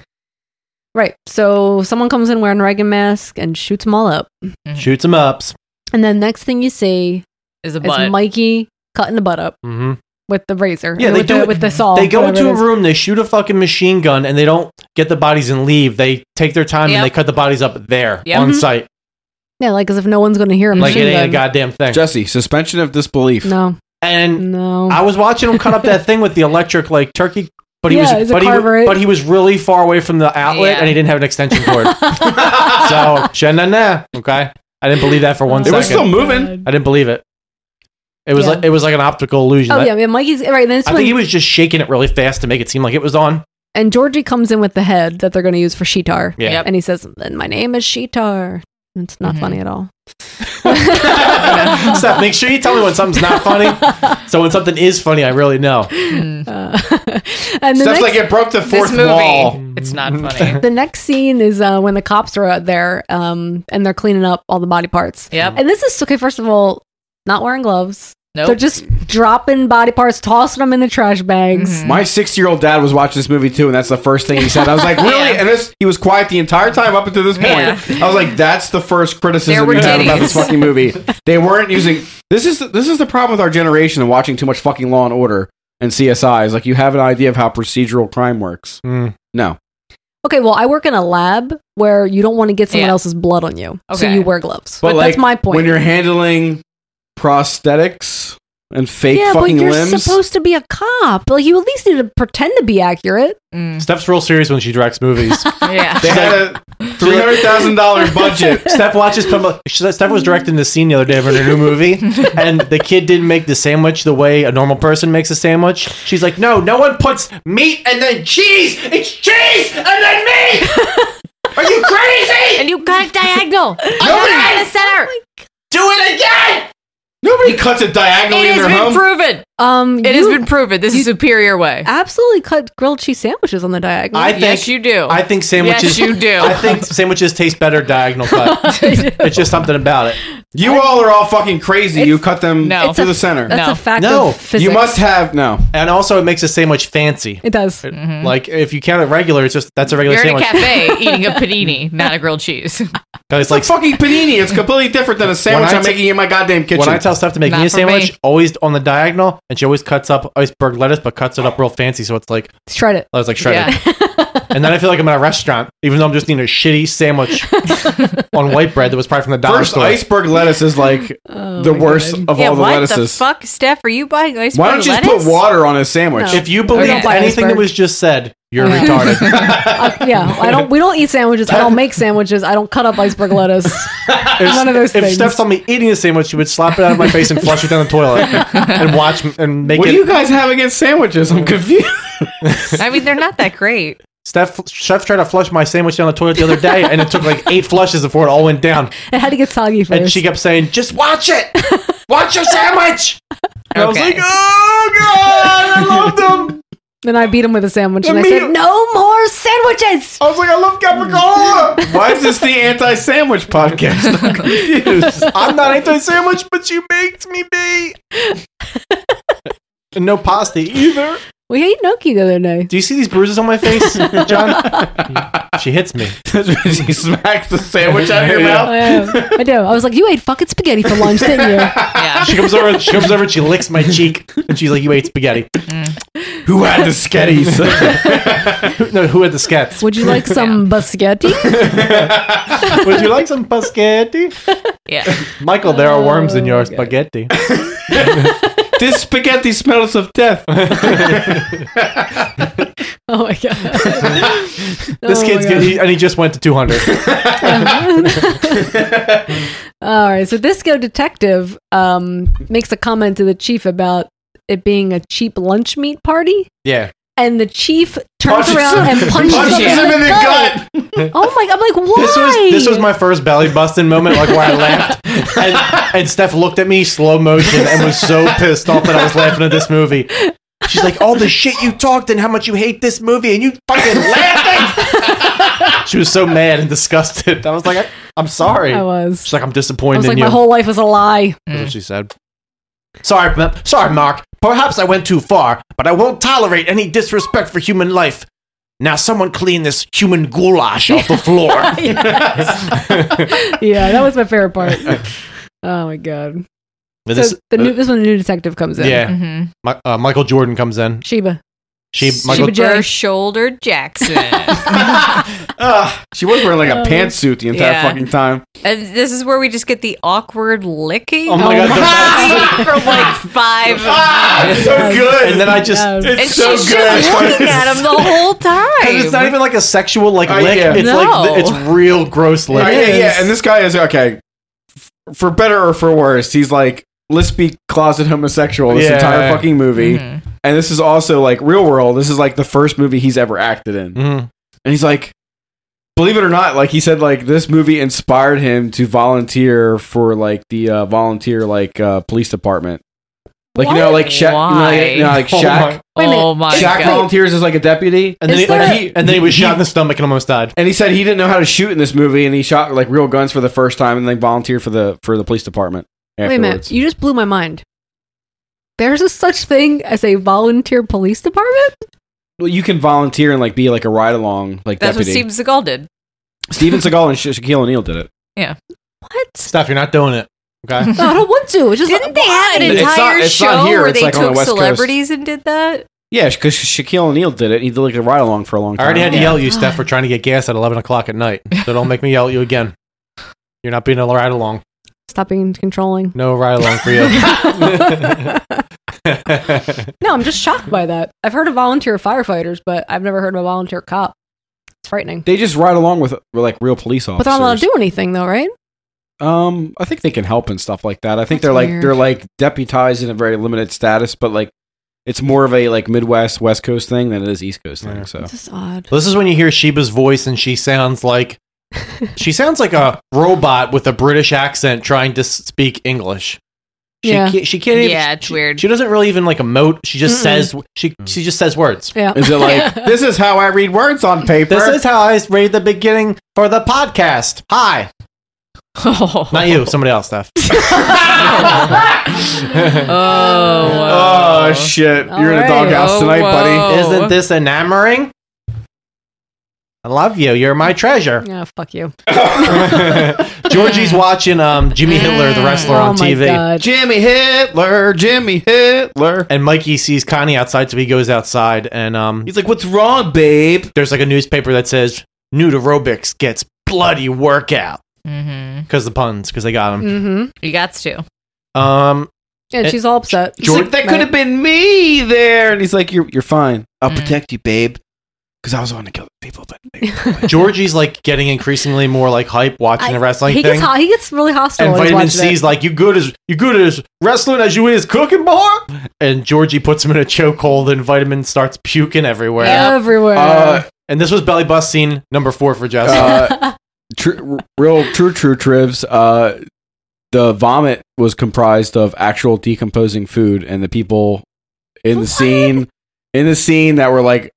S2: Right. So someone comes in wearing a Reagan mask and shoots them all up.
S6: Shoots him ups.
S2: And then next thing you see
S10: Is a
S2: is
S10: butt.
S2: Mikey cutting the butt up
S6: Mm-hmm.
S2: with the razor.
S6: Yeah, they
S2: with
S6: do
S2: the,
S6: it-
S2: with the saw.
S6: they go
S2: whatever
S6: into
S2: it
S6: a
S2: is.
S6: room, they shoot a fucking machine gun, and they don't get the bodies and leave. They take their time
S10: Yep.
S6: and they cut the bodies up there
S10: Yep.
S6: on
S10: Mhm.
S6: site,
S2: Yeah, like as if no one's going to hear him.
S6: like it ain't a goddamn thing.
S11: Jesse, suspension of disbelief.
S2: No,
S6: and
S2: no.
S6: I was watching him cut up that thing with the electric like turkey, but he
S2: Yeah,
S6: was
S2: it's a
S6: but he wa-
S2: carver, right?
S6: but he was really far away from the outlet,
S10: Yeah.
S6: and he didn't have an extension cord. so shenna na, okay. I didn't believe that for one
S11: It
S6: second.
S11: was still moving.
S6: I didn't believe it. It was
S2: Yeah.
S6: like it was like an optical illusion.
S2: oh
S6: I-
S2: yeah, yeah. Mikey's right. Then it's
S6: I
S2: when,
S6: think he was just shaking it really fast to make it seem like it was on.
S2: and Georgie comes in with the head that they're going to use for Sheetar.
S6: Yeah.
S10: Yep.
S2: And he says, "And my name is Sheetar." It's not funny at all.
S6: Steph, make sure you tell me when something's not funny. So when something is funny, I really know.
S2: Uh, and the
S11: That's
S2: next,
S11: like it broke the
S10: this
S11: fourth
S10: movie,
S11: wall.
S10: it's not funny.
S2: the next scene is uh, when the cops are out there um, and they're cleaning up all the body parts.
S10: yep.
S2: And this is okay. First of all, not wearing gloves. They're
S10: Nope.
S2: just dropping body parts, tossing them in the trash bags.
S10: Mm-hmm.
S11: My six-year-old dad was watching this movie too, and that's the first thing he said. I was like, "Really?"
S10: Yeah.
S11: And this, he was quiet the entire time up until this point.
S10: Yeah.
S11: I was like, "That's the first criticism
S10: There were
S11: we had about
S10: titties.
S11: this fucking movie. They weren't using this is this is the problem with our generation and watching too much fucking Law and Order and CSI. Is like you have an idea of how procedural crime works.
S6: Mm.
S11: No,
S2: Okay, well, I work in a lab where you don't want to get someone
S10: Yeah.
S2: else's blood on you, so
S10: Okay.
S2: you wear gloves.
S11: but,
S2: But,
S11: like
S2: that's my point.
S11: when you're handling prosthetics and fake
S2: yeah,
S11: fucking
S2: but you're
S11: limbs.
S2: supposed to be a cop. Like you at least need to pretend to be accurate.
S6: Steph's real serious when she directs movies.
S2: Yeah.
S11: they had a three hundred thousand dollar budget.
S6: Steph watches. promo- she- Steph was directing the scene the other day of her new movie, and the kid didn't make the sandwich the way a normal person makes a sandwich. She's like, "No, no one puts meat and then cheese. It's cheese and then meat. Are you crazy?
S10: and you cut it diagonal.
S6: Nobody-
S10: Nobody in the center.
S6: Do it again.
S11: Nobody cuts it diagonally
S10: It
S11: in
S10: has
S11: their
S10: been
S11: home.
S10: proven.
S2: Um,
S10: It has been proven. This is superior way.
S2: absolutely cut grilled cheese sandwiches on the diagonal.
S6: I think
S10: Yes, you do.
S6: I think sandwiches.
S10: Yes, you do.
S6: I think sandwiches taste better diagonal cut. it's just something about it.
S11: you all are all fucking crazy. You cut them
S10: No.
S11: to
S10: It's
S11: the center.
S2: That's a fact
S6: No.
S2: of physics.
S11: You must have no.
S6: And also, it makes a sandwich fancy.
S2: It does.
S10: Mm.
S6: Like if you count it regular, it's just that's a regular
S10: Mm-hmm. You're in a
S6: sandwich.
S10: cafe eating a panini, not a grilled cheese.
S6: 'Cause it's
S11: It's like
S6: like
S11: fucking panini. It's completely different than a sandwich
S6: I
S11: I'm
S6: ta-
S11: making in my goddamn kitchen.
S6: When I tell Steph to make
S10: Not
S6: me a
S10: for
S6: sandwich,
S10: me.
S6: always on the diagonal, and she always cuts up iceberg lettuce, but cuts it up real fancy, so it's like
S2: Shred it.
S6: I was like shredded. and then I feel like I'm at a restaurant, even though I'm just eating a shitty sandwich on white bread that was probably from the dollar
S11: First,
S6: store.
S11: iceberg lettuce is like
S10: Oh
S11: the
S2: my
S11: worst
S2: God.
S11: of all the
S10: what
S11: lettuces.
S10: the fuck, Steph? Are you buying iceberg
S11: Why don't you just
S10: lettuce?
S11: put water on a sandwich?
S2: No.
S6: If you believe
S2: don't buy
S6: anything that
S2: iceberg.
S6: was just said, you're
S2: Yeah.
S6: retarded.
S2: I- yeah, I don't. We don't eat sandwiches. I don't make sandwiches. I don't cut up iceberg lettuce. None of those
S6: if
S2: things.
S6: Steph saw me eating a sandwich, she would slap it out of my face and flush it down the toilet and watch m- and make
S11: What
S6: it.
S11: do you guys have against sandwiches? I'm confused.
S10: I mean, they're not that great.
S6: Steph, Steph tried to flush my sandwich down the toilet the other day, and it took like eight flushes before it all went down.
S2: it had to get soggy first.
S6: And she kept saying, "Just watch it, watch your sandwich." And I was
S10: Okay.
S6: like, "Oh god, I love them."
S2: then I beat him with a sandwich, and I
S11: meat-
S2: said, "No more sandwiches."
S11: I was like, I love Capricola. Why is this the anti-sandwich podcast? I'm confused.
S6: I'm not into sandwich, but you baked me, be. and no pasta either.
S2: We ate gnocchi the other day.
S6: Do you see these bruises on my face, John? she hits me.
S11: That's when she smacks the sandwich out of your
S6: Yeah.
S11: mouth.
S2: I, am. I do. I was like, "You ate fucking spaghetti for lunch, didn't you?"
S10: Yeah.
S6: She comes over. She comes over and she licks my cheek, and she's like, "You ate spaghetti."
S11: Who had the sketties?
S6: No, who had the scats?
S2: Would you like some biscotti?
S6: Would you like some spaghetti?
S10: Yeah.
S6: Michael, there are worms
S2: Oh,
S6: in your spaghetti.
S11: this spaghetti smells of death.
S2: Oh my god!
S6: This
S2: Oh
S6: kid's
S2: my God.
S6: good, he, and he just went to 200.
S2: All right, so Disco Detective um, makes a comment to the chief about it being a cheap lunch meat party,
S6: yeah,
S2: and the chief turns
S11: Punches
S2: around
S11: him.
S2: and punches,
S11: Punches
S2: him, in the gut. Oh my! I'm like, why?
S6: this was this was my first belly busting moment, like where I laughed, and, and Steph looked at me slow motion and was so pissed off that I was laughing at this movie. She's like, all the shit you talked and how much you hate this movie, and you fucking laughing. she was so mad and disgusted. I was like, I, I'm sorry.
S2: I was.
S6: She's like, I'm disappointed
S2: I was like,
S6: in you.
S2: my whole life was a lie.
S6: That's what she said. Sorry, Ma- sorry, Mark. Perhaps I went too far, but I won't tolerate any disrespect for human life. Now, someone clean this human goulash off the floor.
S2: yeah, that was my favorite part. Oh my god!
S6: But
S2: So
S6: this- uh,
S2: the new, this is when the new detective comes in.
S6: yeah,
S10: Mm-hmm.
S6: Mi- uh, Michael Jordan comes in.
S2: Sheba.
S6: She, Michael,
S2: Sheba J.
S10: Super shoulder Jackson.
S11: She was wearing like a
S2: Oh.
S11: pantsuit the entire
S10: Yeah.
S11: fucking time.
S10: and this is where we just get the awkward licking
S6: oh my god, the best. Ah!
S10: for like five.
S11: so good.
S6: And then I just.
S2: Um,
S10: and
S11: so
S10: she's
S11: good.
S10: just looking at him the whole time.
S6: 'cause it's not even like a sexual like
S11: Oh,
S6: lick.
S11: yeah.
S6: It's like
S10: No.
S6: th- it's real gross lick.
S11: Yeah, yeah, yeah.
S2: is.
S11: And this guy is okay. F- For better or for worse, he's like, let's be closet homosexual this
S6: Yeah.
S11: entire fucking movie.
S10: Mhm.
S11: And this is also like real world. This is like the first movie he's ever acted in.
S6: Mhm.
S11: And he's like, believe it or not, like he said, like this movie inspired him to volunteer for like the uh, volunteer like uh, police department. Like you know, like Shaq, you know, like, you know, like
S6: Oh
S11: Shaq.
S2: Wait a minute.
S10: Oh my
S11: Shaq
S10: god.
S11: volunteers as like a deputy,
S6: And then,
S2: Is
S6: he, like,
S2: there-
S6: he, and then he was shot in the stomach and almost died.
S11: and he said he didn't know how to shoot in this movie, and he shot like real guns for the first time, and then volunteered for the for the police department.
S2: Wait a minute!
S11: Afterwards.
S2: You just blew my mind. There's a such thing as a volunteer police department.
S11: Well, you can volunteer and like be like a ride along like
S10: That's what
S11: deputy.
S10: Steve Seagal did.
S11: Steven Seagal and Sha- Shaquille O'Neal did it.
S2: What?
S6: Steph, you're not doing it. Okay.
S2: No, I don't want to. It's just
S10: Didn't they have an
S11: It's not-
S10: entire
S11: it's
S10: show
S11: not here,
S10: where
S11: it's
S10: they
S11: like on the
S10: took
S11: West Coast.
S10: celebrities and did that?
S11: Yeah, because Shaquille O'Neal did it. He did like a ride along for a long
S6: I
S11: time.
S6: already had to
S11: Yeah.
S6: yell at you, Steph, for trying to get gas at 11 o'clock at night. So don't make me yell at you again. You're not being a ride along.
S2: stop being controlling.
S6: No ride along for you.
S2: No, I'm just shocked by that. I've heard of volunteer firefighters, but I've never heard of a volunteer cop. It's frightening.
S11: They just ride along with like real police
S2: But
S11: officers.
S2: they're not allowed to do anything, though, right?
S11: Um, I think they can help and stuff like that. I think
S2: That's
S11: they're like
S2: weird.
S11: they're like deputized in a very limited status, but like it's more of a like Midwest West Coast thing than it is East Coast thing. So
S2: This is odd.
S6: This is when you hear Sheba's voice and she sounds like she sounds like a robot with a British accent trying to s- speak English. She
S10: Yeah.
S6: can't, she can't even,
S10: Yeah, it's
S6: she-
S10: weird.
S6: She doesn't really even like emote. She just
S10: Mm-mm.
S6: says she she just says words.
S2: Yeah.
S11: Is it like, this is how I read words on paper?
S6: This is how I read the beginning for the podcast. Hi. Not you, somebody else, Steph.
S11: Oh, shit. You're in a doghouse tonight, buddy.
S2: Oh.
S6: Isn't this enamoring? I love you. You're my treasure.
S2: Yeah, fuck you.
S6: Georgie's watching um, Jimmy Hitler, the wrestler,
S2: Oh
S6: on
S2: my
S6: TV.
S2: God.
S11: Jimmy Hitler, Jimmy Hitler.
S6: And Mikey sees Connie outside, so he goes outside and um,
S11: he's like, "What's wrong, babe?"
S6: There's like a newspaper that says nude aerobics gets bloody workout
S10: Mm-hmm.
S6: because the puns because they got him.
S2: Mm-hmm.
S10: You got to.
S2: Mm.
S6: Um,
S2: And
S6: it-
S2: she's all upset.
S11: He's like, that could have been me there. And he's like, you're, you're fine. I'll protect you, babe. Because I was on to kill people. But
S6: Georgie's like getting increasingly more like hype watching the wrestling
S2: he
S6: thing.
S2: Gets ho- he gets really hostile.
S6: and
S2: when he's
S6: vitamin
S2: watching
S6: C's
S2: it.
S6: like you good as you good as wrestling as you is cooking boy. And Georgie puts him in a chokehold, and vitamin starts puking everywhere.
S2: everywhere.
S6: and this was belly bust scene number four for Jess.
S11: Uh, tr- real true, true trivs. Uh, the vomit was comprised of actual decomposing food, and the people in the scene in the scene that were like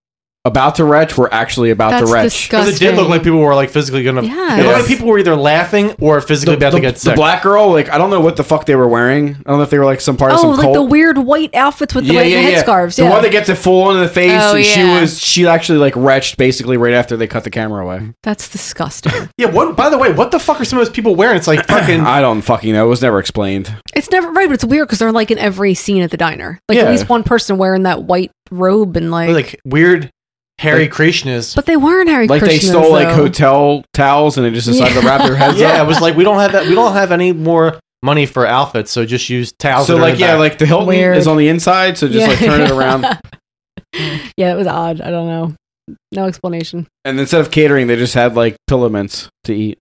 S11: about to retch were actually about
S2: That's
S11: to retch.
S6: because it did look like people were like physically gonna.
S2: Yeah.
S6: It looked
S11: Yeah.
S6: like people were either laughing or physically about to get
S11: the
S6: sick.
S11: black girl, like I don't know what the fuck they were wearing. I don't know if they were like some part of
S2: oh,
S11: some
S2: like
S11: cult.
S2: the weird white outfits with the, like, the headscarves.
S11: The
S2: Yeah.
S11: one that gets it full on in the face.
S2: Oh,
S11: and She
S2: yeah.
S11: was she actually like retched basically right after they cut the camera away.
S2: That's disgusting.
S6: yeah. What? By the way, what the fuck are some of those people wearing? It's like fucking.
S11: I don't fucking know. It was never explained.
S2: it's never right, but it's weird because they're like in every scene at the diner. Like
S11: Yeah.
S2: at least one person wearing that white robe and like.
S6: like weird Harry Krishnas.
S2: but they weren't Harry.
S11: like they
S2: Krishnas,
S11: stole like
S2: though.
S11: hotel towels and they just decided to wrap their heads
S6: yeah,
S11: up.
S6: it was like we don't have that. We don't have any more money for outfits, so just use towels.
S11: so
S6: that are in
S11: like
S6: the
S11: yeah,
S6: back.
S11: like the Hilton
S2: Weird.
S11: is on the inside, so just like turn it around.
S2: yeah, it was odd. I don't know. No explanation.
S11: And instead of catering, they just had like pillow mints to eat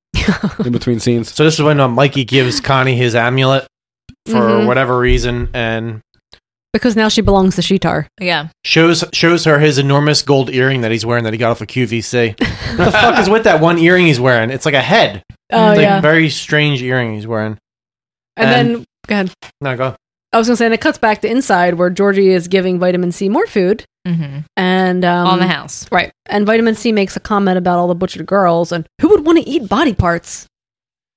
S11: in between scenes.
S6: So this is when uh, Mikey gives Connie his amulet for
S2: Mhm.
S6: whatever reason and
S2: Because now she belongs to Shitar.
S10: Yeah.
S6: shows shows her his enormous gold earring that he's wearing that he got off of QVC. what the fuck is with that one earring he's wearing? It's like a head.
S2: Oh,
S6: It's like
S2: yeah.
S6: very strange earring he's wearing.
S2: And,
S6: And-
S2: then go ahead.
S6: No, go.
S2: I was gonna say, and it cuts back to inside where Georgie is giving Vitamin C more food,
S10: Mm-hmm.
S2: and um,
S10: On the house.
S2: right? And Vitamin C makes a comment about all the butchered girls and who would want to eat body parts.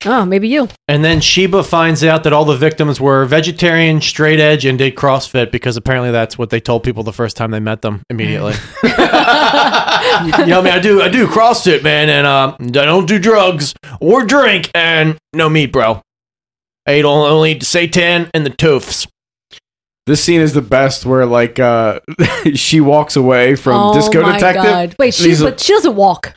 S2: Oh, maybe you.
S6: And then Sheba finds out that all the victims were vegetarian, straight edge, and did CrossFit because apparently that's what they told people the first time they met them immediately. you know, I mean, I do, I do CrossFit, man, and um, I don't do drugs or drink, and no meat, bro. I eat only, only the seitan and the toofs.
S11: This scene is the best where like uh she walks away from
S2: oh
S11: Disco
S2: my
S11: Detective.
S2: God. Wait,
S11: And
S2: she
S11: he's-
S2: but she doesn't walk.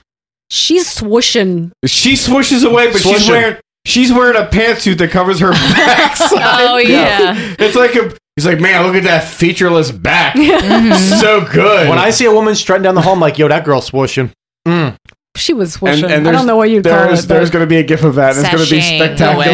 S2: She's swooshing.
S11: she swooshes away, but she's
S6: Swooshing.
S11: wearing she's wearing a pantsuit that covers her backside.
S10: Oh, yeah.
S11: It's like a he's like, man, look at that featureless back.
S10: Mm-hmm.
S11: so good.
S6: When I see a woman strutting down the hall, I'm like, yo, that girl swooshing. Mm.
S2: She was
S11: and,
S2: swooshing.
S11: and
S2: I
S11: there's-
S2: don't know what you'd call
S11: there's,
S2: it.
S11: There's
S2: but-
S11: going to be a gif of that. and It's going to be
S10: Sashaying
S11: spectacular.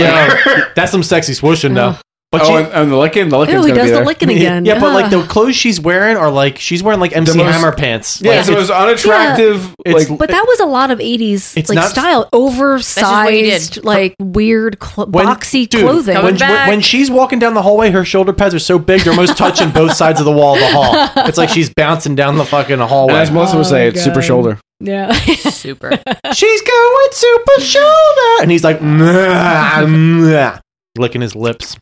S6: away. That's some sexy swooshing, though. But
S11: oh,
S6: she,
S11: and, and the licking, the licking's
S2: Ew, he
S11: going to
S2: does
S11: be
S2: the
S11: there.
S2: licking again.
S6: yeah, but like
S2: Ugh.
S6: the clothes she's wearing are like she's wearing like MC
S11: most-
S6: Hammer pants.
S11: Yeah,
S6: Like,
S11: so it was unattractive.
S6: it's-
S11: like,
S2: But that was a lot of eighties
S6: It's
S2: like
S6: not-
S2: style,
S10: what he did.
S2: oversized, like weird cl- boxy
S6: dude,
S2: clothing.
S6: When, when, when she's walking down the hallway, her shoulder pads are so big they're almost touching both sides of the wall of the hall. It's like she's bouncing down the fucking
S11: and
S6: hallway.
S11: as Melissa would say,
S2: Oh,
S11: it's super
S2: God.
S11: shoulder.
S2: yeah,
S10: Super.
S6: she's going super shoulder, and he's like "Mwah, mwah," licking his lips.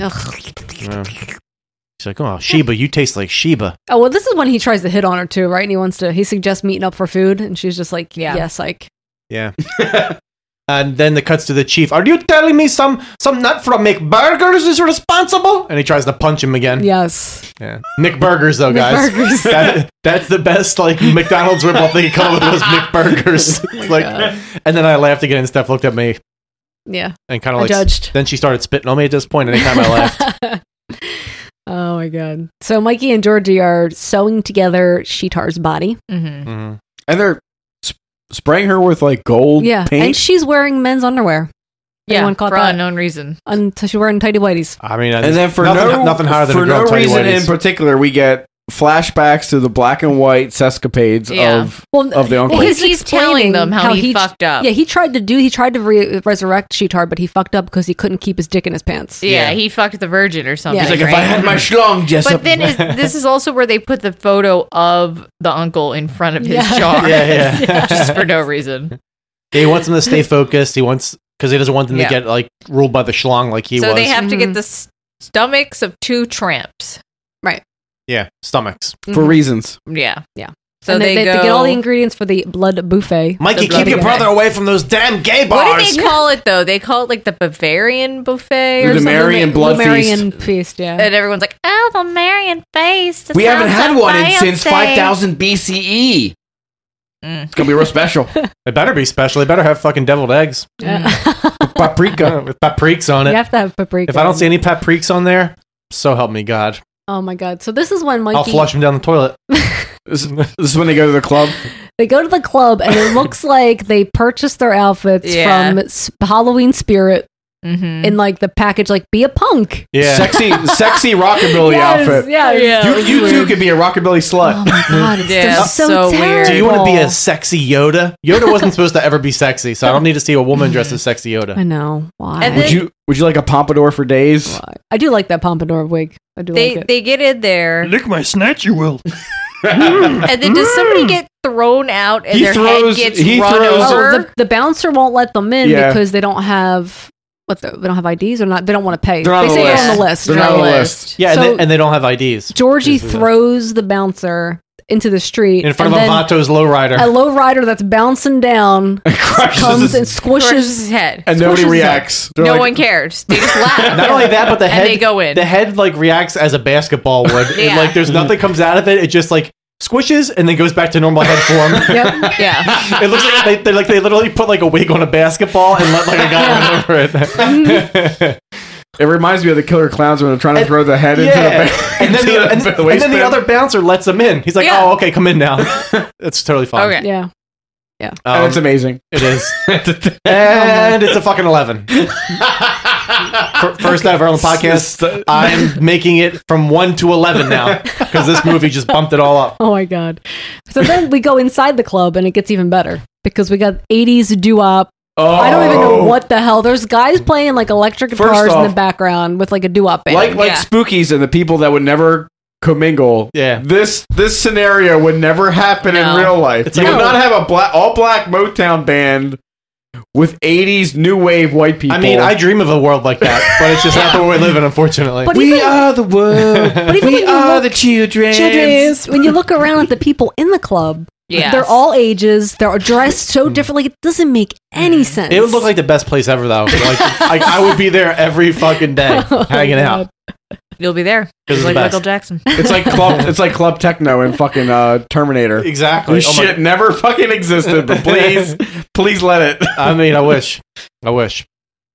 S2: Ugh.
S6: Yeah. She's like, "Oh, Sheba, you taste like Sheba."
S2: Oh well, this is when he tries to hit on her too, right? And he wants to. He suggests meeting up for food, and she's just like,
S10: Yeah.
S2: "Yes, like
S6: Yeah. and then the cuts to the chief. Are you telling me some some nut from McBurgers is responsible? And he tries to punch him again.
S2: yes."
S6: Yeah. McBurgers though, guys.
S2: McBurgers.
S6: That- that's the best like McDonald's ripoff they could come up with was McBurgers. like,
S2: God.
S6: and then I laughed again, and Steph looked at me
S2: Yeah,
S6: and kind
S2: I
S6: of like.
S2: judged.
S6: Then she started spitting on me at this point. Anytime I laughed,
S2: oh my god. So Mikey and Georgie are sewing together Sheetar's body. Mm-hmm.
S11: And they're sp- spraying her with like gold
S2: Yeah,
S11: paint.
S2: and she's wearing men's underwear.
S10: Yeah,
S2: Anyone caught
S10: for
S2: that?
S10: unknown reason.
S2: Un- so she's wearing tidy whities.
S6: I mean,
S11: and then for
S6: nothing-
S11: no
S6: nothing higher than
S11: for
S6: a girl
S11: no
S6: tidy
S11: reason
S6: whities.
S11: in particular, we get flashbacks to the black and white sescapades
S10: Yeah.
S11: of
S2: Well,
S11: of the uncle.
S10: Well, Because he's
S2: explaining
S10: telling them how he fucked up.
S2: Yeah, he tried to do. He tried to re- resurrect Sheetar, but he fucked up because he couldn't keep his dick in his pants.
S10: Yeah, he fucked the virgin or something.
S11: He's like, if
S10: right?
S11: I had my schlong, Jessup.
S10: But then is, this is also where they put the photo of the uncle in front of his
S2: Yeah.
S10: jar,
S6: Yeah, yeah.
S10: just for no reason.
S6: He wants them to stay focused. He wants because he doesn't want them
S10: Yeah.
S6: to get like ruled by the schlong like he
S10: so
S6: was.
S10: they have to
S2: Mm-hmm.
S10: get the s- stomachs of two tramps.
S2: Right.
S6: yeah, stomachs
S11: for reasons.
S10: Yeah.
S2: Yeah.
S10: So
S2: And
S10: they,
S2: they,
S10: go.
S2: get all the ingredients for the blood buffet.
S6: Mikey,
S2: The
S6: keep
S2: blood
S6: your
S2: buffet.
S6: brother away from those damn gay bars.
S10: what do they call it though? They call it like the Bavarian buffet or
S6: The
S10: something.
S6: Marian
S10: They-
S6: blood
S10: the Marian-
S2: Marian feast. Yeah.
S10: And everyone's like, oh, the Marian feast. It
S11: We haven't
S10: sounds
S11: had
S10: so
S11: one in since
S10: fancy."
S11: 5000 BCE. It's gonna be real special.
S6: It better be special. They better have fucking deviled eggs. With paprika with papriks on it.
S2: You have to have paprika.
S6: if I don't see any papriks on there, so help me God,
S2: Oh my god! So this is when Mikey.
S6: I'll flush them down the toilet.
S11: this, is when they go to the club.
S2: They go to the club, and it looks like they purchased their outfits
S11: Yeah.
S2: from S- Halloween Spirit
S10: Mm-hmm.
S2: in like the package, like be a punk.
S6: Yeah.
S11: Sexy, sexy rockabilly
S2: Yes,
S11: outfit.
S2: yes. Yeah, it
S11: You,
S2: was
S11: you too
S2: weird.
S11: could be a rockabilly slut.
S2: God, it's
S10: Yeah,
S2: just so,
S10: so
S2: terrible.
S10: weird.
S6: Do you want to be a sexy Yoda? Yoda wasn't supposed to ever be sexy, so I don't need to see a woman dressed as sexy
S2: I
S6: Yoda.
S2: know why.
S10: And
S11: would
S10: then-
S11: you would you like a pompadour for days?
S2: I do like that pompadour wig. I do
S10: They
S2: like it.
S10: they get in there,
S11: Lick my snatch, you will.
S10: and then does somebody get thrown out and
S11: He
S10: their
S11: throws-
S10: head gets
S11: he
S10: run
S11: throws-
S10: over?
S2: Oh, the, the bouncer won't let them in
S11: Yeah.
S2: because they don't have what the, they don't have IDs or not. They don't want to pay.
S11: They're not
S2: they
S11: on
S2: say they're on
S11: the list.
S2: the list.
S11: They're not on the list.
S6: Yeah,
S2: So-
S6: and, they, and they don't have IDs.
S2: Georgie
S6: This is a-
S2: throws the bouncer into the street
S6: in
S2: and
S6: front of a
S2: then
S6: Vato's lowrider.
S2: A low rider that's bouncing down comes
S6: his-
S2: and squishes
S10: Crushes his head.
S11: And nobody
S2: Squishes his head.
S11: reacts. They're
S10: no
S11: like,
S10: one cares. They just laugh.
S6: Not only that, but the
S10: And
S6: head
S10: they go in.
S6: The head like reacts as a basketball would. It,
S10: Yeah.
S6: like there's nothing comes out of it. It just like squishes and then goes back to normal head form.
S2: Yep.
S10: yeah.
S6: it looks like they, they like they literally put like a wig on a basketball and let like a guy run over it.
S11: It reminds me of the killer clowns when they're trying to throw the head into the
S6: yeah.
S11: ba-
S6: And then
S11: into
S6: the, and,
S11: the
S6: and then
S11: waistband.
S6: the other bouncer lets him in. He's like,
S10: Yeah.
S6: "Oh, okay, come in now." That's totally fine.
S10: Okay.
S2: Yeah.
S11: And
S6: Um,
S11: it's amazing.
S6: It is. and it's a fucking 11. Fir- First ever on the podcast. I'm making it from 1 to 11 now because this movie just bumped it all up.
S2: Oh my god. So then we go inside the club and it gets even better because we got 80s doo-wop.
S11: Oh,
S2: I don't even know what the hell. There's guys playing like electric
S11: First
S2: guitars in
S11: off-
S2: the background with like a doo-wop band.
S11: Like like
S10: Yeah.
S11: spookies and the people that would never commingle.
S6: Yeah.
S11: This this scenario would never happen
S10: No.
S11: in real life.
S6: It's
S11: you
S6: like-
S11: would not have a black all black Motown band with 80s new wave white people.
S6: I mean, I dream of a world like that, but it's just not the way we live in, unfortunately.
S2: But even-
S11: are the world.
S2: But even when you look-
S11: children.
S2: Children's. when you look around at the people in the club,
S10: Yes.
S2: they're all ages. They're dressed
S11: Hmm.
S2: so differently. It doesn't make any sense.
S6: it would look like the best place ever, though. Like, I, I would be there every fucking day hanging out.
S10: You'll be there.
S6: This is
S10: Oh, like
S6: the best.
S10: Michael Jackson.
S11: It's like club. It's like club techno and fucking uh, Terminator.
S6: Exactly.
S11: This
S6: Oh my-
S11: shit never fucking existed. But please, please let it.
S6: I mean, I wish. I wish.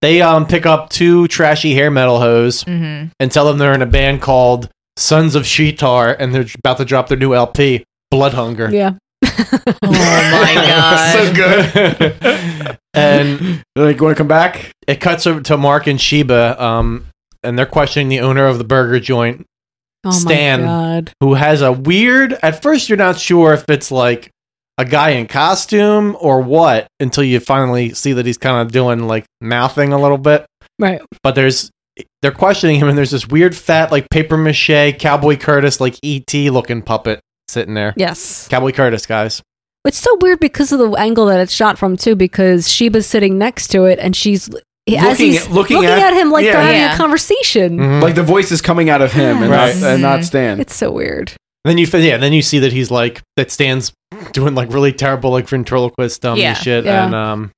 S6: They um, pick up two trashy hair metal hoes
S10: Mhm.
S6: and tell them they're in a band called Sons of Sheetar and they're about to drop their new LP, Blood Hunger.
S2: Yeah.
S10: Oh my god.
S11: so good.
S6: And
S11: They're like, want to come back?
S6: it cuts over to Mark and Sheba, um, and they're questioning the owner of the burger joint,
S2: oh
S6: Stan.
S2: my god.
S6: who has a weird. At first, you're not sure if it's like a guy in costume or what until you finally see that he's kind of doing like mouthing a little bit.
S2: Right.
S6: but there's they're questioning him and there's this weird fat like paper mache cowboy curtis like et looking puppet sitting there
S2: Yes.
S6: cowboy curtis guys
S2: It's so weird because of the angle that it's shot from too, because Sheba's sitting next to it and she's he- as
S11: Looking-
S2: he's
S11: looking
S2: looking, at,
S11: at-
S2: him like
S11: yeah. Hmm.
S2: they're having
S10: Yeah.
S2: a conversation.
S6: Mm-hmm.
S11: Like the voice is coming out of him and,
S6: Right.
S11: not, and not Stan.
S2: It's so weird.
S6: then you fi- yeah then you see that he's like that stands doing like really terrible like ventriloquist dummy
S10: Yeah,
S6: shit
S2: yeah.
S6: and um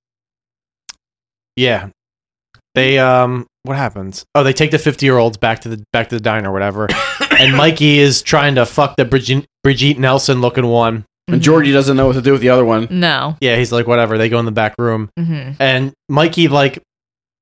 S6: yeah they um what happens oh they take the 50 year olds back to the back to the diner or whatever and mikey is trying to fuck the brigitte, brigitte nelson looking one
S11: and Georgie doesn't know what to do with the other one.
S10: No.
S6: yeah he's like whatever they go in the back room
S10: Mm-hmm.
S6: and Mikey like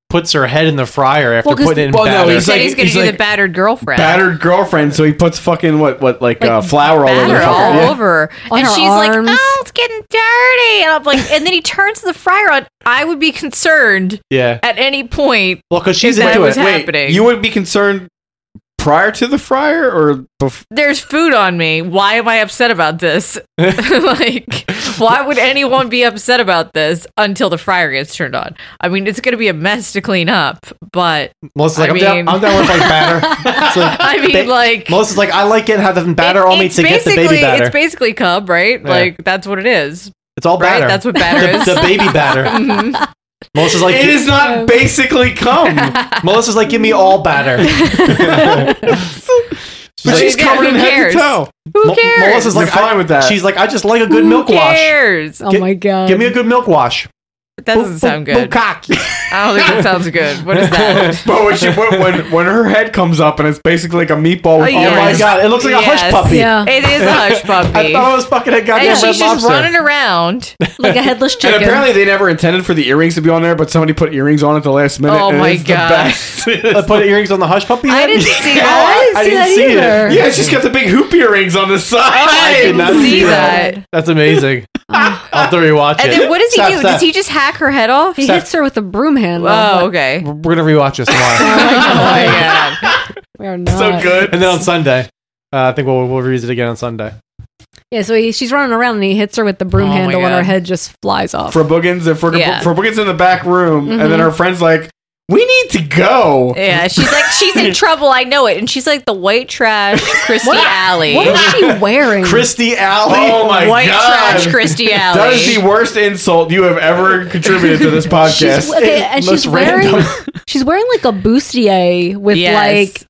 S6: puts her head in the fryer after
S10: Well, 'cause-
S6: putting it in
S10: Well, no,
S6: batter.
S10: he said he's gonna do the battered girlfriend.
S11: battered girlfriend. So he puts fucking what what like, uh, flour all over.
S10: batter
S11: the
S10: all
S11: fucker. Yeah.
S10: over.
S2: On
S10: and
S2: her
S10: she's
S2: arms.
S10: like, "Oh, it's getting dirty." And I'm like, and then he turns the fryer on. I would be concerned.
S6: Yeah.
S10: At any point.
S6: Well, because
S11: she's
S10: that
S11: into
S10: was
S11: it. Wait,
S10: happening.
S11: you would be concerned prior to the fryer or before?
S10: There's food on me. Why am I upset about this? like, why would anyone be upset about this until the fryer gets turned on? I mean, it's going to be a mess to clean up, but
S6: Melissa's like,
S10: I
S6: I'm, down-
S10: mean-
S6: I'm down with like batter. It's like,
S10: I mean,
S6: ba-
S10: like-
S6: Melissa's like, I like it how the batter all meets
S10: it's
S6: to get the
S10: basically
S6: baby batter.
S10: it's basically cub, right?
S6: Yeah.
S10: Like that's what it is.
S6: It's all
S10: right?
S6: batter.
S10: That's what batter
S6: The-
S10: is.
S6: the baby batter.
S10: Mhm.
S6: Melissa's like,
S11: It is not basically cum.
S6: Melissa's like, give me all batter.
S11: But she's
S10: Yeah,
S11: covered
S10: who
S11: in head
S10: cares?
S11: to toe.
S10: Who
S6: Mo-
S10: cares?
S6: Melissa's like,
S11: You're fine
S6: I-
S11: with that.
S6: She's like, I just like a good
S10: Who
S6: milk wash.
S10: cares?
S2: Oh my god.
S6: Give me a good milk wash.
S10: That doesn't sound good. I don't think it sounds good. What is that? Oh,
S11: But when, she, when, when when her head comes up and it's basically like a meatball. With
S10: Oh, yes.
S11: my god! It looks like a
S10: Yes.
S11: hush puppy.
S10: Yeah. It is a hush puppy.
S11: I thought it was fucking a goddamn
S10: and
S11: red
S10: she's just
S11: lobster.
S10: running around like a headless
S11: and apparently they never intended for the earrings to be on there, but somebody put earrings on at the last minute.
S10: Oh
S11: and
S10: my
S11: it's the
S10: God.
S11: best.
S6: I put earrings on the hush puppy.
S10: I
S6: head?
S10: didn't see
S6: Yeah,
S10: that.
S6: I didn't see it.
S11: Yeah, Oh, she's got the big hoop earrings on the side.
S6: I did not
S10: see
S6: see
S10: that.
S6: that. That's amazing. I'll throw you watch
S10: Oh. And
S6: it.
S10: then what does he
S6: Stop,
S10: do?
S6: stop.
S10: Does he just hack her head off?
S2: He
S6: Steph.
S2: hits her with a broom handle.
S10: Oh, okay.
S6: We're gonna rewatch this
S10: Oh
S6: tomorrow.
S2: We are not.
S11: good.
S6: And then on Sunday, uh, I think we'll we'll revisit it again on Sunday.
S2: Yeah, so he, she's running around and he hits her with the broom
S10: Oh my
S2: handle and her
S10: God.
S2: head just flies off.
S11: For Boogans, and for,
S10: Yeah.
S11: for Boogans in the back room, and then
S2: Mhm.
S11: her friend's like, "We need to go."
S10: Yeah, she's like she's in trouble. I know it, and she's like the white trash Christy Alley.
S2: what is she wearing?
S6: Christy Alley.
S11: Oh my
S10: White
S11: god!
S10: trash Christy Alley.
S11: That is the worst insult you have ever contributed to this podcast.
S2: She's, okay, and
S6: Most
S2: she's wearing
S6: random.
S2: she's wearing like a bustier with
S10: Yes.
S2: like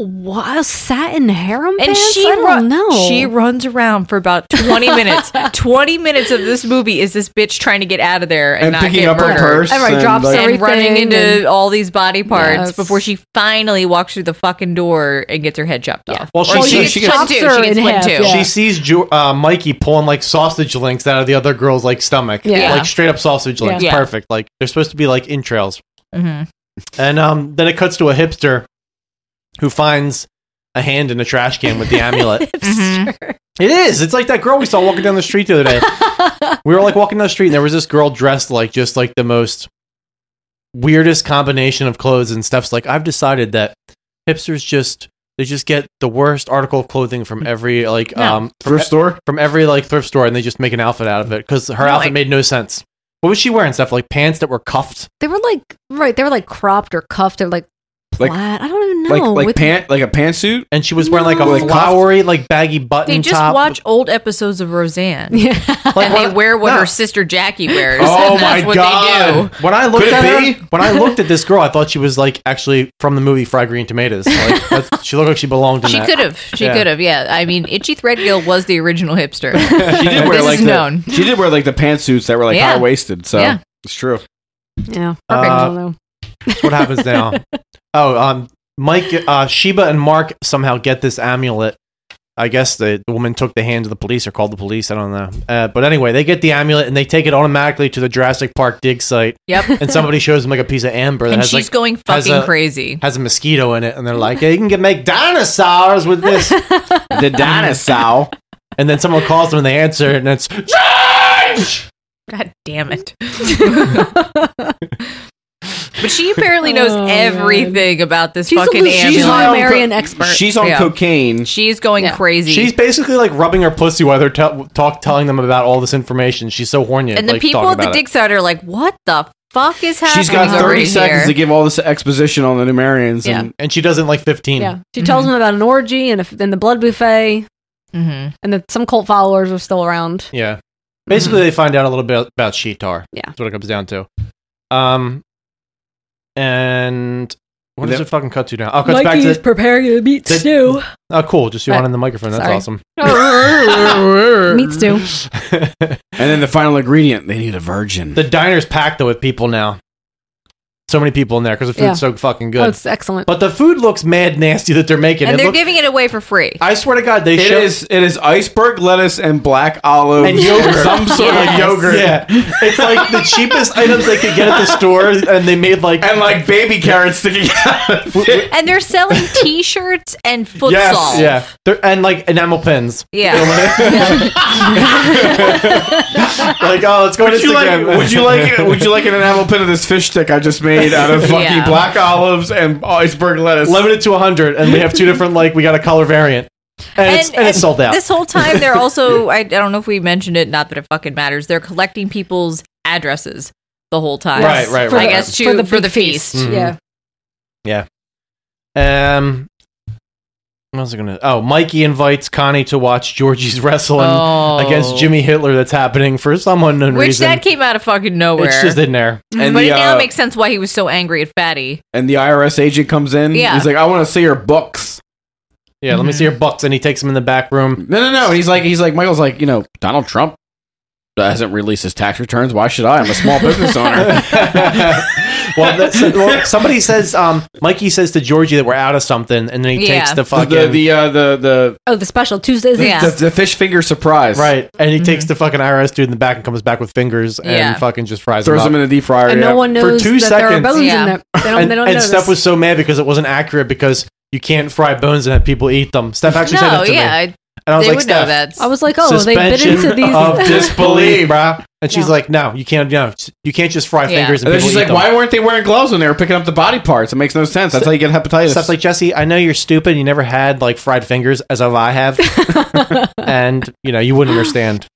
S2: what satin harem
S10: and
S2: pants?
S10: she
S2: I don't
S10: run-
S2: know.
S10: she runs around for about 20 minutes 20 minutes of this movie is this bitch trying to get out of there and,
S11: And
S10: not
S11: picking
S10: get
S11: up her
S10: murdered
S11: purse
S10: and,
S11: and,
S2: drops
S11: like-
S2: everything
S10: running into
S2: and-
S10: all these body parts
S2: Yes.
S10: before she finally walks through the fucking door and gets her head chopped off
S6: Well, she-
S10: Or
S6: she-
S10: gets
S6: she
S10: split
S2: Oh, chops
S10: too.
S2: her
S10: she gets
S2: in half,
S10: split too
S2: yeah.
S6: She sees Ju- uh, Mikey pulling like sausage links out of the other girl's like stomach,
S2: Yeah.
S6: like straight up sausage links.
S10: Yeah.
S6: Perfect. Like they're supposed to be like entrails.
S10: Mhm.
S6: And um, then it cuts to a hipster who finds a hand in a trash can with the amulet.
S10: Mm-hmm.
S6: It is. It's like that girl we saw walking down the street the other day. we were like walking down the street, and there was this girl dressed like just like the most weirdest combination of clothes and stuff's like I've decided that hipsters just they just get the worst article of clothing from every like
S10: Mm. No.
S6: um
S11: Thrift store.
S6: from every like thrift store, and they just make an outfit out of it because her
S10: No,
S6: outfit
S10: I-
S6: made no sense. What was she wearing? Stuff like pants that were cuffed.
S2: they were like right, they were like cropped or cuffed or like
S11: Like-
S2: plaid. I don't even know.
S11: like like
S2: With-
S11: pant like a pantsuit.
S6: and she was wearing like a
S11: No. Like cuffed?
S6: flowery, like baggy button
S10: they just
S6: top.
S10: watch old episodes of roseanne
S2: yeah.
S10: and they wear what
S6: No.
S10: her sister jackie wears
S11: Oh
S10: and that's
S11: my
S10: what
S11: God.
S10: they do
S6: when I looked
S11: Could it
S6: at
S11: be?
S6: her, when I looked at this girl, I thought she was like actually from the movie Fried Green Tomatoes. Like that's- she looked like she belonged in
S10: she
S6: that.
S10: could have. She
S6: Yeah.
S10: could have. Yeah. I mean, Itchy Threadgill was the original hipster.
S11: She did wear
S10: This
S11: like
S10: is
S11: the,
S10: known.
S11: she did wear like the pantsuits that were like
S10: Yeah.
S11: high waisted. So
S10: Yeah.
S11: it's true.
S2: yeah, perfect. I
S6: Uh,
S2: don't know.
S6: What happens now? Oh, um, Mike, uh, Sheba, and Mark somehow get this amulet. I guess the, the woman took the hands of the police or called the police. I don't know. Uh, but anyway, they get the amulet and they take it automatically to the Jurassic Park dig site.
S10: Yep.
S6: And somebody shows them like a piece of amber that
S10: And
S6: has
S10: she's
S6: like
S10: going
S6: has
S10: fucking
S6: a-
S10: crazy.
S6: has a mosquito in it, and they're like, "Yeah, you can get make dinosaurs with this."
S11: The dinosaur.
S6: and then someone calls them and they answer, and it's
S10: God damn it. but she apparently knows
S2: Oh,
S10: everything about this
S2: She's a
S10: fucking
S2: lu- she's
S10: ambulance.
S2: on-
S11: co-
S2: Marion expert.
S11: She's on
S10: Yeah.
S11: cocaine.
S10: She's going
S2: Yeah.
S10: crazy.
S6: she's basically like rubbing her pussy while they're tell talk telling them about all this information. She's so horny.
S10: and the
S6: like,
S10: people
S6: talking
S10: at the
S6: about it.
S10: dig site are like, what the fuck is happening?
S11: She's got
S10: over
S11: thirty seconds
S10: here?
S11: to give all this exposition on the Numerians. And
S6: and she doesn't like fifteen.
S2: Yeah, she tells him about an orgy and, a, and the blood buffet,
S10: Mhm.
S2: and that some cult followers are still around.
S6: Yeah.
S10: Mm-hmm.
S6: Basically, they find out a little bit about Sheetar.
S2: Yeah.
S6: That's what it comes down to. Um, and what does
S11: Yep.
S6: it fucking cut to now? Oh, it cuts back to.
S2: preparing the meat
S6: the- oh, cool. Just you on in the microphone. That's
S2: Sorry.
S6: awesome. er,
S2: meat stew.
S11: and then the final ingredient, they need a virgin.
S6: The diner's packed though with people now. so many people in there because the food's
S10: Yeah.
S6: so fucking good.
S10: Oh, it's excellent.
S6: But the food looks mad nasty that they're making.
S10: and
S6: it
S10: they're
S6: look-
S10: giving it away for free.
S6: I swear to God, they
S11: It
S6: show
S11: is- it is iceberg lettuce and black olive
S6: and yogurt,
S11: some sort of yogurt.
S6: Yeah, it's like the cheapest items they could get at the store, and they made like and like baby carrots sticking out. Of it.
S10: and they're selling T-shirts and futsal.
S6: Yes, yeah, They're- and like enamel pins. like oh, let's go
S11: Would
S6: to
S11: you like?
S6: Instagram.
S11: Would you like? Would you like an enamel pin of this fish stick I just made out of fucking
S6: Yeah.
S11: black olives and iceberg lettuce?
S6: Limited to hundred, and we have two different. Like we got a color variant, and, it's, and, it's sold out.
S10: This whole time, they're also, I, I don't know if we mentioned it, not that it fucking matters. They're collecting people's addresses the whole time.
S6: Right, right,
S10: I
S6: right.
S10: guess,
S6: For
S10: too, for
S6: the
S10: the, feast.
S6: feast. Mhm. Yeah. Yeah. Um. What was I gonna? Oh, Mikey invites Connie to watch Georgie's wrestling
S10: Oh.
S6: against Jimmy Hitler. That's happening for some unknown
S10: Which
S6: reason.
S10: that came out of fucking nowhere.
S6: It's just in there.
S10: Mhm, but it now
S6: uh,
S10: makes sense why he was so angry at Fatty.
S11: and the IRS agent comes in.
S10: Yeah.
S11: He's like, I want to see your books.
S6: Yeah, let me
S10: Mm-hmm.
S6: see your books. And he takes him in the back room.
S11: No, no, no. He's like, he's like, Michael's like, you know, Donald Trump hasn't released his tax returns. Why should I? I'm a small business owner.
S6: well, that's, well, somebody says, um, Mikey says to Georgie that we're out of something, and then he
S11: Yeah.
S6: takes
S11: The-
S6: the fucking
S11: the, uh, the the
S2: Oh, the special Tuesdays.
S6: er,
S11: the, the fish finger surprise,
S6: right, and he takes the fucking IRS dude in the back and comes back with fingers and
S2: Yeah.
S6: fucking just fries
S11: Throws
S6: him
S11: him in the deep fryer.
S2: And no one knows
S6: for two
S2: that there are
S6: seconds.
S2: bones in there. They don't,
S6: and
S2: they don't
S6: and
S2: know
S6: Steph
S2: this.
S6: was so mad because it wasn't accurate because you can't fry bones and have people eat them. Steph actually said
S10: No,
S6: that to
S10: yeah, I-
S6: me.
S10: they would know that.
S2: I was like, oh, they bit
S6: suspension
S2: into these.
S6: of disbelief, bruh. And she's like, no, you can't. No, you can't just fry fingers. And,
S11: And then
S6: people
S11: she's
S6: eat
S11: like,
S6: them.
S11: why weren't they wearing gloves when they were picking up the body parts? It makes no sense. That's how you get hepatitis.
S6: Stuff like Jesse, I know you're stupid. You never had like fried fingers as of I have, and you know you wouldn't understand.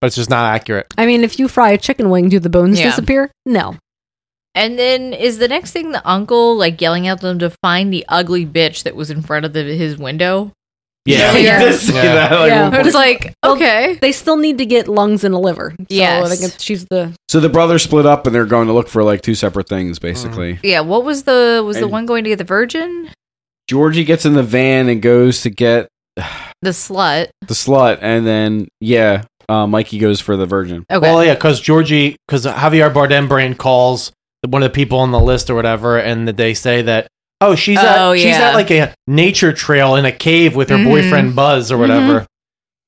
S6: But it's just not accurate.
S2: I mean, if you fry a chicken wing, do the bones
S10: Yeah.
S2: disappear? No.
S10: And then is the next thing the uncle like yelling at them to find the ugly bitch that was in front of the, his window?
S6: Yeah,
S10: Yeah.
S6: he did say that, like,
S2: Yeah.
S6: one point.
S10: It was like okay,
S2: They still need to get lungs and a liver. So
S10: Yes.
S2: I think she's the
S11: so the brothers split up and they're going to look for like two separate things, basically.
S10: yeah. What was the was the
S11: And-
S10: one going to get the virgin,
S11: Georgie gets in the van and goes to get
S10: the slut?
S11: the slut, and then yeah, uh, Mikey goes for the virgin.
S10: Okay.
S6: Well, yeah, because Georgie, because Javier Bardem brain calls one of the people on the list or whatever, and that they say that oh she's
S10: Oh,
S6: at, she's
S10: yeah.
S6: at like a nature trail in a cave with her
S10: Mhm.
S6: boyfriend Buzz or whatever.
S10: Mhm.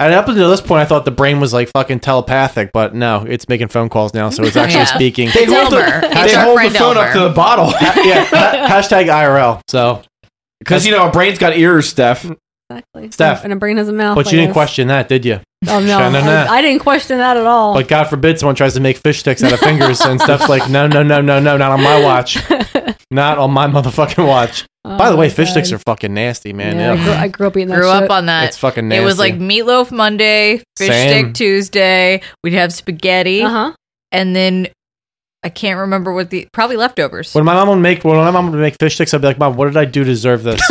S6: And up until this point, I thought the brain was like fucking telepathic, but no, it's making phone calls now, so it's actually
S10: Yeah.
S6: speaking.
S10: It's They hold the- Elmer. It's
S11: they
S10: our
S11: hold the
S10: friend
S11: phone up
S10: Elmer.
S11: to the bottle
S6: yeah, ha- hashtag IRL. So
S11: because you know a brain's got ears, Steph.
S6: Steph,
S2: and a brain has a mouth.
S6: but
S2: I
S6: you didn't
S2: guess.
S6: question that, did you?
S2: Oh no,
S6: Shannon, uh, nah.
S2: I, I didn't question that at all.
S6: But God forbid someone tries to make fish sticks out of fingers and stuff's like, no, no, no, no, no, not on my watch. Not on my motherfucking watch.
S2: Oh
S6: By the way,
S2: my
S6: fish sticks
S2: God.
S6: are fucking nasty, man.
S2: Yeah, I,
S6: Yeah.
S2: grew, I grew up eating that.
S10: Grew
S2: shit.
S10: up on that.
S6: It's fucking
S10: It was like
S6: nasty.
S10: meatloaf Monday, fish
S6: Same.
S10: stick Tuesday. We'd have spaghetti,
S2: Uh-huh.
S10: and then I can't remember what the probably leftovers.
S6: When my mom would make when my mom would make fish sticks, I'd be like, Mom, what did I do to deserve this?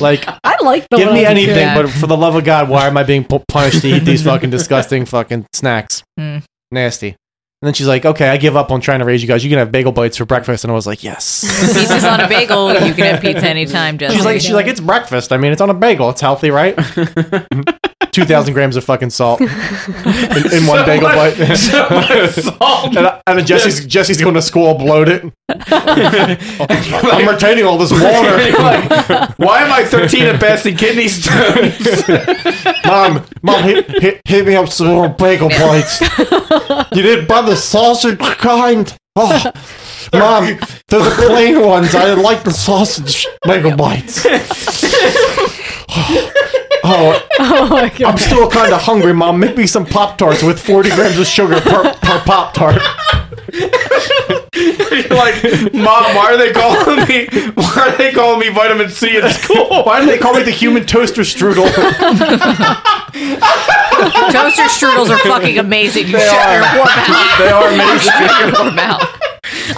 S6: like,
S2: I like the
S6: give
S2: one
S6: me
S2: I was
S6: anything,
S2: doing.
S6: but for the love of God, why am I being pu- punished to eat these fucking disgusting fucking snacks?
S10: Mm.
S6: Nasty. And then she's like, Okay, I give up on trying to raise you guys. You can have bagel bites for breakfast. And I was like, Yes.
S10: Pizza's on a bagel. You can have pizza anytime, Jesse.
S6: She's like, she's like, it's breakfast. I mean, it's on a bagel. It's healthy, right? Two thousand grams of fucking salt in, in one
S11: So
S6: bagel
S11: much-
S6: bite.
S11: so much
S6: and, I, and then Jesse's Jesse's going to school, bloated. I'm retaining all this water.
S11: Why am I 13 at best in kidney stones?
S6: mom, mom, hit, hit, hit me up some more bagel bites. you didn't buy the sausage kind. Oh, mom, they're the plain ones. I like the sausage bagel bites. Oh,
S2: Oh my god.
S6: I'm still kind of hungry, Mom. Make me some Pop Tarts with 40 grams of sugar per, per Pop Tart.
S11: like, mom, why are they calling me? Why are they calling me vitamin C at school?
S6: Why do they call me the human toaster strudel?
S10: Toaster strudels are fucking amazing. You
S6: They
S10: shut
S6: are.
S10: your warm mouth.
S6: They are amazing.
S10: You shut your warm mouth.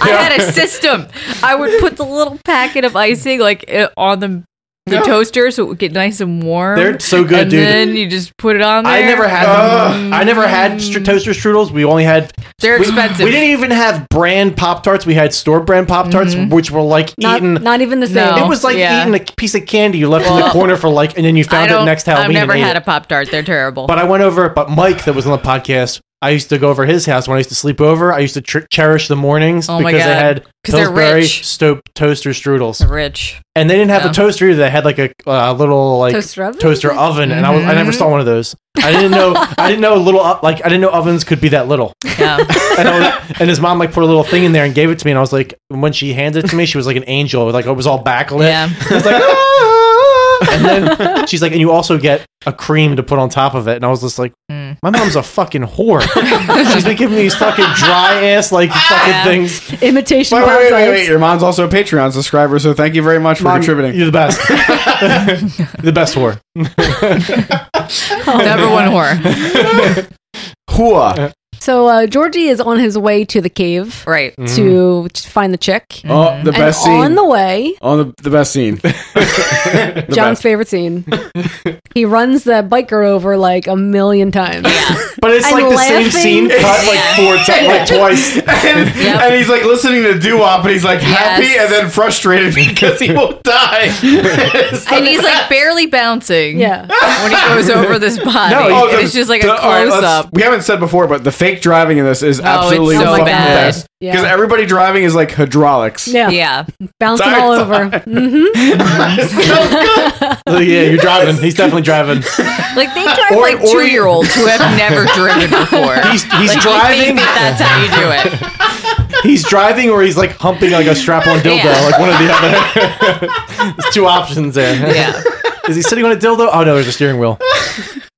S10: I had a system. I would put the little packet of icing like i- on the the
S6: Yeah.
S10: toaster so it would get nice and warm.
S6: They're so good,
S10: and
S6: dude.
S10: Then you just put it on there. Uh,
S6: I never had them. I never had str- toaster strudels. We only had.
S10: They're
S6: we-
S10: expensive.
S6: We, didn't even have brand Pop Tarts. We had store brand Pop Tarts, which were like
S2: Not,
S6: eaten.
S2: not even the same.
S6: it was like
S10: Mm-hmm. yeah.
S6: eating a piece of candy you left in the
S10: Well,
S6: corner for like, and then you
S10: I
S6: found it
S10: don't-
S6: next Halloween.
S10: I've never
S6: and ate
S10: had
S6: it.
S10: a pop tart. They're terrible.
S6: But I went over, but Mike that was on the podcast, I used to go over to his house when I used to sleep over. I used to tr- cherish the mornings
S10: Oh my
S6: because they
S10: God.
S6: had
S10: 'Cause they're
S6: Pillsbury
S10: rich.
S6: Stope toaster strudels.
S10: Rich.
S6: And they didn't have
S10: Yeah.
S6: the toaster either. They had like a uh, little like
S10: Toaster oven?
S6: toaster oven, and I was I never
S10: Mhm.
S6: saw one of those. I didn't know I didn't know little o- like I didn't know ovens could be that little.
S10: Yeah.
S6: and, I was, and his mom like put a little thing in there and gave it to me, and I was like, when she handed it to me, she was like an angel, like it was all backlit.
S10: Yeah.
S6: I was like, "Ah!" and then she's like, and you also get a cream to put on top of it, and I was just like,
S10: Mm.
S6: my mom's a fucking whore. she's been giving me these fucking dry ass like fucking things.
S2: Imitation
S11: Wait, wait, wait, wait, wait.
S2: parasites.
S11: Your mom's also a Patreon subscriber, so thank you very much for
S6: Mom,
S11: contributing.
S6: You're the best. the best whore.
S10: Number one whore.
S11: Hua.
S2: So uh, Georgie is on his way to the cave,
S10: right,
S2: to find the chick.
S11: Mm-hmm. Oh, the
S2: And
S11: best scene.
S2: On the way,
S11: On the, the best scene. The
S2: John's
S11: best.
S2: favorite scene. he runs that biker over like a million times.
S6: But it's
S2: And
S6: like the same
S2: laughing.
S6: scene cut like four times, like twice.
S11: and, and he's like listening to doo wop, and he's like happy and then frustrated because he will die.
S10: and he's like barely bouncing. Yeah. When he goes over this body.
S11: oh,
S10: and
S11: the-
S10: it's just like
S11: the-
S10: a
S11: all right,
S10: close
S11: let's-
S10: up.
S11: We haven't said before, but the fake driving in this is absolutely
S10: so
S11: the fucking
S10: bad.
S11: best
S10: Yeah.
S11: because everybody driving is like hydraulics.
S2: Yeah.
S10: Yeah.
S2: Bouncing
S11: Tired,
S2: all over. Mm-hmm.
S6: So, yeah, you're driving. He's definitely driving.
S10: Like they drive
S2: Or-
S10: like
S2: or-
S10: two year olds who have never driven before.
S6: He's- he's
S10: like, you think
S6: driving-
S10: that that's how you do it.
S6: He's driving or he's like humping like a strap on dildo,
S10: Yeah.
S6: like one or the other. there's two options there.
S10: Yeah.
S6: Is he sitting on a dildo? Oh no, there's a steering wheel.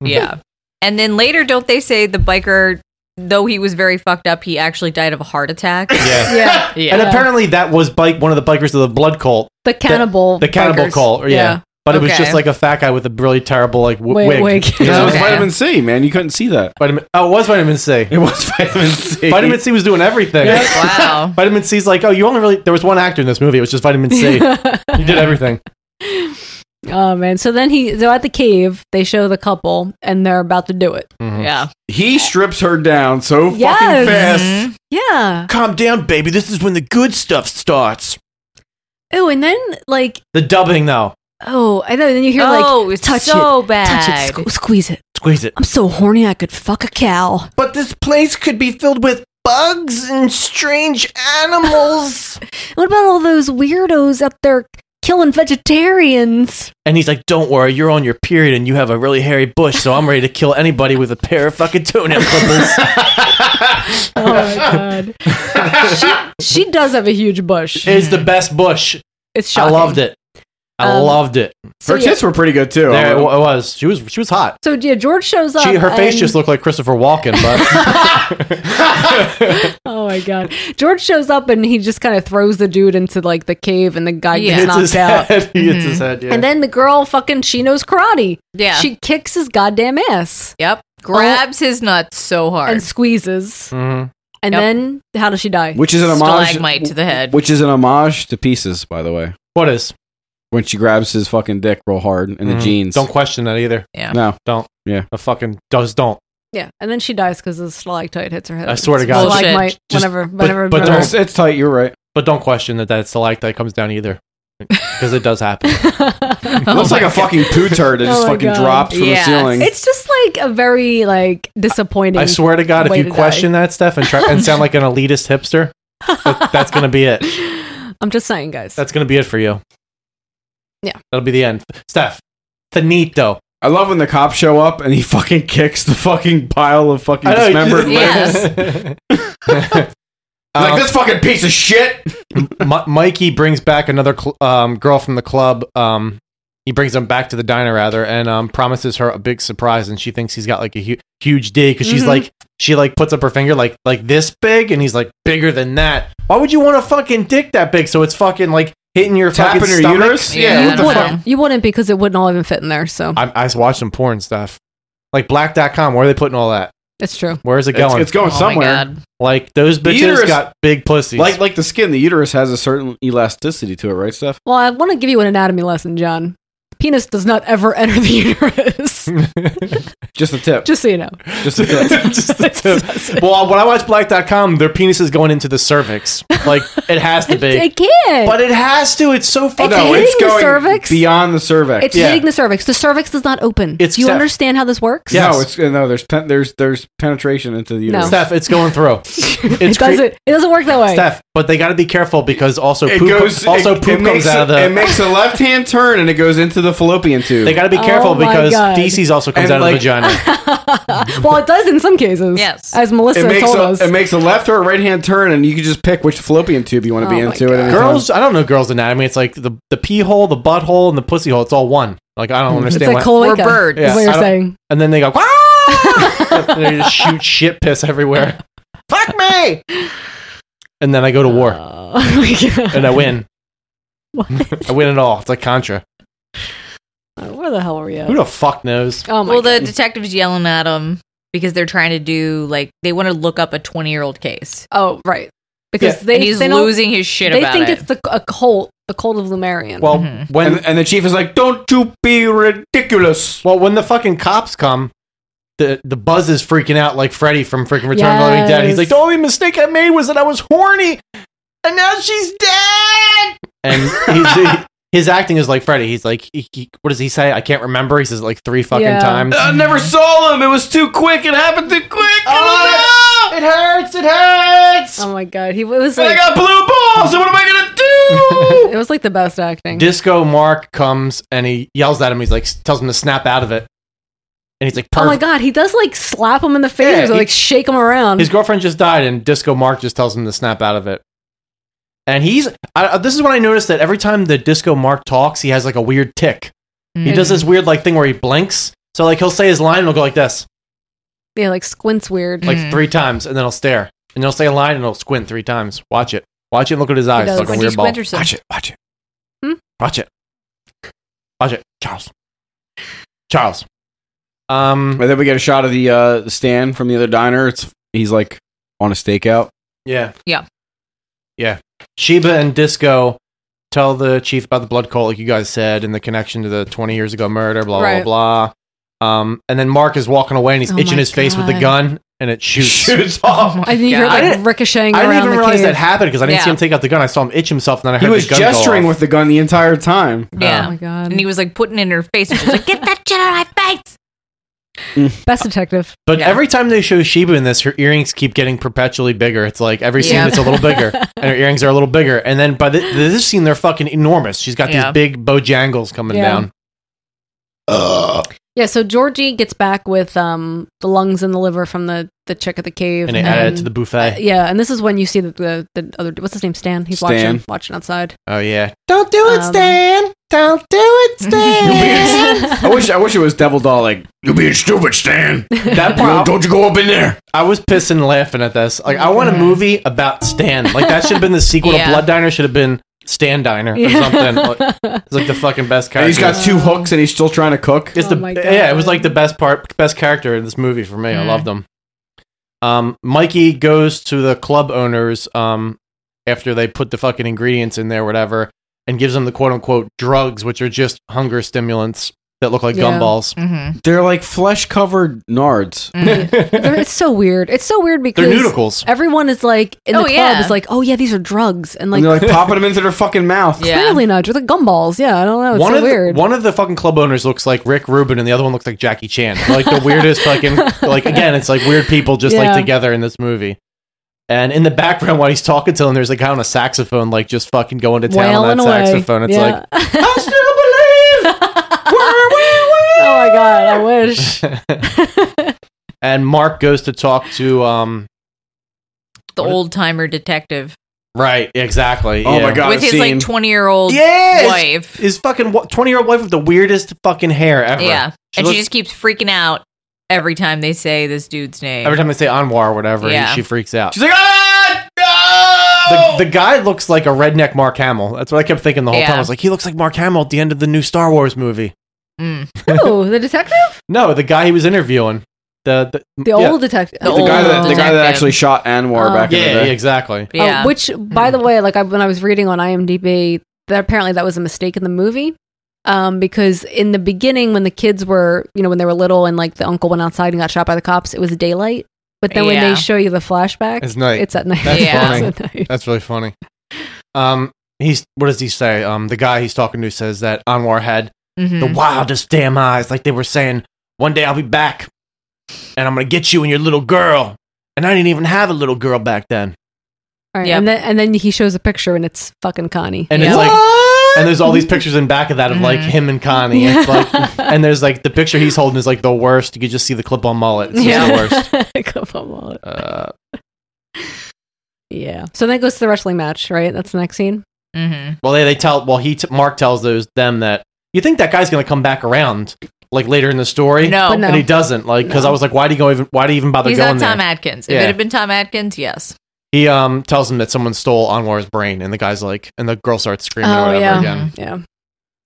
S10: Yeah. And then later, don't they say the biker, though he was very fucked up, he actually died of a heart attack?
S6: Yeah.
S2: Yeah.
S10: Yeah.
S6: And apparently that was bike one of the bikers of the blood cult.
S2: The cannibal.
S6: The cannibal
S2: bikers.
S6: cult. Yeah. But it was
S2: Okay.
S6: just like a fat guy with a really terrible like w-
S2: Wig-
S6: wig.
S2: wig.
S6: You
S11: That
S6: know?
S11: was vitamin C, man. You couldn't see that.
S6: Vitamin. Oh, it was vitamin C.
S11: It was vitamin C.
S6: Vitamin C was doing everything.
S11: Yeah.
S10: Wow.
S6: vitamin C's like, oh, you only really there was one actor in this movie. It was just vitamin C. you did everything.
S2: Oh man. So then he so at the cave, they show the couple and they're about to do it.
S10: Yeah.
S11: He strips her down so fucking
S2: Yes.
S11: fast.
S10: Mm-hmm.
S2: Yeah.
S6: Calm down, baby. This is when the good stuff starts.
S2: Oh, and then like
S6: The dubbing though.
S2: oh, I know. Then you hear
S10: Oh,
S2: like
S10: it's
S2: touch
S10: so
S2: it,
S10: bad.
S2: touch it, squ- squeeze it.
S6: Squeeze it.
S2: I'm so horny I could fuck a cow.
S13: But this place could be filled with bugs and strange animals.
S2: What about all those weirdos out there killing vegetarians?
S6: And he's like, "Don't worry, you're on your period, and you have a really hairy bush, so I'm ready to kill anybody with a pair of fucking toenail clippers."
S2: Oh my god. she she does have a huge bush.
S6: it's the best bush.
S2: It's
S6: I
S2: shocking.
S6: loved it. I
S2: Um,
S6: loved it.
S2: so Her yeah. tits
S11: were pretty good too. Um,
S6: There it wa- it was. She was. She was hot.
S2: So yeah, George shows up.
S6: She, her face
S2: and-
S6: just looked like Christopher Walken, but
S2: Oh my god. George shows up and he just kind of throws the dude into like the cave and the guy
S6: he
S2: gets
S6: hits
S2: knocked
S6: his
S2: out. Mm-hmm.
S6: head. He hits his head. Yeah.
S2: And then the girl fucking she knows karate.
S10: Yeah.
S2: She kicks his goddamn ass
S10: Yep. Grabs his nuts so hard.
S2: and squeezes.
S11: Mm-hmm.
S2: And
S10: Yep.
S2: then how does she die?
S11: Which is an homage.
S10: Stalagmite to the head.
S11: Which is an homage to Pieces, by the way.
S6: What is?
S11: When she grabs his fucking dick real hard in the
S6: Mhm.
S11: jeans.
S6: Don't question that either.
S10: Yeah.
S11: No.
S6: Don't.
S11: Yeah.
S6: A fucking does don't.
S2: Yeah, and then she dies because the stalactite hits her head.
S6: I swear to
S2: It's
S6: God.
S2: stalagmite.
S6: Just-
S2: whenever,
S6: but-
S2: whenever,
S6: but
S2: whenever.
S6: don't-
S11: It's tight. You're right.
S6: But don't question that that stalactite comes down either, because it does happen.
S11: Looks like a fucking poo turd that
S2: Oh
S11: just
S2: my
S11: fucking
S2: God.
S11: drops from
S2: Yes.
S11: the ceiling.
S2: It's just like a very like disappointing.
S6: I swear to God, if
S2: way
S6: you question that stuff and try and sound like an elitist hipster, that- that's gonna be it.
S2: die. I'm just saying, guys.
S6: That's gonna be it for you.
S2: Yeah.
S6: That'll be the end. Steph, finito.
S11: I love when the cops show up and he fucking kicks the fucking pile of fucking dismembered
S10: Yes.
S11: limbs. Like this fucking piece of shit.
S6: Um, Mi- Mikey brings back another cl- um, girl from the club. Um, he brings them back to the diner rather, and um, promises her a big surprise. And she thinks he's got like a hu- huge dig because she's
S2: Mhm.
S6: like, she like puts up her finger like like this big, and he's like bigger than that. Why would you want a fucking dick that big? So it's fucking like hitting your
S11: Tapping
S6: fucking
S11: her
S6: stomach?
S11: uterus?
S10: Yeah,
S2: you
S10: what the
S2: wouldn't.
S10: fuck?
S2: You wouldn't because it wouldn't all even fit in there. So
S6: I, I just watched some porn stuff, like Black.com. Where are they putting all that?
S2: it's true.
S6: Where is it
S11: It's,
S6: going?
S11: it's going
S10: Oh my
S11: somewhere.
S10: God.
S6: like those
S11: The
S6: bitches
S11: uterus-
S6: got big pussies.
S11: Like like the skin, the uterus has a certain elasticity to it, right, Steph?
S2: Well, I want to give you an anatomy lesson, John. Penis does not ever enter the uterus.
S11: Just the tip.
S2: Just so you know.
S11: Just the tip.
S6: Just the tip. Well, when I watch Black.com, their penis is going into the cervix. Like, it has to be.
S2: It can.
S6: But it has to. It's so fucking.
S2: It's hitting the cervix.
S11: beyond the cervix.
S2: It's hitting the cervix. The cervix does not open.
S11: It's
S2: Do you
S11: Steph.
S2: understand how this works?
S11: No, it's uh, no. There's pen, there's there's penetration into the uterus.
S6: Steph, it's going through. It's
S2: it doesn't. it doesn't work that way.
S6: Steph, but they got to be careful because also
S11: It
S6: poop,
S11: goes.
S6: also
S11: it,
S6: poop comes
S11: it makes
S6: out of
S11: a,
S6: the.
S11: It makes a left hand turn and it goes into the fallopian tube.
S6: They got to be
S2: Oh
S6: careful because feces also comes
S11: And,
S6: out
S11: like,
S6: of the vagina.
S2: well, it does in some cases. Yes, as Melissa
S11: It makes,
S2: told
S11: a,
S2: us.
S11: it makes a left or a right hand turn, and you can just pick which fallopian tube you want to
S2: Oh
S11: be
S2: my
S11: into. At any
S6: Girls, I don't know girls' anatomy. It's like the, the pee hole, the butthole, and the pussy hole. It's all one. Like I don't understand.
S2: like
S6: why-
S2: cloaca, Or bird. is what you're
S6: I don't-
S2: saying.
S6: And then they go. "Ah!" and they just shoot shit piss everywhere. Fuck me. And then I go to war.
S2: Uh. Oh
S6: and I win. I win it all. It's like Contra.
S2: Uh, Where the hell are we at?
S6: Who the fuck knows?
S2: Oh my
S10: well, the
S2: God.
S10: detective's yelling at him because they're trying to do like they want to look up a twenty-year-old case.
S2: Oh, right. Because
S10: Yeah.
S2: they
S10: And he's
S2: they don't-
S10: losing his shit
S2: They
S10: about
S2: think
S10: it.
S2: it's the a cult, the cult of Lumarian.
S6: Well, when
S11: and, the chief is like, "Don't you be ridiculous."
S6: Well, when the fucking cops come, the the buzz is freaking out like Freddy from freaking Return of the Living Dead. He's
S11: Yes.
S6: like, "The only mistake I made was that I was horny,"
S13: And now she's dead!
S6: and he's, he- his acting is like Freddy. He's like, he, he- "What does he say? I can't remember." He says it like three fucking times.
S11: I never saw him. It was too quick. It happened too quick.
S13: Oh,
S11: it hurts! It hurts!
S2: Oh my god, he it was
S11: And I
S2: like
S11: got blue balls. So what am I gonna do?
S2: it was like the best acting.
S6: Disco Mark comes and he yells at him. He's like, tells him to snap out of it, and he's like,
S2: oh my
S6: "Perv."
S2: god, he does like slap him in the face
S6: Yeah,
S2: or
S6: he-
S2: like shake him around.
S6: His girlfriend just died, and Disco Mark just tells him to snap out of it. And he's I, I- this is when I noticed that every time the Disco Mark talks, he has like a weird tick.
S10: Mm-hmm.
S6: He
S2: Mm.
S6: does this weird like thing where he blinks. So like he'll say his line, and he'll go like this,
S2: yeah, like squints weird.
S6: like three times, and then he'll stare, and he'll say a line, and he'll squint three times. Watch it, watch it, and look at his eyes.
S2: does.
S6: Like a
S2: When he
S6: weird ball.
S2: squints or something.
S6: Watch it, watch it,
S2: Hmm?
S6: watch it, watch it, Charles, Charles. Um,
S11: and then we get a shot of the uh, stand from the other diner. It's he's like on a stakeout.
S6: Yeah.
S10: Yeah.
S6: Yeah. Sheba and Disco tell the chief about the blood cult, like you guys said, and the connection to the 20 years ago murder, blah,
S11: Right.
S6: blah, blah. Um, and then Mark is walking away and he's
S2: Oh
S6: itching
S2: my
S6: his face with the
S2: God.
S6: gun and it shoots.
S11: Shoots off.
S2: I think you're
S6: God. I
S2: like
S6: didn't-
S2: ricocheting
S6: I
S2: around
S6: didn't even
S2: the
S6: realize
S2: cave.
S6: that happened because I didn't see
S2: Yeah.
S6: him take out the gun. I saw him itch himself, and then I
S11: He
S6: heard
S11: was
S6: the gun
S11: gesturing
S6: go off.
S11: with the gun the entire time.
S10: Yeah.
S2: Oh my god.
S10: And he was like putting it in her face and she's like, Get that shit out of my face.
S2: Best detective.
S6: But every time they show Sheba in this, her earrings keep getting perpetually bigger. It's like every scene
S2: Yeah.
S6: it's a little bigger, and her earrings are a little bigger. And then by the, this scene, they're fucking enormous. She's got
S10: Yeah.
S6: these big bojangles coming
S2: Yeah.
S6: down. Ugh.
S2: Yeah, so Georgie gets back with um the lungs and the liver from the the chick at the cave,
S6: And they added it to the buffet.
S2: Uh, yeah, and this is when you see the the, the other what's his name Stan. He's
S6: Stan.
S2: watching watching outside.
S6: Oh yeah.
S13: Don't do it,
S2: Um,
S13: Stan! Don't do it, Stan!
S11: I wish I wish it was Devil Doll like you're being stupid, Stan.
S6: That part, don't you go up in there. I was pissing and laughing at this. Like, I want a movie about Stan. Like, that should have been the sequel
S11: Yeah.
S6: to Blood Diner. Should have been Stan Diner or
S11: Yeah.
S6: something. Like, it's like the fucking best
S11: And
S6: character.
S11: he's got two hooks and he's still trying to cook.
S6: It's the yeah. It was like the best part, best character in this movie for me. I
S11: Mm.
S6: loved him. Um, Mikey goes to the club owners um after they put the fucking ingredients in there, whatever, and gives them the quote unquote drugs, which are just hunger stimulants that look like gumballs.
S2: Mm-hmm.
S11: They're like flesh covered nards.
S2: Mm. They're- it's so weird. It's so weird because
S11: nudicles.
S2: Everyone is like in
S10: Oh,
S2: the club
S10: yeah.
S2: is like, oh yeah, these are drugs, and like,
S11: and they're like popping them into their fucking mouth.
S2: clearly not. They're like gumballs. Yeah, I don't know. It's
S6: one
S2: so
S6: of
S2: weird.
S6: The, one of the fucking club owners looks like Rick Rubin, and the other one looks like Jackie Chan. Like the weirdest fucking like again, it's like weird people just
S2: Yeah.
S6: like together in this movie. And in the background, while he's talking to him, there's a guy on a saxophone, like just fucking going to town on
S2: Wailing
S6: that
S2: away.
S6: saxophone. It's
S2: Yeah. oh my god, I wish.
S6: like, and Mark goes to talk to, um,
S10: The old timer detective.
S6: right, exactly.
S11: Oh my
S6: yeah.
S11: God,
S10: with his like twenty year old
S6: Yeah, his-
S10: wife.
S6: his fucking twenty year old wife with the weirdest fucking hair ever.
S10: Yeah.
S6: She
S10: and
S6: looks-
S10: she just keeps freaking out every time they say this dude's name.
S6: every time they say Anwar or whatever, he-
S10: Yeah.
S6: she freaks out.
S11: She's like, ah, no!
S2: Oh!
S6: The, the guy looks like a redneck Mark Hamill. That's what I kept thinking the whole
S2: Yeah.
S6: time. I was like, he looks like Mark Hamill at the end of the new Star Wars movie.
S10: Mm,
S2: Oh, the detective,
S6: No, the guy he was interviewing. The the,
S2: the old detective,
S11: The,
S6: Oh,
S11: guy that the guy that actually shot Anwar
S2: Oh.
S11: back
S6: yeah,
S11: in the
S6: yeah, Hmm.
S11: day.
S6: exactly.
S2: Oh, which, by the way, like I, when I was reading on IMDb, that apparently that was a mistake in the movie. um, because in the beginning, when the kids were, you know, when they were little and like the uncle went outside and got shot by the cops, it was daylight. But then when
S6: Yeah.
S2: they show you the flashback,
S6: It's night.
S2: It's at night.
S6: That's
S2: It's at
S6: funny. That's really funny. Um, he's what does he say? Um, the guy he's talking to says that Anwar had the
S10: Mm-hmm.
S2: Mhm.
S6: wildest damn eyes, like they were saying, "One day I'll be back, and I'm gonna get you and your little girl." And I didn't even have a little girl back then.
S2: All right, and then and then he shows a picture and it's fucking Connie.
S6: And it's like, and there's all these pictures in back of that of
S2: Hmm.
S6: like him and Connie. And It's like, and there's like the picture he's holding is like the worst. You could just see the clip on mullet. It's just the worst.
S2: Clip on wallet.
S6: Uh,
S2: yeah. So then it goes to the wrestling match, right? That's the next scene. Mm-hmm.
S6: Well, they, they tell. Well, he t- Mark tells those them that you think that guy's going to come back around like later in the story.
S10: No. But no.
S6: and he doesn't. Like because I was like, why do you go even? Why do you even bother
S10: He's
S6: going
S10: not Tom
S6: there?
S10: Atkins. If
S6: Yeah.
S10: it had been Tom Atkins, yes.
S6: he um tells him that someone stole Anwar's brain, and the guy's like, and the girl starts screaming
S10: Oh,
S6: or whatever again.
S2: Yeah.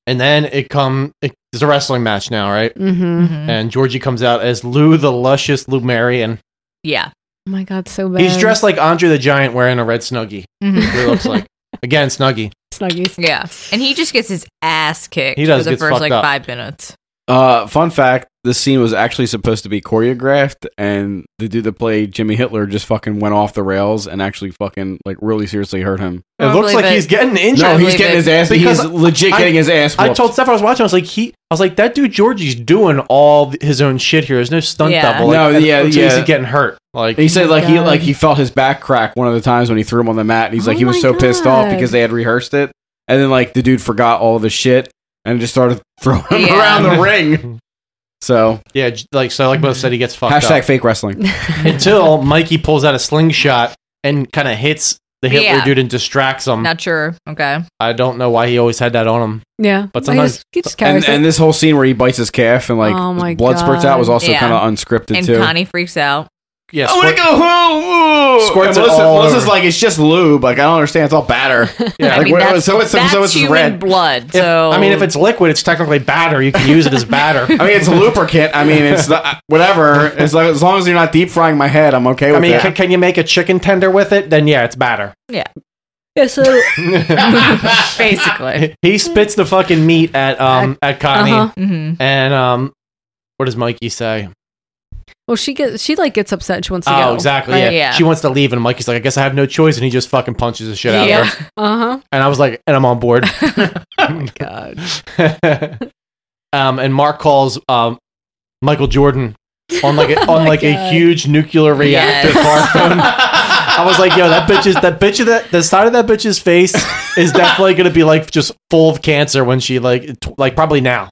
S6: And then it come. It, there's a wrestling match now, right?
S2: Mhm.
S10: Mm.
S2: Mhm.
S10: Mm-hmm.
S6: And Georgie comes out as Lou the luscious Lumarian.
S10: Yeah.
S2: Oh my god, so bad.
S6: He's dressed like Andre the Giant wearing a red snuggie.
S10: Mhm.
S6: That's what he looks like again snuggie.
S2: Snuggies.
S10: Yeah. And he just gets his ass kicked
S11: He does
S10: for the
S11: gets
S10: first
S11: fucked
S10: like
S11: up.
S10: five minutes.
S11: Uh, fun fact: this scene was actually supposed to be choreographed, and the dude that played Jimmy Hitler just fucking went off the rails and actually fucking like really seriously hurt him.
S6: It looks like he's getting injured.
S11: No, he's getting his ass.
S6: Because
S11: he's legit
S6: I-
S11: getting his ass.
S6: I
S11: whooped.
S6: told Steph I was watching. I was like, he. I was like, that dude Georgie's doing all th- his own shit here. There's no stunt
S11: Yeah.
S6: double. Like,
S11: No,
S6: it
S11: yeah,
S6: looks
S11: yeah.
S6: Like he's getting hurt. Like
S11: he said, like he like he felt his back crack one of the times when he threw him on the mat, and he's like he was so pissed off
S6: Oh God.
S11: because they had rehearsed it, and then like the dude forgot all of his shit and just started throwing him
S6: Yeah.
S11: around the ring. So
S6: yeah, j- like so, like both said, he gets fucked.
S11: hashtag
S6: up.
S11: fake wrestling.
S6: until Mikey pulls out a slingshot and kind of hits the Hitler
S10: Yeah.
S6: dude and distracts him.
S10: Not sure. Okay.
S6: I don't know why he always had that on him.
S2: Yeah.
S6: But sometimes-
S10: he just
S11: and,
S10: carries it.
S11: and this whole scene where he bites his calf and like
S10: Oh my
S11: blood spurts out was
S10: God.
S11: also
S10: Yeah.
S11: kind of unscripted
S10: and
S11: too.
S10: Connie freaks out.
S6: Yes.
S11: I wanna go home. Ooh.
S10: Squirts
S11: And
S10: it
S11: Melissa-
S10: all
S11: Melissa's
S10: over.
S11: like it's just lube. Like I don't understand. It's all batter.
S6: Yeah,
S11: like,
S6: I mean,
S11: what-
S6: that's-
S11: so it's so,
S6: that's
S11: it's
S6: human
S11: red.
S10: blood.
S6: If- I mean, if it's liquid, it's technically batter. You can use it as batter.
S11: I mean, it's a lubricant. I mean, it's the, whatever. As long, as long as you're not deep frying my head, I'm okay
S6: I
S11: with
S6: mean,
S11: it.
S6: can, can you make a chicken tender with it? Then yeah, it's batter.
S10: Yeah.
S2: Yeah, so
S10: basically.
S6: He spits the fucking meat at um at Connie,
S2: Uh-huh.
S10: Mm-hmm.
S2: Mhm.
S6: and um, what does Mikey say?
S2: Well, she gets she like gets upset. She wants to go. Uh,
S6: Oh, exactly. Yeah.
S2: right?
S6: she wants to leave, and Mikey's like, "I guess I have no choice," and he just fucking punches the shit out
S2: Yeah.
S6: of her.
S2: Uh huh.
S6: And I was like, "And I'm on board."
S13: Oh
S2: God.
S6: um, and Mark calls um Michael Jordan on like a,
S13: Oh
S6: on
S13: my
S6: like a
S13: God.
S6: huge nuclear reactor
S13: Yes.
S6: car phone. I was like, "Yo, that bitch is that bitch of that the side of that bitch's face is definitely gonna be like just full of cancer when she like t- like probably now."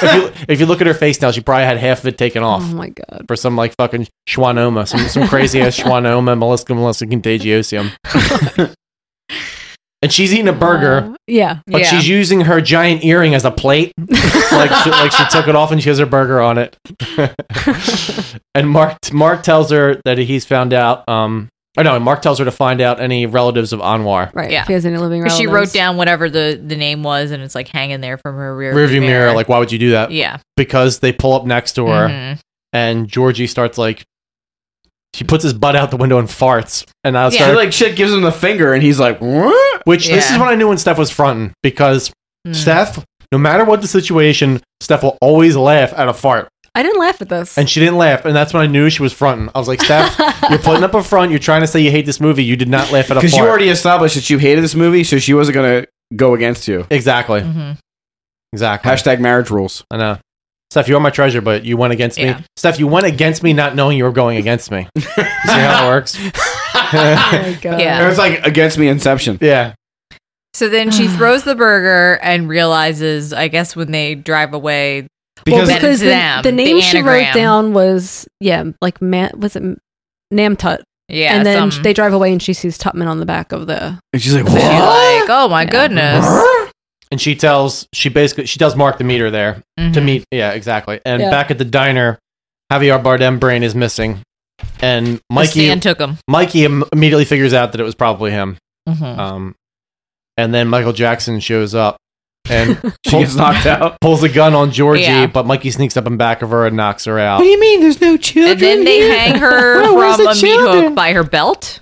S6: if you if you look at her face now, she probably had half of it taken off.
S13: Mm-hmm.
S2: Oh my god!
S6: For some like fucking schwannoma, some some crazy ass schwannoma, molluscum molluscum contagiosum. and she's eating a burger,
S2: Uh, Yeah.
S6: but
S2: yeah.
S6: she's using her giant earring as a plate. like she, like she took it off and she has her burger on it. and Mark Mark tells her that he's found out. Um, oh no, Mark tells her to find out any relatives of Anwar.
S2: right. If he has any living
S10: Because
S2: relatives.
S10: she wrote down whatever the, the name was and it's like hanging there from her rear
S6: Rearview mirror. Like, why would you do that?
S10: Yeah.
S6: Because they pull up next to her,
S10: Mhm.
S6: and Georgie starts like. He puts his butt out the window and farts, and I started
S11: like shit gives him the finger, and he's like, what?
S6: Which this is when I knew when Steph was fronting because Steph, no matter what the situation, Steph will always laugh at a fart.
S2: I didn't laugh at this.
S6: And she didn't laugh, and that's when I knew she was fronting. I was like, Steph, you're putting up a front. You're trying to say you hate this movie. You did not laugh at a fart.
S11: Because you already established that you hated this movie, so she wasn't gonna go against you.
S6: exactly,
S10: Mm. Mm-hmm.
S6: exactly.
S11: Hashtag marriage rules.
S6: I know, Steph, you are my treasure, but you went against
S11: Yeah.
S6: me. Steph, you went against me, not knowing you were going against me. You See how it works?
S2: Oh
S10: Yeah.
S11: It was like against me Inception.
S6: Yeah.
S10: So then she throws the burger and realizes, I guess, when they drive away,
S2: Because,
S10: that
S2: well, because
S10: it's them,
S2: the, the name she wrote
S10: anagram.
S2: down was yeah, like man was it Namtut?
S10: Yeah,
S2: And then
S10: some-
S2: they drive away, and she sees Tutman on the back of the.
S11: And she's like,
S10: And you're like, oh my goodness.
S6: and she tells she basically she does mark the meter there to
S2: Mm-hmm.
S10: Mhm.
S6: meet yeah exactly and
S10: Yeah.
S6: back at the diner javier bardem brain is missing and mikey
S10: Mm-hmm. stand took him.
S6: mikey im- immediately figures out that it was probably him
S10: Mhm.
S6: um, and then michael jackson shows up and
S11: She gets knocked out
S6: pulls a gun on georgie
S10: Yeah.
S6: but mikey sneaks up in back of her and knocks her out
S11: you mean? There's no children.
S10: And then they
S11: here?
S10: hang her
S11: Where- where's
S10: from
S11: the
S10: a meat hook by her belt.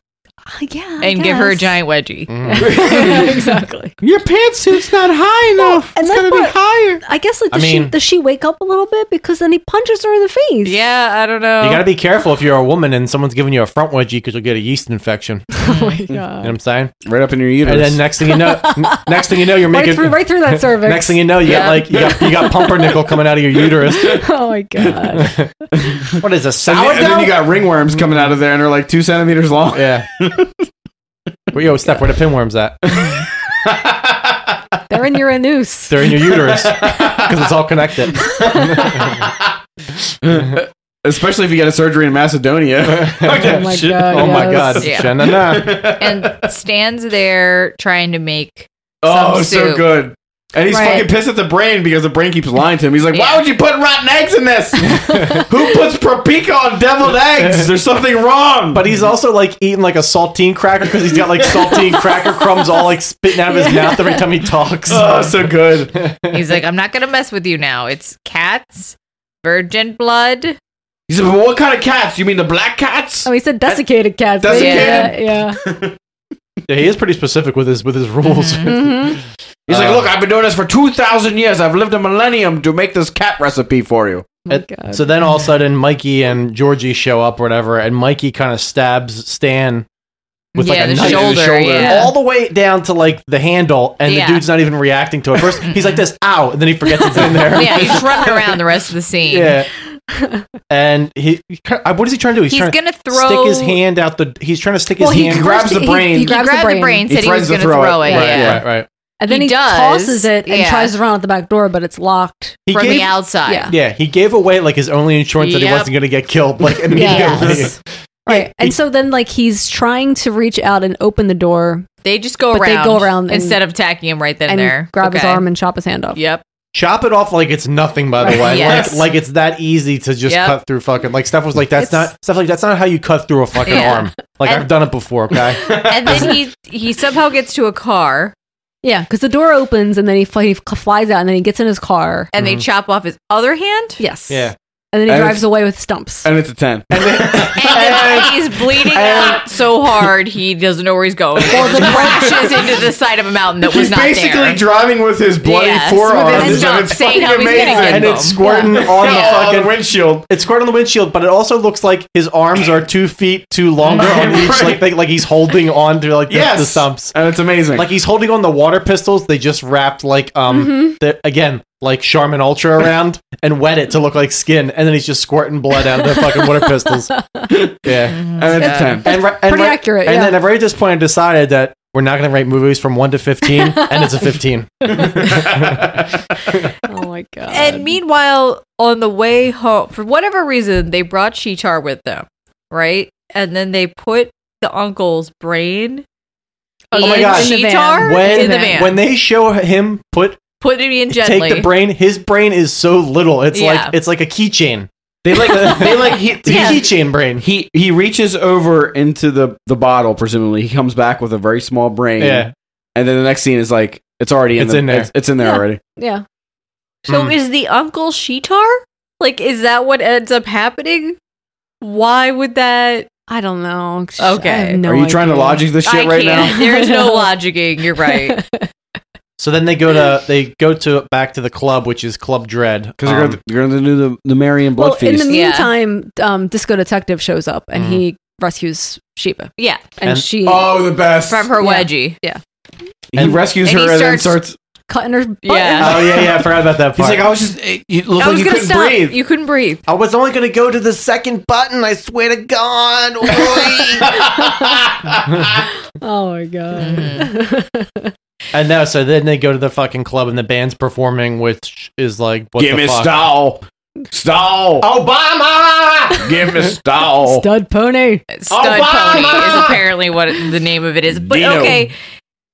S2: yeah,
S10: and give her a giant wedgie.
S6: Mm-hmm.
S10: exactly.
S2: Your pantsuit's not high enough. and it's gonna
S10: be
S2: higher. I guess like
S6: I
S2: does, she,
S6: mean-
S2: does she wake up a little bit because then he punches her in the face?
S10: Yeah, I don't know.
S6: You gotta be careful if you're a woman and someone's giving you a front wedgie because you'll get a yeast infection. Oh my god! You know what I'm saying?
S11: Right up in your uterus.
S6: And then next thing you know, n- next thing you know, you're
S2: Right
S6: making
S2: through- right through that cervix.
S6: next thing you know, you
S2: Yeah.
S6: got like you got you got pumpernickel coming out of your uterus.
S2: oh my god.
S6: What is a
S11: And
S6: sourdough?
S11: then, and then you got ringworms coming out of there, and they're like two centimeters long.
S6: Yeah. Well, yo, Steph, where the pinworms at?
S2: They're in your anus.
S6: They're in your uterus because it's all connected.
S2: Oh
S11: Especially if you get a surgery in Macedonia.
S2: Oh my
S11: Shit.
S2: God,
S11: Oh my
S2: yes.
S11: god.
S10: Yeah.
S11: Shenana.
S10: and stands there trying to make.
S11: Oh,
S10: some
S11: so
S10: soup.
S11: good. And he's
S10: Right.
S11: fucking pissed at the brain because the brain keeps lying to him. He's like, "Why would you put rotten eggs in this? Who puts paprika on deviled eggs? There's something wrong."
S6: But he's also like eating like a saltine cracker because he's got like saltine cracker crumbs all like spitting out of his mouth every time he talks.
S11: Oh, so good.
S10: He's like, I'm not gonna mess with you now. It's cats, virgin blood.
S11: He said, "But what kind of cats? You mean the black cats?"
S2: Oh, he said desiccated cats. but
S11: Desiccated?
S2: Yeah.
S6: Yeah, he is pretty specific with his with his rules.
S2: yeah. Mhm.
S11: He's like,
S6: Uh,
S11: "Look, I've been doing this for two thousand years. I've lived a millennium to make this cat recipe for you."
S6: And- so then all of a sudden, Mikey and Georgie show up, or whatever, and Mikey kind of stabs Stan with
S10: Yeah,
S6: like a
S10: the
S6: knife in his
S10: shoulder,
S6: shoulder,
S10: yeah.
S6: all the way down to like the handle, and
S10: Yeah.
S6: the dude's not even reacting to it. First, he's like this, "Ow!" and then he forgets it's in there.
S10: yeah, he's running around the rest of the scene.
S6: Yeah. And he, he ki- uh, what is he trying to do? He's,
S10: He's
S6: trying
S10: gonna
S6: to
S10: throw-
S6: stick his hand out the. He's trying to stick his
S2: Well, he
S6: hand.
S2: grabs the He- brain. he
S6: He
S10: He
S2: grabs
S10: grabbed
S2: the
S10: the brain,
S2: brain.
S10: said he, was
S11: threatens
S10: gonna
S11: to
S10: throw,
S11: throw it.
S10: it.
S6: Right,
S10: yeah.
S6: right, right.
S2: And then he,
S10: He does,
S2: tosses it and
S10: yeah.
S2: tries to run out the back door, but it's locked.
S6: He
S10: From
S6: gave-
S10: the outside.
S2: Yeah.
S6: Yeah, he gave away like his only insurance that he
S10: Yep.
S6: wasn't going to get killed like immediately.
S2: Yes. Right. And so then like he's trying to reach out and open the door
S10: They just go
S2: But they
S10: around.
S2: go around and-
S10: instead of attacking him right then
S2: and
S10: and there.
S2: grab his
S10: Okay.
S2: arm and chop his hand off.
S10: Yep.
S6: Chop it off like it's nothing. By the
S10: Right.
S6: way,
S10: Yes.
S6: like like it's that easy to just
S10: Yep.
S6: cut through fucking. Like Steph was like, that's
S10: It's-
S6: not Steph like that's not how you cut through a fucking
S10: Yeah.
S6: arm. Like
S10: And-
S6: I've done it before. Okay.
S10: And then he he somehow gets to a car
S2: Yeah, because the door opens and then he, fl- he f- flies out and then he gets in his car.
S10: and
S6: Mm-hmm.
S10: they chop off his other hand.
S2: Yes.
S6: yeah.
S2: And then he
S11: And
S2: drives
S11: it's-
S2: away with stumps.
S11: And it's a ten.
S10: And then he's bleeding out so hard he doesn't know where he's going. Or
S2: the-
S10: crashes into the side of a mountain that was
S11: He's
S10: not
S11: basically
S10: there.
S11: driving with his bloody
S10: Yes, with
S11: forearm.
S10: his
S11: and
S10: stump,
S11: it's
S10: saying
S11: fucking
S10: how he's gonna
S11: amazing.
S10: get
S6: And
S10: them.
S6: it's squirting
S10: Yeah.
S6: on the
S11: on
S6: fucking
S11: the windshield.
S6: It's squirting on the windshield, but it also looks like his arms are two feet too longer on each.
S11: Right.
S6: Like they, like he's holding on to like the,
S11: Yes.
S6: the stumps.
S11: And it's amazing.
S6: Like he's holding on the water pistols. They just wrapped like um
S2: Mm-hmm.
S6: the, again like Charmin Ultra around and wet it to look like skin, and then he's just squirting blood out of the fucking water pistols. Yeah,
S11: and it's a ten.
S6: and, ri- and
S2: Mm. Pretty
S6: ri-
S2: accurate,
S6: And
S2: yeah.
S6: then I've already at this point I decided that we're not going to rate movies from one to fifteen, and it's a fifteen.
S2: oh my god.
S10: And meanwhile, on the way home, for whatever reason, they brought Chichar with them, right? And then they put the uncle's brain
S2: Oh
S10: in
S6: my
S2: In
S6: God.
S2: the
S10: Chichar
S2: van.
S6: When
S10: in the van.
S6: when they show him put
S10: put it in gently.
S6: take the brain, his brain is so little. It's
S10: Yeah.
S6: like it's like a keychain.
S11: They like they like he,
S6: It's a keychain brain.
S11: he he reaches over into the the bottle. Presumably, he comes back with a very small brain.
S6: Yeah.
S11: And then the next scene is like it's already in
S6: It's
S11: the,
S6: in there.
S11: It's, it's in there
S2: Yeah.
S11: already.
S2: yeah.
S10: so
S6: Mm.
S10: is the uncle Shitar? Like, is that what ends up happening? Why would that?
S2: I don't know.
S10: Okay.
S2: I have no
S11: Are you trying to
S2: idea.
S11: logic this
S10: I
S11: shit right now?
S10: can't. There's no logicing. You're right.
S6: So then they go to they go to back to the club, which is Club Dread.
S11: Because
S6: Um,
S11: they're going to do the, the Marion blood
S2: Well, in
S11: feast.
S2: the
S10: Yeah. Mm-hmm.
S2: meantime, um, Disco Detective shows up and
S6: Mhm.
S2: he rescues Sheba.
S10: Yeah,
S2: And,
S6: And-
S2: she
S11: oh, the best!
S10: from her
S2: Yeah.
S10: wedgie.
S11: he
S6: and-
S11: rescues
S10: and
S11: her
S10: he
S11: and then
S10: starts-
S11: starts.
S2: cutting her butt.
S10: Yeah.
S6: oh yeah, yeah, I forgot about that
S11: He's
S6: part.
S11: like, I was just. eh, You look
S10: I
S11: like
S10: was
S11: you
S10: gonna
S11: couldn't
S10: stop.
S11: breathe.
S10: You couldn't breathe.
S6: I was only gonna go to the second button. I swear to God.
S2: Oh my god.
S10: Mm-hmm.
S6: and no, so then they go to the fucking club and the band's performing, which is like what
S11: Give
S6: the
S11: me
S6: fuck?
S11: stall, stall, Obama. Give me stall.
S2: Stud pony.
S6: Oh,
S10: Stud pony
S11: Obama!
S10: is apparently what the name of it is. But
S11: Dino.
S10: okay,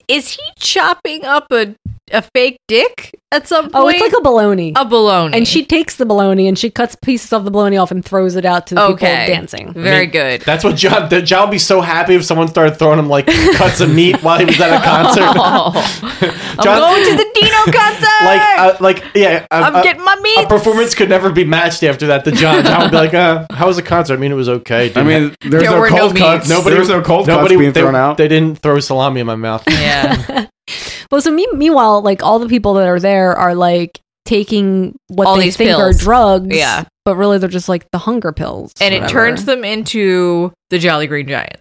S10: is he chopping up a a fake dick at some point?
S2: Oh, it's like a baloney.
S10: a baloney.
S2: and she takes the baloney and she cuts pieces of the baloney off and throws it out to the
S10: Okay.
S2: people dancing.
S10: very
S6: mean,
S10: good.
S6: That's what John. That John would be so happy if someone started throwing him like cuts of meat while he was at a concert.
S10: Oh, I'm
S6: John-
S10: going to the Gino concert.
S6: like, uh, like, yeah. a-
S10: I'm
S6: a-
S10: getting my
S6: A
S10: meats.
S6: performance could never be matched after that. The John, John would be like, uh, "How was the concert? I mean, it was okay."
S11: I mean, there's There no were no cold cuts. meats.
S6: Nobody
S11: There was no cold cuts being
S6: they,
S11: thrown out.
S6: They didn't throw salami in my mouth.
S2: Well, so me- meanwhile, like all the people that are there are like taking what
S10: All
S2: they
S10: these
S2: think
S10: pills.
S2: are drugs.
S10: Yeah.
S2: But really, they're just like the hunger pills.
S10: and it
S2: whatever.
S10: turns them into the Jolly Green Giant.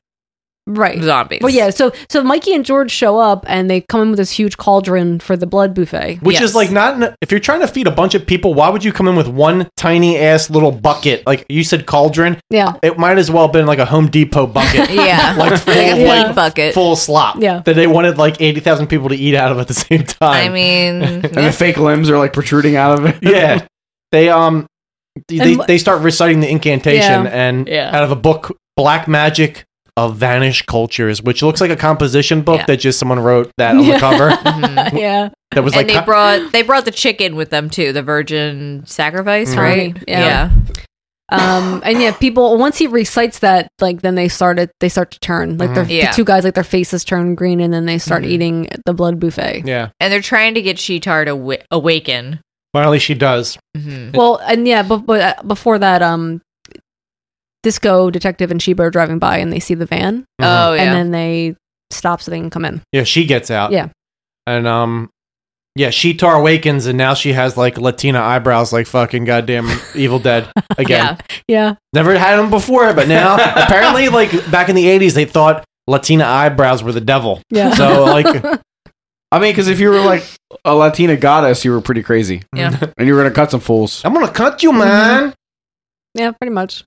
S2: Right.
S10: Zombies.
S2: Well, yeah. So, so Mikey and George show up and they come in with this huge cauldron for the blood buffet,
S6: Which is like not in a- if you're trying to feed a bunch of people, why would you come in with one tiny ass little bucket? Like you said, cauldron.
S2: Yeah.
S6: It might as well have been like a Home Depot bucket.
S10: Yeah.
S6: like full,
S10: Like a big
S6: like,
S10: bucket.
S6: full slop.
S10: Yeah.
S6: that they wanted like eighty thousand people to eat out of at the same
S10: I
S6: time.
S10: mean,
S11: and the fake limbs are like protruding out of it.
S6: yeah, they um, they,
S10: And wh-
S6: they start reciting the incantation
S10: Yeah.
S6: and
S10: Yeah.
S6: out of a book, Black Magic of Vanished Cultures, which looks like a composition book
S10: Yeah.
S6: that just someone wrote that on the cover.
S2: yeah.
S6: That was
S10: and
S6: like
S10: Mhm. they
S6: co-
S10: brought they brought the chicken with them too, the virgin sacrifice,
S2: Mhm.
S10: right?
S2: Yeah. Um, and yeah, people once he recites that, like then they started they start to turn like
S6: Mm-hmm.
S2: their
S10: Mhm. Yeah.
S2: the two guys like their faces turn green and then they start
S10: Mhm.
S2: eating the blood buffet.
S6: yeah.
S10: And they're trying to get Sheetar to w- awaken. Mm-hmm.
S6: Finally, she does. Mm-hmm.
S2: Well, and yeah, but, but uh, before that, um, Disco Detective and Sheba are driving by and they see the van.
S6: Oh, yeah.
S2: and then they stop so they can come in.
S6: Yeah, she gets out.
S2: Yeah.
S6: And um yeah, Sheetar awakens and now she has like Latina eyebrows like fucking goddamn Evil Dead again.
S2: Yeah.
S6: Never had them before, but now apparently like back in the 80s they thought Latina eyebrows were the devil.
S2: Yeah.
S6: So like
S11: I mean, because if you were like a Latina goddess, you were pretty crazy.
S10: Yeah.
S11: and you were gonna cut some fools.
S6: I'm gonna cut you, man.
S2: Yeah, pretty much.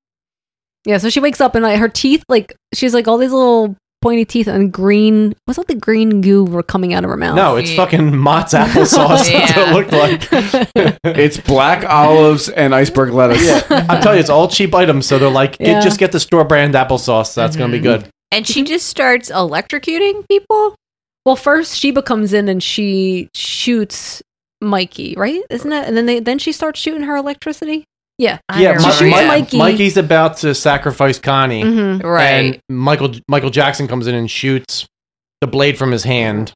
S2: Yeah, so she wakes up and like her teeth, like she's like all these little pointy teeth and green. What's all the green goo were coming out of her mouth?
S6: no, it's fucking Mott's applesauce. That's what it looked like.
S11: it's black olives and iceberg lettuce.
S6: I'm telling you, it's all cheap items, so they're like, get,
S10: Yeah.
S6: just get the store brand applesauce. That's gonna be good.
S10: And
S2: Mhm.
S10: she just starts electrocuting people.
S2: Well, first Sheba comes in and she shoots Mikey, right? Isn't that? And then they then she starts shooting her electricity. Yeah,
S6: yeah,
S2: She
S6: Mi-
S2: shoots
S6: Mi-
S2: Mikey.
S6: Mikey's about to sacrifice Connie,
S2: Mhm.
S10: Right.
S6: And Michael Michael Jackson comes in and shoots the blade from his hand,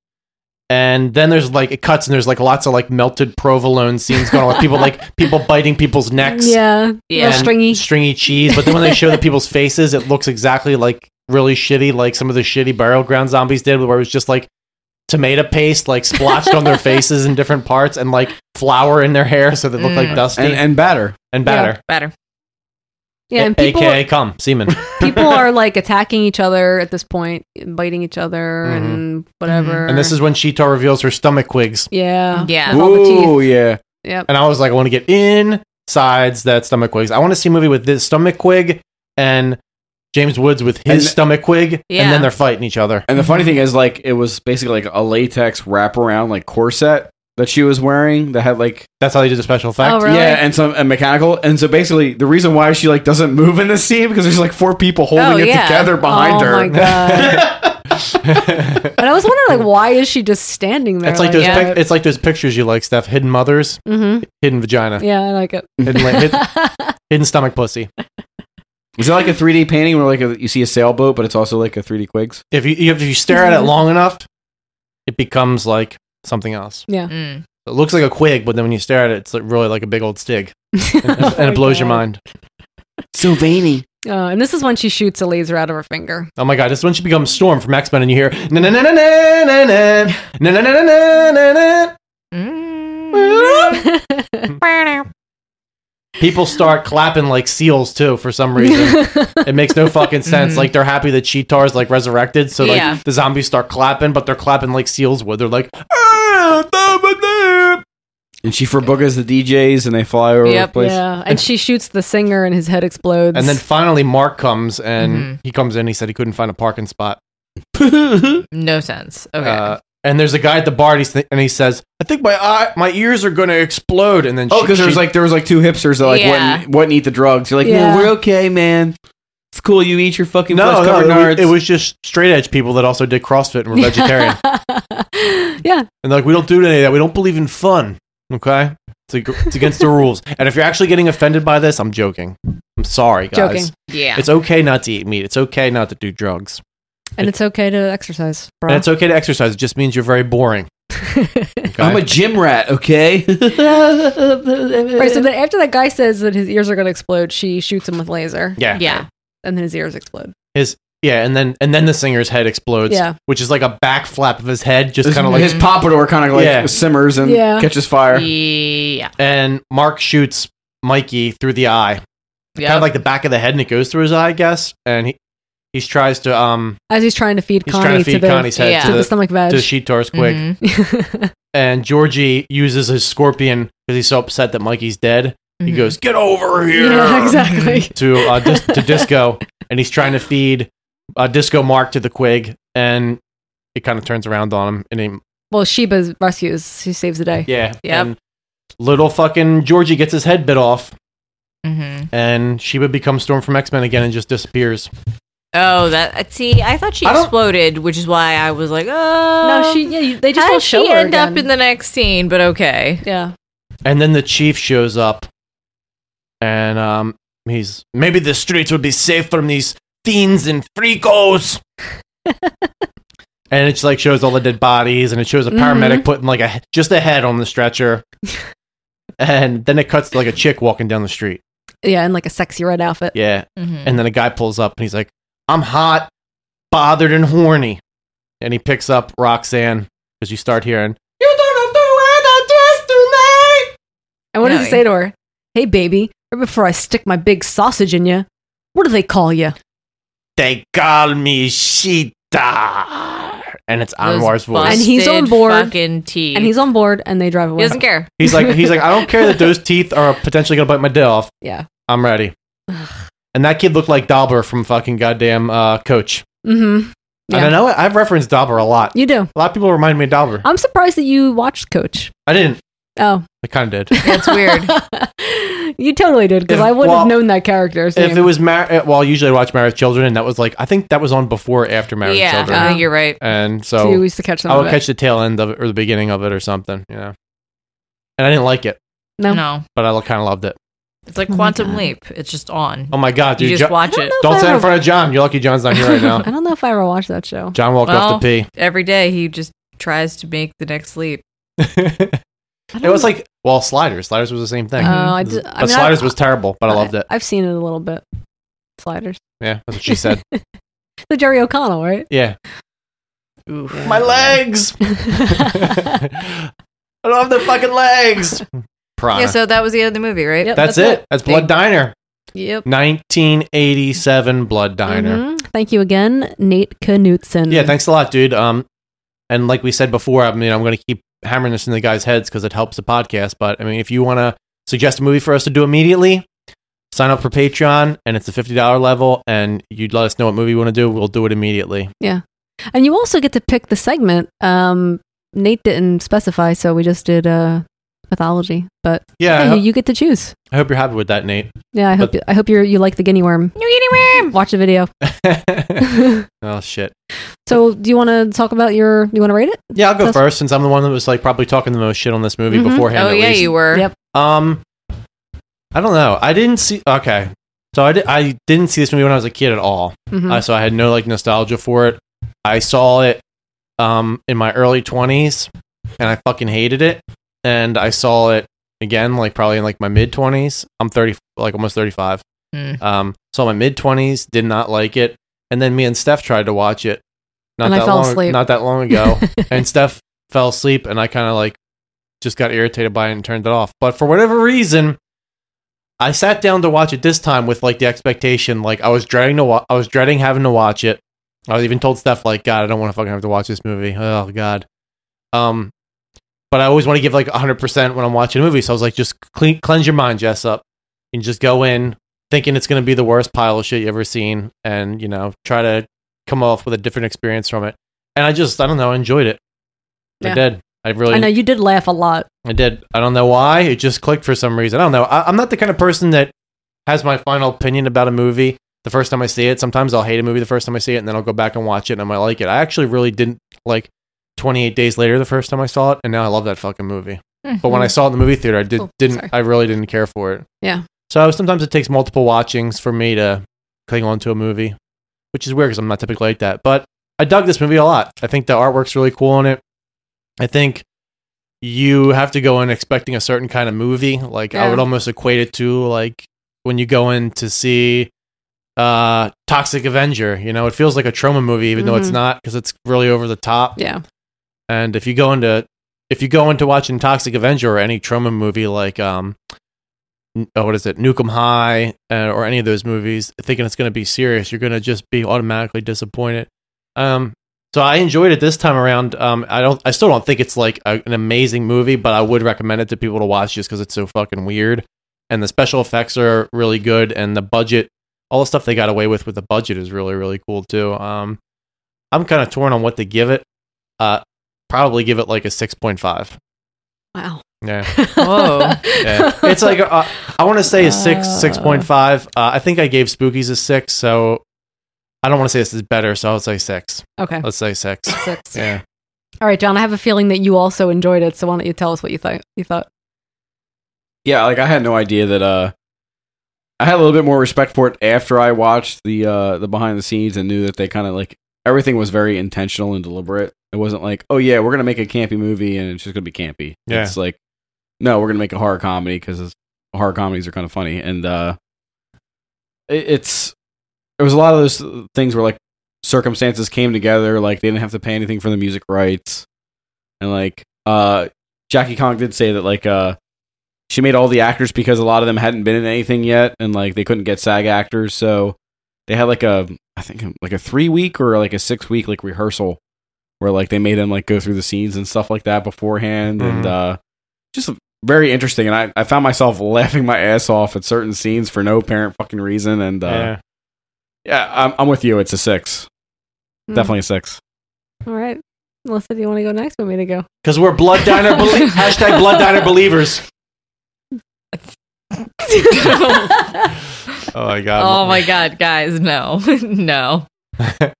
S6: and then there's like it cuts and there's like lots of like melted provolone scenes going on, with people like people biting people's necks,
S2: Yeah,
S6: and
S2: Real stringy.
S6: stringy cheese. But then when they show the people's faces, it looks exactly like really shitty, like some of the shitty burial ground zombies did, where it was just like. Tomato paste like splotched on their faces in different parts, and like flour in their hair, so they look like
S10: Mm.
S6: dusty
S11: And- and batter
S6: and batter.
S10: Better.
S2: Yeah,
S6: A-
S2: and people
S6: AKA cum, semen.
S2: people are like attacking each other at this point, biting each other and whatever.
S6: Mm-hmm. and this is when Sheetar reveals her stomach wigs.
S2: yeah,
S10: yeah.
S2: With all the teeth.
S11: yeah.
S2: Yep.
S6: And I was like, I want to get insides that stomach wigs. I want to see a movie with this stomach wig and James Woods with his stomach wig, and
S11: Yeah.
S6: then they're fighting each other.
S11: And the funny thing is, like, it was basically like a latex wraparound like corset that she was wearing that had like
S6: that's how they did the special effect.
S2: Oh, really?
S11: Yeah, and some and mechanical. And so basically, the reason why she like doesn't move in this scene because there's like four people holding
S2: Oh,
S11: it
S2: yeah.
S11: together behind
S2: Oh,
S11: her.
S2: my God. and I was wondering, like, why is she just standing there?
S6: It's like those. pic- it's like those pictures you like, Steph. Hidden mothers,
S2: Mhm.
S6: hidden vagina,
S2: yeah, I like it.
S6: hidden, la- hid- hidden stomach pussy.
S11: Is it like a 3D painting where like a, you see a sailboat, but it's also like a 3D quigs?
S6: If you if you stare at it long enough, it becomes like something else.
S2: Yeah.
S10: Mm.
S6: It looks like a quig, but then when you stare at it, it's like really like a big old stig, and,
S2: Oh
S6: and it blows your mind.
S11: So veiny.
S2: Uh, and this is when she shoots a laser out of her finger.
S6: Oh my god, this is when she becomes Storm from X Men and you hear na na na na na na na na na na na na na
S10: Mm.
S6: People start clapping like seals too for some reason. it makes no fucking sense. Like they're happy that Cheetar's like resurrected, so like
S10: Yeah.
S6: the zombies start clapping, but they're clapping like seals would. They're like "Ah,
S11: And she forbugas the DJs and they fly over the place.
S2: Yeah, and she shoots the singer, and his head explodes.
S6: and then finally Mark comes and he comes in, he said he couldn't find a parking spot.
S10: No sense. Okay.
S6: Uh, and there's a guy at the bar and, he's and he says, I think my eye my ears are gonna explode and then
S11: Oh,
S6: she-
S11: because there was
S6: she-
S11: like there was like two hipsters that like
S6: Yeah.
S11: wouldn't, wouldn't eat the drugs. You're like,
S6: Yeah.
S11: no, we're okay, man. It's cool. You eat your fucking
S6: no,
S11: flesh covered
S6: no, it was,
S11: nards.
S6: it was just straight edge people that also did CrossFit and were vegetarian.
S2: yeah.
S6: And they're like, we don't do any of that. We don't believe in fun. Okay? It's, ag- it's against the rules. And if you're actually getting offended by this, I'm joking. I'm sorry, guys.
S2: Joking. Yeah.
S6: It's okay not to eat meat. It's okay not to do drugs.
S2: and it's okay to exercise, bro.
S6: And it's okay to exercise. It just means you're very boring.
S11: I'm a gym rat, okay?
S2: right. So then after that guy says that his ears are going to explode, she shoots him with laser.
S6: Yeah.
S10: Yeah.
S2: And then his ears explode.
S6: His yeah, and then and then the singer's head explodes.
S2: Yeah.
S6: which is like a back flap of his head, just
S11: His-
S6: kind of like
S11: his pompadour kinda like simmers and Yeah. catches fire.
S10: Yeah.
S6: And Mark shoots Mikey through the eye,
S10: Yeah.
S6: kind of like the back of the head, and it goes through his eye, I guess. And he he tries to um
S2: As he's trying to feed
S6: he's
S2: Connie
S6: trying to feed
S2: the,
S6: Connie's head
S2: to, the, Mm-hmm. stomach veg.
S6: to the sheet torso quick.
S10: Mm-hmm.
S6: and Georgie uses his scorpion because he's so upset that Mikey's dead.
S2: Mm-hmm.
S6: He goes, "Get over here!"
S2: Yeah, exactly.
S6: to uh, dis- to Disco, and he's trying to feed uh, Disco Mark to the Quig, and it kind of turns around on him, and he,
S2: Well, Sheba rescues. She saves the day.
S6: yeah,
S2: Yep.
S6: and little fucking Georgie gets his head bit off,
S10: Mm-hmm.
S6: and Sheba becomes Storm from X Men again and just disappears.
S10: Oh, that see, I thought she exploded, which is why I was like, oh.
S2: No, she- yeah, you- they just
S10: how
S2: don't
S10: did
S2: show
S10: she
S2: her
S10: end up
S2: again.
S10: in the next scene, but okay.
S2: Yeah.
S6: And then the chief shows up, and um, he's maybe the streets would be safe from these fiends and freakos. and it's like shows all the dead bodies, and it shows a paramedic
S11: Mhm.
S6: putting like a just a head on the stretcher, and then it cuts to like a chick walking down the street.
S2: Yeah, in like a sexy red outfit.
S6: Yeah,
S2: Mhm.
S6: and then a guy pulls up, and he's like, "I'm hot, bothered, and horny," and he picks up Roxanne because you start hearing
S2: You don't know what I just tonight. And what does he
S6: No.
S2: say to her? Hey, baby, right before I stick my big sausage in you, what do they call you?
S6: They call me Sheeta. And it's
S10: Those
S6: Anwar's voice.
S2: And he's on
S10: Busted
S2: board.
S10: Fucking teeth.
S2: And he's on board, and they drive away.
S10: He doesn't care.
S6: He's like, he's like, I don't care that those teeth are potentially gonna bite my dick off.
S2: Yeah.
S6: I'm ready. and that kid looked like Dauber from fucking goddamn uh, Coach.
S2: Mm-hmm.
S6: And I know it- I've referenced Dauber a lot.
S2: You do.
S6: A lot of people remind me of Dauber.
S2: I'm surprised that you watched Coach.
S6: I didn't.
S2: Oh,
S6: I kind of did.
S10: That's weird.
S2: you totally did because
S6: If-
S2: I would
S6: well,
S2: have known that character's
S6: if
S2: name.
S6: it was Mar- uh, well, usually I watch Married Children, and that was like I think that was on before or after Married
S10: Yeah,
S6: Children.
S10: I think you're right.
S6: And so,
S2: So you used to catch some
S6: I
S2: uh, of
S6: would
S2: it.
S6: catch the tail end of it or the beginning of it or something. Yeah. And I didn't like it,
S2: no.
S10: No.
S6: but I kind of loved it.
S10: It's like Quantum Leap. It's just on.
S6: Oh my god,
S10: You
S6: dude!
S10: just watch it.
S2: if
S6: Don't
S2: Oh I
S6: stand in
S2: ever-
S6: front of John. You're lucky John's not here right
S2: I
S6: now.
S2: don't know if I ever watched that show.
S6: John walked off to pee.
S10: Every day he just tries to make the next leap.
S6: It was like well, sliders. Sliders was the same thing.
S2: Oh, I
S6: This-
S2: did- I
S6: but
S2: mean, I-
S6: sliders was terrible, but I loved it.
S2: I've seen it a little bit. Sliders.
S6: yeah, that's what she said.
S2: The Jerry O'Connell, right?
S6: Yeah,
S2: My
S6: legs. I love the fucking legs. Prana.
S10: Yeah, so that was the end of the movie, right?
S6: that's, it. That's Blood Diner.
S10: Yep.
S6: 1987 Blood Diner.
S2: Mhm. Thank you again, Nate Knutson.
S10: Mm-hmm.
S6: Yeah, thanks a lot, dude. Um, and like we said before, I mean, I'm going to keep hammering this in the guys' heads because it helps the podcast. But I mean, if you want to suggest a movie for us to do immediately, sign up for Patreon, and it's a fifty dollar level, and you'd let us know what movie you want to do. We'll do it immediately.
S2: Yeah. And you also get to pick the segment. Um, Nate didn't specify, so we just did uh, mythology. But
S6: Yeah, I
S2: you,
S6: hope-
S2: you get to choose.
S6: I hope you're happy with that, Nate.
S2: Yeah, I hope you, I hope you you like the guinea worm.
S10: New guinea worm.
S2: Watch the video.
S6: Oh shit.
S2: So, do you want to talk about your? Do you want to rate it?
S6: Yeah, I'll go
S2: Sounds-
S6: first since I'm the one that was like probably talking the most shit on this movie
S2: Mhm.
S6: beforehand.
S10: Oh,
S6: at
S10: yeah,
S6: least.
S10: you were. Yep.
S6: Um, I don't know. I didn't see. Okay, so I, di- I didn't see this movie when I was a kid at all.
S2: Mm-hmm.
S11: Mhm.
S6: Uh, so I had no like nostalgia for it. I saw it um in my early twenties, and I fucking hated it. And I saw it again, like probably in like my mid twenties. I'm thirty, like almost thirty five.
S2: Hmm.
S10: Mm.
S6: Um, so my mid twenties did not like it, and then me and Steph tried to watch it. Not
S2: And I
S6: that
S2: fell
S6: long,
S2: asleep.
S6: Not that long ago, and Steph fell asleep, and I kind of like just got irritated by it and turned it off. But for whatever reason, I sat down to watch it this time with like the expectation, like I was dreading to, wa- I was dreading having to watch it. I was even told Steph, like, God, I don't want to fucking have to watch this movie. Oh God. Um, but I always want to give like 100% when I'm watching a movie. So I was like, just clean, cleanse your mind, Jess, up and just go in thinking it's going to be the worst pile of shit you ever seen and, you know, try to come off with a different experience from it. And I just, I don't know, I enjoyed it.
S2: Yeah.
S6: I did. I really,
S2: I know you did laugh a lot.
S6: I did. I don't know why. It just clicked for some reason. I don't know. I, I'm not the kind of person that has my final opinion about a movie the first time I see it. Sometimes I'll hate a movie the first time I see it, and then I'll go back and watch it, and I might like it. I actually really didn't like 28 Days Later the first time I saw it, and now I love that fucking movie. But when I
S2: Mhm.
S6: saw it in the movie theater, I did
S2: Oh,
S6: didn't.
S2: sorry.
S6: I really didn't care for it.
S2: Yeah.
S6: So sometimes it takes multiple watchings for me to cling on to a movie, which is weird because I'm not typically like that. But I dug this movie a lot. I think the artwork's really cool in it. I think you have to go in expecting a certain kind of movie. Like I
S21: Yeah.
S6: would almost equate it to like when you go in to see uh Toxic Avenger, you know, it feels like a trauma movie even though it's
S21: Mhm.
S6: not because it's really over the top.
S21: Yeah.
S6: And if you go into if you go into watching Toxic Avenger or any trauma movie like um n- oh, what is it, Nukem High uh, or any of those movies, thinking it's going to be serious, you're going to just be automatically disappointed. Um, so I enjoyed it this time around. Um, I don't, I still don't think it's like a, an amazing movie, but I would recommend it to people to watch just because it's so fucking weird, and the special effects are really good, and the budget, all the stuff they got away with with the budget is really really cool too. Um, I'm kind of torn on what to give it. Uh, probably give it like a six point five.
S2: Wow.
S6: Yeah.
S10: Whoa.
S6: Yeah. It's like uh, I want to say a six, six point five. Uh, I think I gave Spookies a six, so I don't want to say this is better, so I'll say six.
S2: Okay.
S6: let's say six.
S2: Six.
S6: Yeah.
S2: All right, John. I have a feeling that you also enjoyed it, so why don't you tell us what you thought? You thought.
S11: yeah, like I had no idea that uh I had a little bit more respect for it after I watched the uh the behind the scenes and knew that they kind of like everything was very intentional and deliberate. It wasn't like, "Oh yeah, we're going to make a campy movie and it's just going to be campy."
S6: Yeah.
S11: It's like, "No, we're going to make a horror comedy cuz horror comedies are kind of funny." And uh it, it's there was a lot of those things where like circumstances came together like they didn't have to pay anything for the music rights and like uh jackie kong did say that like uh she made all the actors because a lot of them hadn't been in anything yet and like they couldn't get sag actors so they had like a i think um, like a three week or like a six week like rehearsal where like they made them like go through the scenes and stuff like that beforehand and uh just very interesting and I, I found myself laughing my ass off at certain scenes for no apparent fucking reason and uh
S6: Yeah.
S11: yeah, I'm, I'm with you it's a six
S2: Hmm.
S11: definitely a six
S2: All right, Melissa, do you want to go next? Want me to go?
S6: Because we're blood diner belie- hashtag blood diner believers. oh my god.
S11: Um,
S10: oh my god, guys, no, no,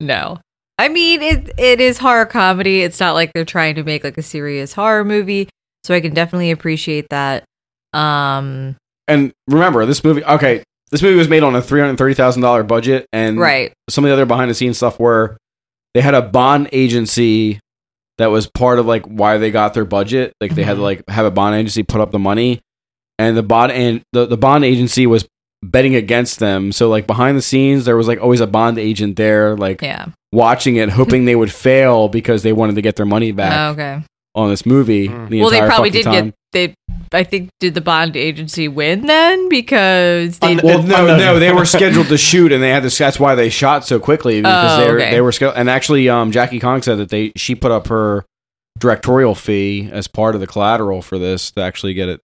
S10: no. I mean, it it is horror comedy. It's not like they're trying to make like a serious horror movie, so I can definitely appreciate that. Um,
S11: and remember this movie okay this movie was made on a $330000 budget and
S10: Right.
S11: some of the other behind the scenes stuff were they had a bond agency that was part of like why they got their budget like they had
S10: Mm-hmm.
S11: to like have a bond agency put up the money and the bond and the, the bond agency was betting against them so like behind the scenes there was like always a bond agent there like
S10: yeah.
S11: watching it hoping they would fail because they wanted to get their money back
S10: Oh, okay.
S11: on this movie the
S10: well, they
S11: entire
S10: probably
S11: fucking
S10: did
S11: time.
S10: get they. I think did the bond agency win then because they
S11: well, no, no, they were scheduled to shoot, and they had this. That's why they shot so quickly because
S10: Oh,
S11: they were,
S10: okay.
S11: they were scheduled. And actually, um, Jackie Kong said that they she put up her directorial fee as part of the collateral for this to actually get it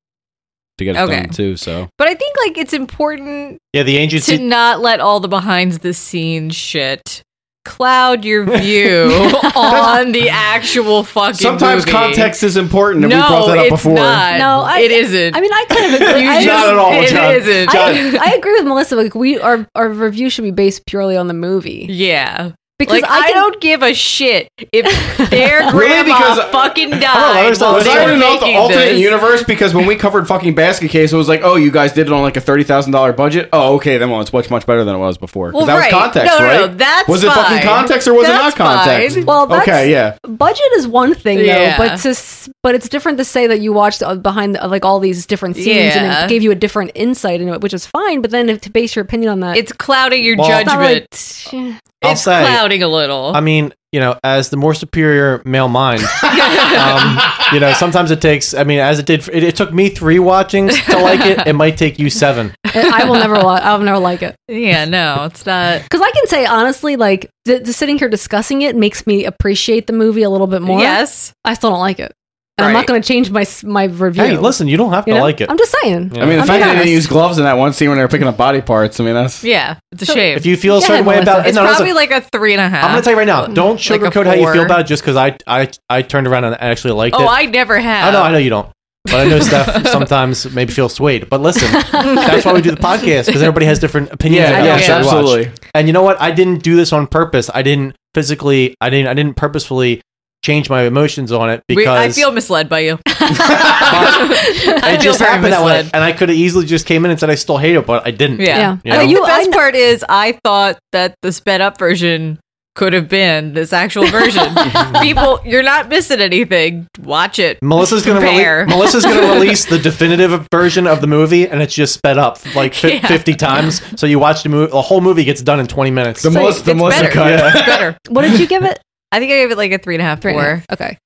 S11: to get it
S10: Okay.
S11: done too. So
S10: But I think like it's important
S6: Yeah, the
S10: to not let all the behind the scenes shit cloud your view on the actual fucking.
S11: sometimes
S10: movie.
S11: context is important, and
S10: no,
S11: we brought that up
S10: it's
S11: before.
S10: Not.
S2: No, I-
S10: it isn't.
S2: I mean, I kind of agree.
S10: You
S2: I-
S10: just-
S11: Not at all,
S10: It
S11: John.
S10: isn't.
S11: John.
S2: I agree with Melissa. Like we, our our review should be based purely on the movie.
S10: yeah.
S2: Because
S10: Like,
S2: I can-
S10: don't give a shit if their grandma
S11: Really? Because-
S10: fucking died.
S11: I don't know, was,
S10: while
S11: was
S10: they
S11: I
S10: were
S11: in the
S10: making
S11: alternate
S10: this.
S11: universe? Because when we covered fucking Basket Case, it was like, oh, you guys did it on like a thirty thousand dollar budget. Oh, okay, then well, it's much much better than it was before. 'Cause
S10: Well,
S11: that
S10: right.
S11: was context,
S10: No, no,
S11: right?
S10: no, that's
S11: was it fucking
S10: fine.
S11: context or was
S10: That's
S11: it not context?
S10: fine.
S2: Well, that's,
S11: okay, yeah.
S2: Budget is one thing though,
S10: Yeah.
S2: but to s- but it's different to say that you watched uh, behind the, like all these different scenes and
S10: Yeah.
S2: it gave you a different insight into it, which is fine. But then if, to base your opinion on that,
S10: It's clouding your
S6: Well- It's not
S10: judgment.
S6: really-
S10: it's
S6: I'll say-
S10: clouding a little.
S6: I mean, you know, as the more superior male mind, um, you know, sometimes it takes. I mean, as it did, it, it took me three watchings to like it. It might take you seven.
S2: I will never watch. I'll never like it.
S10: yeah, no, it's not.
S2: Because I can say honestly, like the, the sitting here discussing it makes me appreciate the movie a little bit more.
S10: Yes.
S2: I still don't like it, and I'm
S10: Right.
S2: not going to change my s- my review.
S6: Hey, listen, you don't have
S2: You
S6: to
S2: know?
S6: like it.
S2: I'm just saying.
S11: I mean, the
S2: I'm
S11: fact
S2: being
S11: that they
S2: honest.
S11: didn't use gloves in that one scene when they were picking up body parts, I mean, that's.
S10: Yeah, it's a
S2: So-
S10: shame.
S6: If you feel a
S10: Go
S6: certain
S10: ahead,
S6: way
S10: Melissa.
S6: about it,
S10: it's
S6: no, listen.
S10: probably like a three and a half.
S6: I'm gonna tell you right now. Don't
S10: Like a
S6: sugarcoat how you feel
S10: four.
S6: about it just because I, I I turned around and actually liked it.
S10: Oh, I never have.
S6: I know, I know you don't. But I know Steph sometimes maybe feels swayed. But listen, that's why we do the podcast because everybody has different opinions.
S11: Yeah,
S6: about
S11: yeah,
S6: what they watch.
S11: absolutely.
S6: And you know what? I didn't do this on purpose. I didn't physically. I didn't. I didn't purposefully change my emotions on it
S10: We- I
S6: because
S10: feel misled by you. I
S6: it
S10: feel
S6: just
S10: very
S6: happened that way.
S10: misled.
S6: And I could have easily just came in and said I still hate it, but I didn't.
S10: Yeah.
S6: You know?
S10: the best part is I thought that the sped up version could have been this actual version. People, you're not missing anything. Watch it.
S6: Melissa's gonna
S10: Compare.
S6: rele- Melissa's gonna release the definitive version of the movie, and it's just sped up like fi-
S10: Yeah.
S6: fifty times. So you watch the movie, the whole movie gets done in twenty minutes.
S10: The So Melissa- the it's Melissa better. cut.
S6: Yeah.
S10: It's better.
S2: What did you give it?
S10: I think I gave it like a three and a half,
S2: Three and a
S10: four.
S2: half, Okay.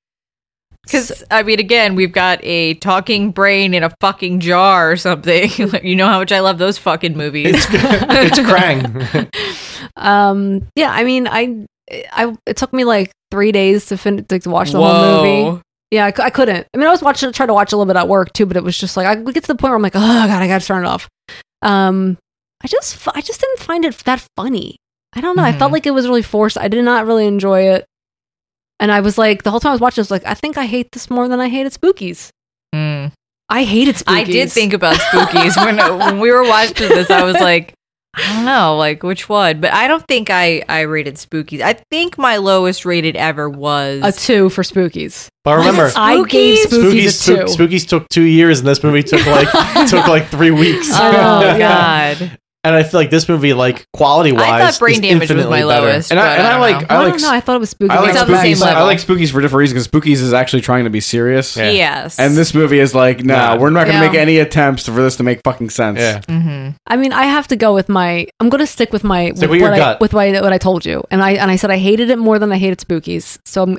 S10: Because I mean, again, we've got a talking brain in a fucking jar or something. Like, you know how much I love those fucking movies. It's,
S6: it's Krang.
S2: Um, yeah, I mean, I, I, it took me like three days to fin- to, watch the whole
S10: Whoa.
S2: movie. Yeah, I, cou- I couldn't. I mean, I was watching, trying to watch a little bit at work too, but it was just like I would get to the point where I'm like, oh god, I gotta turn it off. Um, I just, f- I just didn't find it that funny. I don't know. I
S10: Mm-hmm.
S2: felt like it was really forced. I did not really enjoy it, and I was like, the whole time I was watching, I was like, I think I hate this more than I hated Spookies.
S10: Hmm.
S2: I hated Spookies.
S10: I did think about Spookies when, uh, when we were watching this. I was like, I don't know, like which one, but I don't think I I rated Spookies. I think my lowest rated ever was
S2: a two for Spookies.
S6: But remember,
S2: I gave Spookies,
S6: Spookies,
S2: a two.
S6: spook- Spookies took two years, and this movie took like took like three weeks.
S10: Oh, God.
S6: And I feel like this movie, like quality wise,
S10: I thought Brain
S6: is
S10: Damage was
S6: infinitely
S10: my
S6: better.
S10: lowest,
S11: And I- but and I I don't like- know. I
S2: I
S11: like
S2: don't know. I thought it was Spookies.
S11: I like,
S10: It's on the same
S11: spookies, I
S10: level.
S11: like Spookies for different reasons because Spookies is actually trying to be serious.
S10: Yeah. Yes.
S11: And this movie is like, nah, we're not going to
S2: Yeah.
S11: make any attempts for this to make fucking sense.
S6: Yeah.
S10: Mm-hmm.
S2: I mean, I have to go with my. I'm going to stick with my
S11: Stick with your
S2: what I,
S11: gut.
S2: with what I, what I told you, and I and I said I hated it more than I hated Spookies. So I'm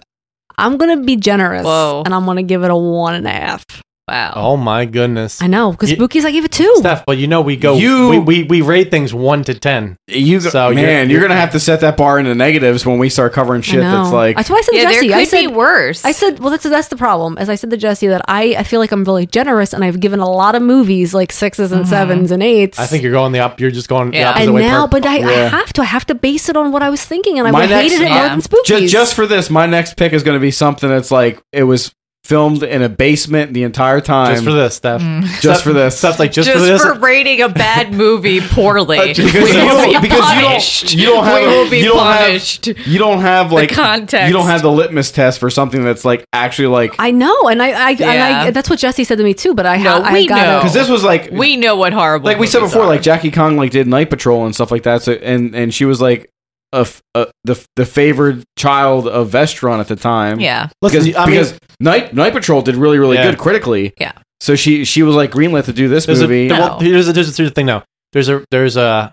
S2: I'm going to be generous,
S6: Whoa.
S2: and I'm going to give it a one and a half.
S10: Wow.
S6: Oh my goodness!
S2: I know because
S6: You-
S2: Spookies I gave it two.
S6: Steph, but you know we go
S11: You-
S6: we, we, we rate things one to ten.
S11: You
S6: so
S11: Man, you're, going to have to set that bar into negatives when we start covering
S2: I
S11: shit that's
S2: know.
S11: like.
S2: that's why I said
S10: Yeah,
S2: to
S10: there
S2: Jesse. I
S10: could
S2: said
S10: be worse.
S2: I said well that's that's the problem. As I said to Jesse that I I feel like I'm really generous, and I've given a lot of movies like sixes
S11: Mm-hmm.
S2: and sevens and eights.
S6: I think you're going the up. You're just going the opposite
S2: and
S6: way.
S2: now,
S6: per-
S2: but I, I
S6: Yeah.
S2: have to. I have to base it on what I was thinking, and I would have hated it more than Spookies.
S11: Ju- Just, for this, my next pick is going to be something that's like it was filmed in a basement the entire time.
S6: Just for this, Steph.
S11: Just for this.
S6: Stuff like
S10: Mm. just, for, rating a bad movie poorly.
S11: Uh, because
S10: we
S11: you
S10: will
S11: don't-
S10: be
S11: because you don't-
S10: punished.
S11: you don't have-
S10: we will be
S11: you don't have-
S10: punished.
S11: You don't have like
S10: context.
S11: You don't have the litmus test for something that's like actually like
S2: I know, and I, I, and I
S11: Yeah.
S2: that's what Jesse said to me too. But I,
S10: No,
S2: ha- I
S10: we
S2: got
S10: know.
S11: because this was like
S10: we know what horrible.
S11: like we said before like Jackie Kong like did Night Patrol and stuff like that. So and and she was like a, f- a- the the favored child of Vestron at the time.
S10: Yeah.
S11: because,
S6: Listen, I mean-
S11: because Night Night Patrol did really really
S6: Yeah.
S11: good critically.
S10: Yeah.
S11: So she she was like greenlit to do this
S6: There's a,
S11: movie.
S6: there- well, here's, a, here's the thing now. There's a there's a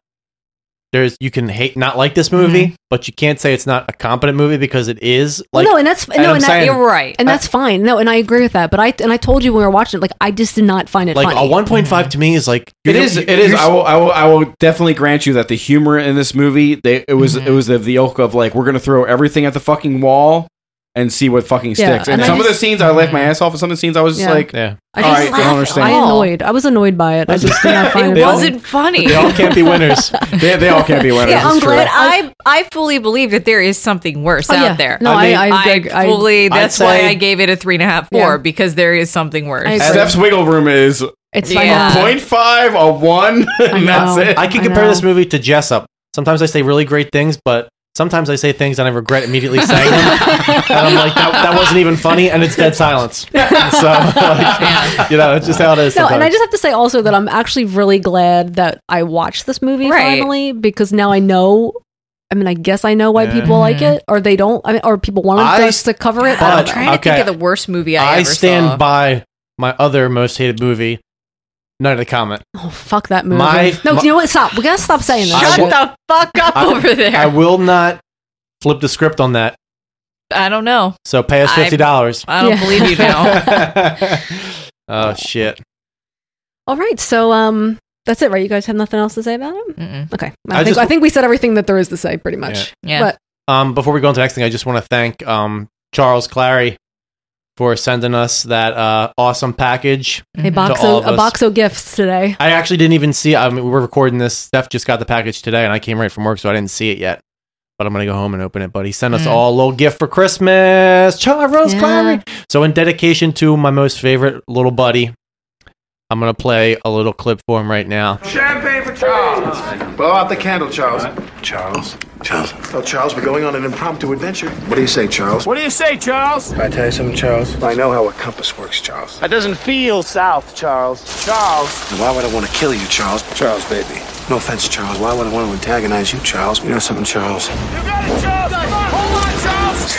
S6: there's you can hate not like this
S10: Mm-hmm.
S6: movie, but you can't say it's not a competent movie because it is.
S2: Well,
S6: Like
S2: no, and that's no,
S6: I'm
S2: and that,
S6: saying,
S2: and that's fine. No, and I agree with that. But I and I told you when we were watching it, like I just did not find it
S6: like
S2: funny.
S6: a one point
S10: Mm-hmm.
S6: five to me is like
S11: It
S6: you're-
S11: is. It
S6: you're-
S11: is.
S6: you're-
S11: I will. I will. I will definitely grant you that the humor in this movie, they it was
S10: Mm-hmm.
S11: it was the, the ilk of like we're gonna throw everything at the fucking wall and see what fucking
S2: Yeah,
S11: sticks.
S2: and
S11: And,
S2: I
S11: some of the
S2: just-
S11: scenes I laughed my ass off, and some of the scenes I was just
S2: Yeah.
S11: like,
S6: yeah,
S2: I
S11: all
S2: just
S11: right, I don't understand.
S2: I annoyed. I was annoyed by it. I just did not find it.
S10: it wasn't funny.
S11: They all can't be winners.
S6: winners.
S11: They, they all can't be winners.
S10: Yeah,
S11: it's
S10: I'm
S11: true.
S10: glad. I I fully believe that there is something worse
S2: Oh,
S10: out
S2: yeah.
S10: there.
S2: No, I- I agree. I-
S10: fully.
S11: I'd
S10: That's
S11: say-
S10: why I gave it a three and a half, four
S2: Yeah.
S10: because there is something worse.
S11: Steph's wiggle room is
S2: It's
S10: fine.
S11: a point five, a one, and that's it.
S6: I can compare this movie to Jessup. Sometimes I say really great things, but sometimes I say things and I regret immediately saying them. and I'm like, that, that wasn't even funny, and it's dead silence. So, like, you know, it's just how it is.
S2: No, and I
S6: sometimes.
S2: just have to say also that I'm actually really glad that I watched this movie
S10: Right.
S2: finally because now I know. I mean, I guess I know why
S6: Yeah.
S2: people like
S10: Mm-hmm.
S2: it, or they don't. I mean, or people want
S6: I-
S2: us to cover it. I
S6: but-
S2: don't know.
S10: I'm trying to
S6: Okay.
S10: think of the worst movie I,
S6: I
S10: ever
S6: stand
S10: saw.
S6: by my other most hated movie, Night of the Comet.
S2: Oh, fuck that movie.
S6: My-
S2: no,
S6: my-
S2: you know what? Stop. We gotta stop saying that.
S6: I
S10: Shut
S6: will-
S10: the fuck up
S6: I-
S10: over there.
S6: I will not flip the script on that.
S10: I don't know.
S6: So pay us
S10: I-
S6: fifty dollars.
S10: I don't
S2: Yeah.
S10: believe you now.
S6: Oh shit!
S2: All right, so um, that's it, right? You guys have nothing else to say about it? Okay, I,
S6: I
S2: think
S6: just-
S2: I think we said everything that there is to say, pretty much.
S10: Yeah. Yeah.
S2: But
S6: Um, before we go on to the next thing, I just want to thank um, Charles Clary for sending us that uh, awesome package.
S2: a
S10: Mm-hmm.
S6: to
S2: box
S6: all
S2: of,
S6: of
S2: a
S6: us.
S2: box of gifts today.
S6: I actually didn't even see. I mean, we were recording this. Steph just got the package today, and I came right from work, so I didn't see it yet. But I'm gonna go home and open it. But he sent us
S10: Mm.
S6: all a little gift for Christmas, Charles
S2: Yeah.
S6: Clary. So in dedication to my most favorite little buddy, I'm gonna play a little clip for him right now.
S13: Champagne for Charles. Blow out the candle, Charles. Charles. Charles. Oh, Charles, we're going on an impromptu adventure. What do you say, Charles?
S21: What do you say, Charles?
S13: I tell you something, Charles. I know how a compass works, Charles.
S21: That doesn't feel south, Charles. Charles.
S13: And why would I want to kill you, Charles? Charles, baby. No offense, Charles. Why would I want to antagonize you, Charles? You know something, Charles?
S21: Charles.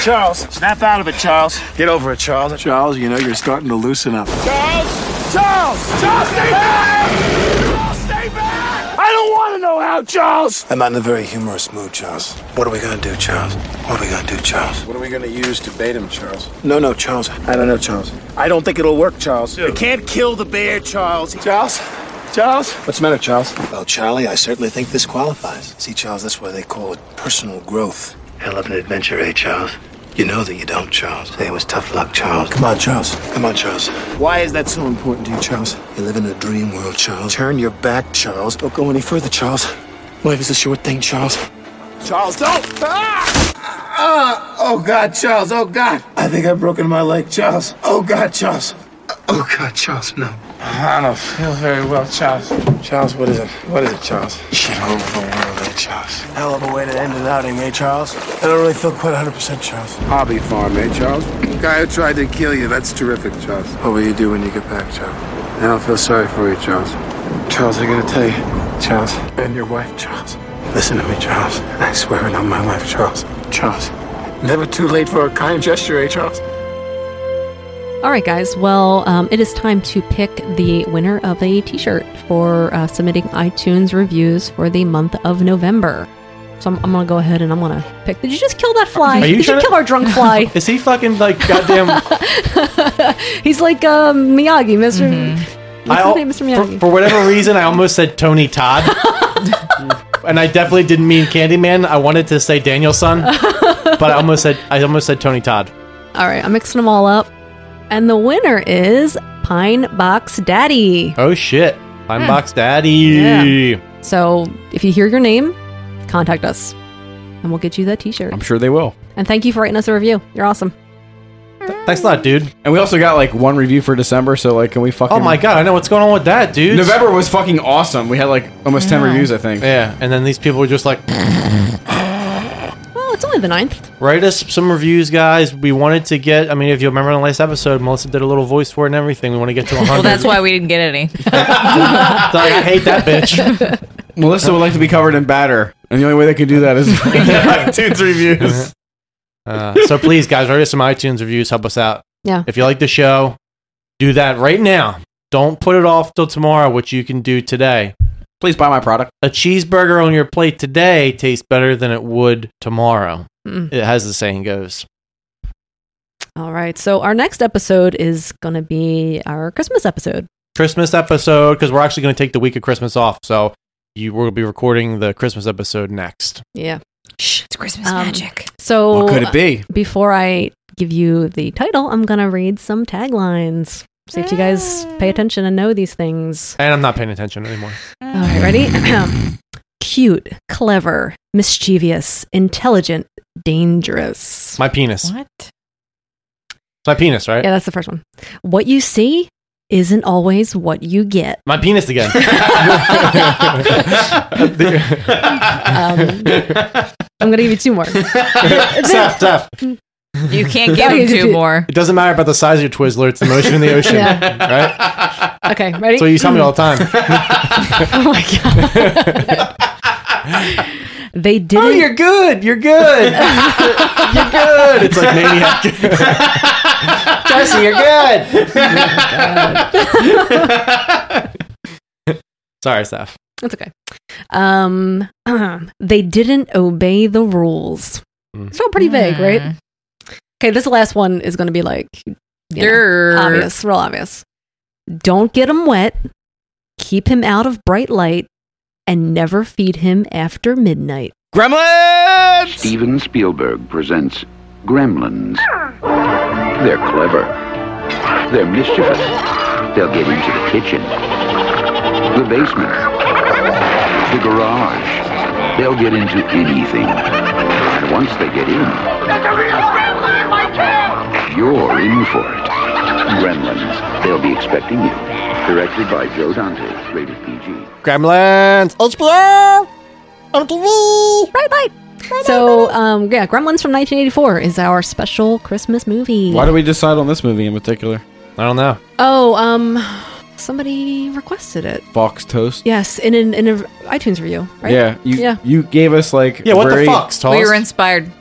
S1: Charles, snap out of it, Charles.
S14: Get over it, Charles. Charles, you know you're starting to loosen up.
S1: Charles! Charles! Charles, stay back! Charles, stay back! I don't want to know how, Charles!
S14: I'm not in a very humorous mood, Charles. What are we gonna do, Charles? What are we gonna do, Charles? What are we gonna use to bait him, Charles? No, no, Charles. I don't know, Charles. I don't think it'll work, Charles.
S1: I can't kill the bear, Charles. Charles? Charles?
S14: What's the matter, Charles? Well, Charlie, I certainly think this qualifies. See, Charles, that's why they call it personal growth. Hell of an adventure, eh, Charles? You know that you don't, Charles. Hey, it was tough luck, Charles. Come on, Charles. Come on, Charles. Why is that so important to you, Charles? You live in a dream world, Charles. Turn your back, Charles. Don't go any further, Charles. Life is a short thing, Charles.
S1: Charles, don't! Ah!
S14: Ah! Oh, God, Charles. Oh, God. I think I've broken my leg, Charles. Oh, God, Charles. Oh, God, Charles, no.
S1: I don't feel very well, Charles.
S14: Charles, what is it? What is it, Charles? Shit all over the world, eh, Charles? Hell of a way to end an outing, eh, Charles? I don't really feel quite 100%, Charles.
S22: Hobby farm, eh, Charles? Guy who tried to kill you, that's terrific, Charles.
S14: What will you do when you get back, Charles?
S22: I don't feel sorry for you, Charles.
S14: Charles, I gotta tell you, Charles, and your wife, Charles. Listen to me, Charles. I swear it on my life, Charles. Charles, never too late for a kind gesture, eh, Charles?
S2: All right, guys. Well, um, it is time to pick the winner of a t shirt for uh, submitting iTunes reviews for the month of November. So I'm, I'm going to go ahead and I'm going to pick. Did you just kill that fly?
S6: Are you
S2: Did
S6: trying to-
S2: kill our drunk fly?
S6: Is he fucking like goddamn?
S2: He's like um, Miyagi, mister What's
S6: Mm-hmm. I
S2: his
S6: al-
S2: name, Mr.
S6: for,
S2: Miyagi?
S6: for whatever reason, I almost said Tony Todd, and I definitely didn't mean Candyman. I wanted to say Danielson, but I almost said I almost said Tony Todd.
S2: all right, I'm mixing them all up. And the winner is Pine Box Daddy.
S6: Oh shit! I'm
S2: Hmm.
S6: Box Daddy.
S2: So if you hear your name, contact us and we'll get you that t shirt.
S11: I'm sure they will.
S2: And thank you for writing us a review. You're awesome.
S6: Thanks a lot, dude.
S11: And we also got like one review for December, so like, can we fucking?
S6: Oh my god! I know what's going on with that, dude.
S11: November was fucking awesome. We had like almost ten
S2: Yeah.
S11: reviews, I think.
S6: Yeah, and then these people were just like,
S2: Well, it's only the 9th.
S6: write us some reviews, guys. We wanted to get. I mean, if you remember in the last episode, Melissa did a little voice for it and everything. We want to get to 100.
S10: Well, that's why we didn't get any.
S6: It's like, I hate that bitch.
S11: Melissa would like to be covered in batter, and the only way they could do that is iTunes reviews.
S6: Uh, so please, guys, write us some iTunes reviews. Help us out.
S2: Yeah.
S6: If you like the show, do that right now. Don't put it off till tomorrow, which you can do today.
S11: Please buy my product.
S6: A cheeseburger on your plate today tastes better than it would tomorrow.
S2: Mm.
S6: It has the saying goes.
S2: All right. So our next episode is going to be our Christmas episode.
S6: Christmas episode because we're actually going to take the week of Christmas off. So you will be recording the Christmas episode next.
S2: Yeah.
S10: Shh, it's Christmas
S2: Um,
S10: magic.
S2: So uh,
S6: What could it be?
S2: Before I give you the title, I'm going to read some taglines. See if you guys pay attention and know these things.
S6: And I'm not paying attention anymore.
S2: All right, ready? Cute, clever, mischievous, intelligent, dangerous.
S6: My penis.
S10: What?
S6: It's my penis, right?
S2: Yeah, that's the first one. What you see isn't always what you get.
S6: my penis again.
S2: Um, I'm gonna give you two more.
S6: Steph, Steph,
S10: You can't give him two more.
S6: it doesn't matter about the size of your Twizzler, it's the motion in the ocean, right?
S2: Okay, ready?
S6: That's what you tell me all the time.
S2: oh my god. they didn't. Oh, you're
S6: good. You're good. you're good. It's like maniac. Jesse, you're good. Sorry, Steph.
S2: That's okay. Um, they didn't obey the rules. It's all pretty
S6: Mm.
S2: vague, right? Okay, this last one is going to be like you know,
S10: Grr.
S2: obvious, real obvious. Don't get him wet. Keep him out of bright light, and never feed him after midnight.
S11: Gremlins!
S4: Steven Spielberg presents Gremlins. They're clever. They're mischievous. They'll get into the kitchen, the basement, the garage. They'll get into anything. And once they get in, you're in for it. Gremlins. They'll be expecting you. Directed by Joe Dante. Rated PG.
S6: Gremlins.
S23: HBO on TV.
S2: Bright light. So, um, yeah, Gremlins from 1984 is our special Christmas movie.
S11: Why do we decide on this movie in particular?
S6: I don't know.
S2: oh, um, somebody requested it.
S11: Fox toast.
S2: Yes, in an in an iTunes review, right?
S11: Yeah, you
S2: yeah.
S11: you gave us like
S6: Yeah, what the
S11: very
S6: fuck's, Toss?
S10: We were inspired.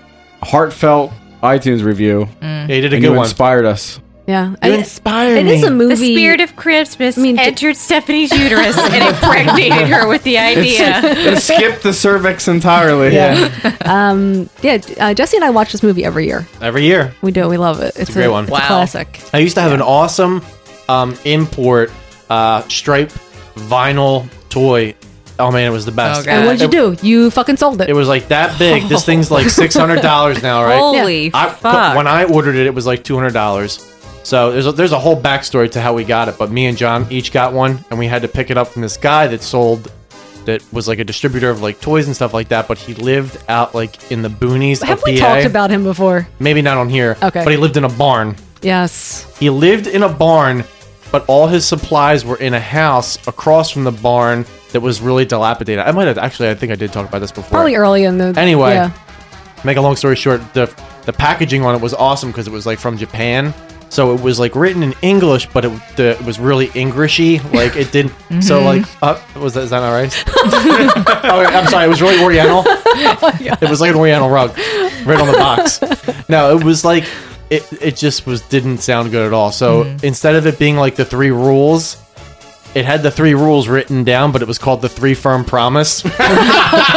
S11: heartfelt iTunes review.
S6: Yeah, you did a
S11: and
S6: good one.
S11: Inspired us.
S2: Yeah,
S6: You inspire
S2: It is
S6: me.
S2: a movie.
S10: The spirit of Christmas entered Stephanie's uterus and impregnated her with the idea.
S11: It skipped the cervix entirely.
S2: Yeah. um, yeah. Uh, Jesse and I watch this movie every year.
S6: Every year.
S2: We do. We love it. It's,
S6: It's a great one.
S2: it's classic.
S6: I used to have an awesome um, import uh, stripe vinyl toy. Oh man, it was the best.
S2: and what'd you
S6: It-
S2: do? You fucking sold it.
S6: It was like that big. This thing's like six hundred dollars now, right?
S2: Holy
S6: I-
S2: fuck.
S6: When I ordered it, it was like two hundred dollars. So there's a, there's a whole backstory to how we got it, but me and John each got one, and we had to pick it up from this guy that sold, that was like a distributor of like toys and stuff like that. But he lived out like in the boonies.
S2: Have
S6: of
S2: we
S6: PA.
S2: talked about him before?
S6: Maybe not on here.
S2: Okay.
S6: But he lived in a barn.
S2: Yes.
S6: He lived in a barn, but all his supplies were in a house across from the barn that was really dilapidated. I might have actually. I think I did talk about this before.
S2: Probably early in the.
S6: Anyway,
S2: Yeah.
S6: make a long story short, the the packaging on it was awesome because it was like from Japan, so it was like written in English, but it, the, it was really Englishy. Like it did. not So
S4: Mhm.
S6: like, uh, was that is that not right? oh, I'm sorry. It was really Oriental. It was like an Oriental rug, right on the box. No, it was like it. It just was didn't sound good at all. So
S4: Mhm.
S6: instead of it being like the three rules. It had the three rules written down, but it was called the three firm promise.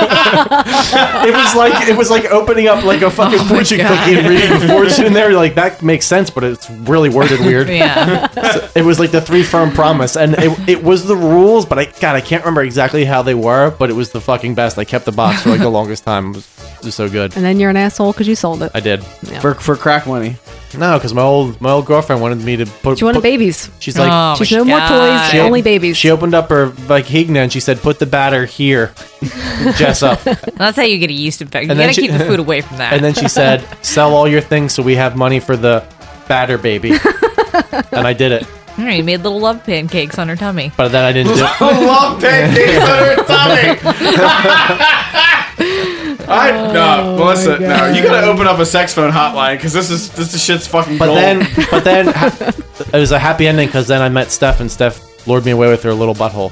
S6: it was like it was like opening up like a fucking fortune cookie and reading the fortune in there. Like that makes sense, but it's really worded weird.
S4: Yeah.
S6: So it was like the three firm promise, and it, it was the rules. But I God, I can't remember exactly how they were, but it was the fucking best. I kept the box for like the longest time. It was just so good.
S2: And then you're an asshole because you sold it.
S6: I did
S2: Yeah.
S6: for
S11: for crack money.
S6: No, because my old my old girlfriend wanted me to put.
S2: She wanted
S6: put-
S2: babies.
S6: She's like,
S2: Oh She's my no more God. toys, only babies.
S6: She opened up her Vikingna and she said, "Put the batter here, Jess up."
S10: That's how you get a yeast infection. You
S6: And then
S10: gotta
S6: she-
S10: keep the food away from that.
S6: And then she said, "Sell all your things so we have money for the batter baby." and I did it,
S10: All right, you made little love pancakes on her tummy.
S6: but then I didn't do it.
S11: Love pancakes on her I no, Melissa, no. You gotta open up a sex phone hotline because this is this is shit's fucking.
S6: But
S11: gold.
S6: then, but then, ha- it was a happy ending because then I met Steph, and Steph lured me away with her little butthole.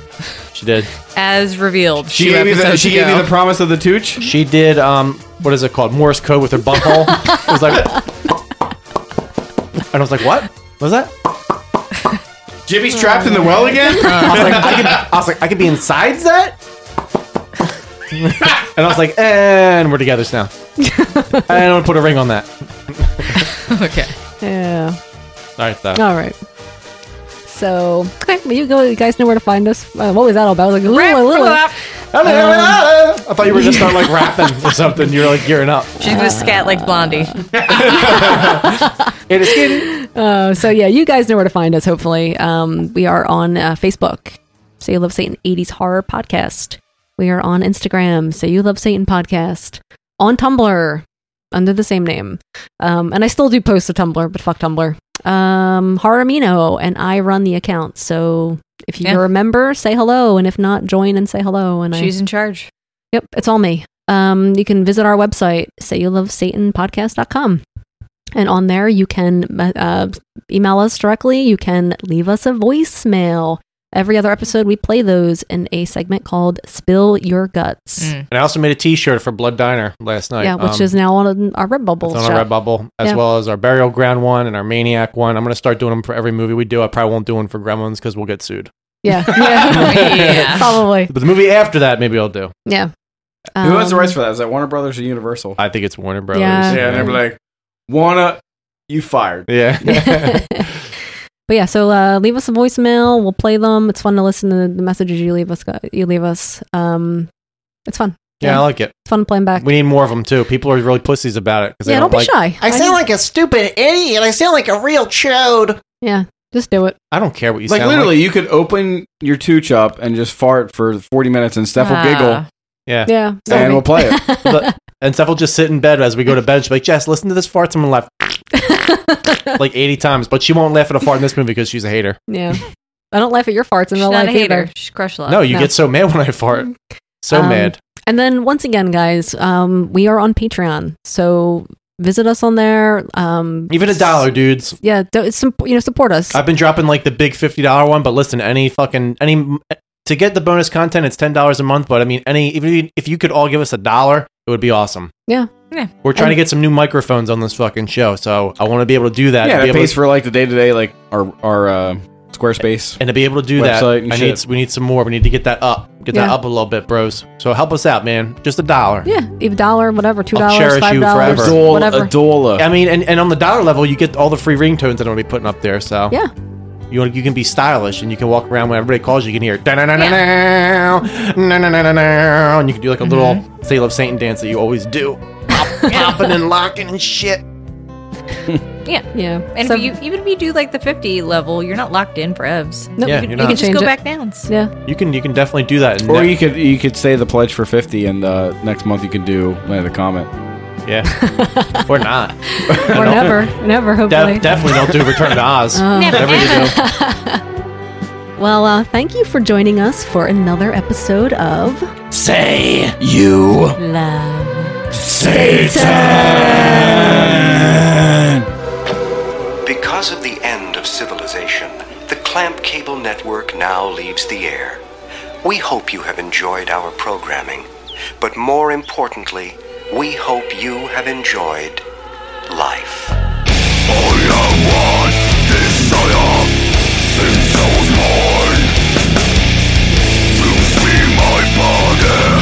S6: She did.
S10: As revealed.
S11: she
S10: two
S11: gave me the
S10: episodes
S11: she gave me
S10: ago.
S11: the promise of the tooch.
S6: She did. Um, what is it called? Morse code with her butthole. it was like, and I was like, "What was that?"
S11: Jimmy's trapped in the well again.
S6: I was like, I could, I was like, I could be inside that. and I was like, and we're together now. and I'm gonna put a ring on that.
S10: okay.
S2: Yeah.
S6: All right, though.
S2: All right. So, okay, well, you go. You guys know where to find us. Uh, what was that all about? I was like, "Lulu, Lulu."
S6: Um, I thought you were just not like rapping or something. You're like gearing up.
S10: She's gonna scat like Blondie.
S6: It is getting
S2: Uh, so yeah, you guys know where to find us. Hopefully, um, we are on uh, Facebook. Say you love Satan '80s horror podcast. We are on Instagram. Say you love Satan podcast. On Tumblr under the same name, um, and I still do post a Tumblr, but fuck Tumblr. Um, Haramino and I run the account. So if you
S10: Yeah.
S2: remember, say hello, and if not, join and say hello. And
S10: She's
S2: I,
S10: in charge.
S2: Yep, it's all me. Um, you can visit our website, sayyoulovesatanpodcast.com. And on there, you can uh, email us directly. You can leave us a voicemail. Every other episode, we play those in a segment called Spill Your Guts.
S6: And I also made a T-shirt for Blood Diner last night.
S2: yeah, which
S6: Um,
S2: is now on our Redbubble
S6: it's on
S2: shop.
S6: our Redbubble, as
S2: Yeah.
S6: well as our Burial Ground one and our Maniac one. I'm gonna start doing them for every movie we do. I probably won't do one for Gremlins because we'll get sued.
S2: Yeah, yeah. Probably.
S6: But the movie after that, maybe I'll do.
S2: Yeah.
S11: Who has the
S2: Um,
S11: rights for that? Is that Warner Brothers or Universal?
S6: I think it's Warner Brothers.
S2: Yeah.
S11: Yeah, and they'd be like, Warner, you fired.
S6: Yeah.
S2: But yeah, so uh, leave us a voicemail. We'll play them. It's fun to listen to the messages you leave us. You leave us. Um, it's fun.
S6: Yeah, I like it.
S2: It's fun playing back.
S6: We need more of them too. People are really pussies about it. 'cause they
S2: Yeah, don't be
S6: like-
S2: shy.
S4: I sound like a stupid idiot. I sound like a real chode.
S2: Yeah, just do it.
S6: I don't care what you
S11: like
S6: sound
S11: literally, you could open your tooch up and just fart for 40 minutes, and Steph will
S2: Ah.
S11: giggle.
S6: Yeah.
S2: Yeah,
S11: And that'll be- we'll play it.
S6: But- and Steph will just sit in bed as we go to bed. She'll be like, Jess, listen to this fart. Someone laugh like 80 times. But she won't laugh at a fart in this movie because she's a hater.
S2: Yeah. I don't laugh at your farts in
S10: She's
S2: real
S10: not a
S2: life
S10: hater.
S2: either.
S10: She's crush love.
S6: No, you get so mad when I fart. So
S2: Um,
S6: mad.
S2: And then once again, guys, um, we are on Patreon, so visit us on there. Um,
S6: Even a dollar, dudes.
S2: yeah, do, it's some, you know support us.
S6: I've been dropping like the big $50 one, but listen, any fucking, any, to get the bonus content, it's $10 a month. But I mean, any, even if you could all give us a dollar, it would be awesome.
S2: yeah,
S10: Yeah.
S6: We're trying to get some new microphones on this fucking show, so I want to be able to do that.
S11: yeah,
S6: be
S11: that
S6: able
S11: pays
S6: to,
S11: for like the day to day, like our our uh, Squarespace,
S6: and to be able to do that.
S11: website and
S6: I
S11: shit.
S6: need we need some more. We need to get that up, get that
S2: Yeah.
S6: up a little bit, bros. So help us out, man. Just a dollar.
S2: Yeah, even dollar, whatever, two
S6: I'll
S2: dollars,
S6: cherish
S2: five
S6: you
S2: dollars,
S6: forever.
S2: whatever.
S6: I mean, and, and on the dollar level, you get all the free ringtones that I'm gonna be putting up there. So
S2: Yeah.
S6: you want, you can be stylish and you can walk around when everybody calls you. You can hear "Da-na-na-na-na, na-na-na-na-na," and you can do like a little Sail of Satan dance that you always do. popping and locking and shit.
S10: Yeah.
S2: Yeah.
S10: And
S2: So-
S10: if you, even if you do like the 50 level, you're not locked in for EVs.
S2: Nope,
S10: you,
S6: Yeah, you're
S10: can,
S6: not.
S10: you can just
S2: Change
S10: go
S2: it.
S10: back downs.
S2: Yeah.
S6: You can you can definitely do that. And
S11: Or
S6: ne-
S11: you could you could say the pledge for fifty, and uh, next month you could do land of the comment.
S6: Yeah, or not.
S2: Or never, never, hopefully.
S6: Def- definitely don't do Return to Oz.
S2: Oh. Never,
S6: Whatever you do.
S2: Well, uh, thank you for joining us for another episode of
S6: Say
S11: you
S10: Love.
S1: Because of the end of civilization, the Clamp Cable Network now leaves the air. We hope you have enjoyed our programming, but more importantly, we hope you have enjoyed life.
S24: Be my body.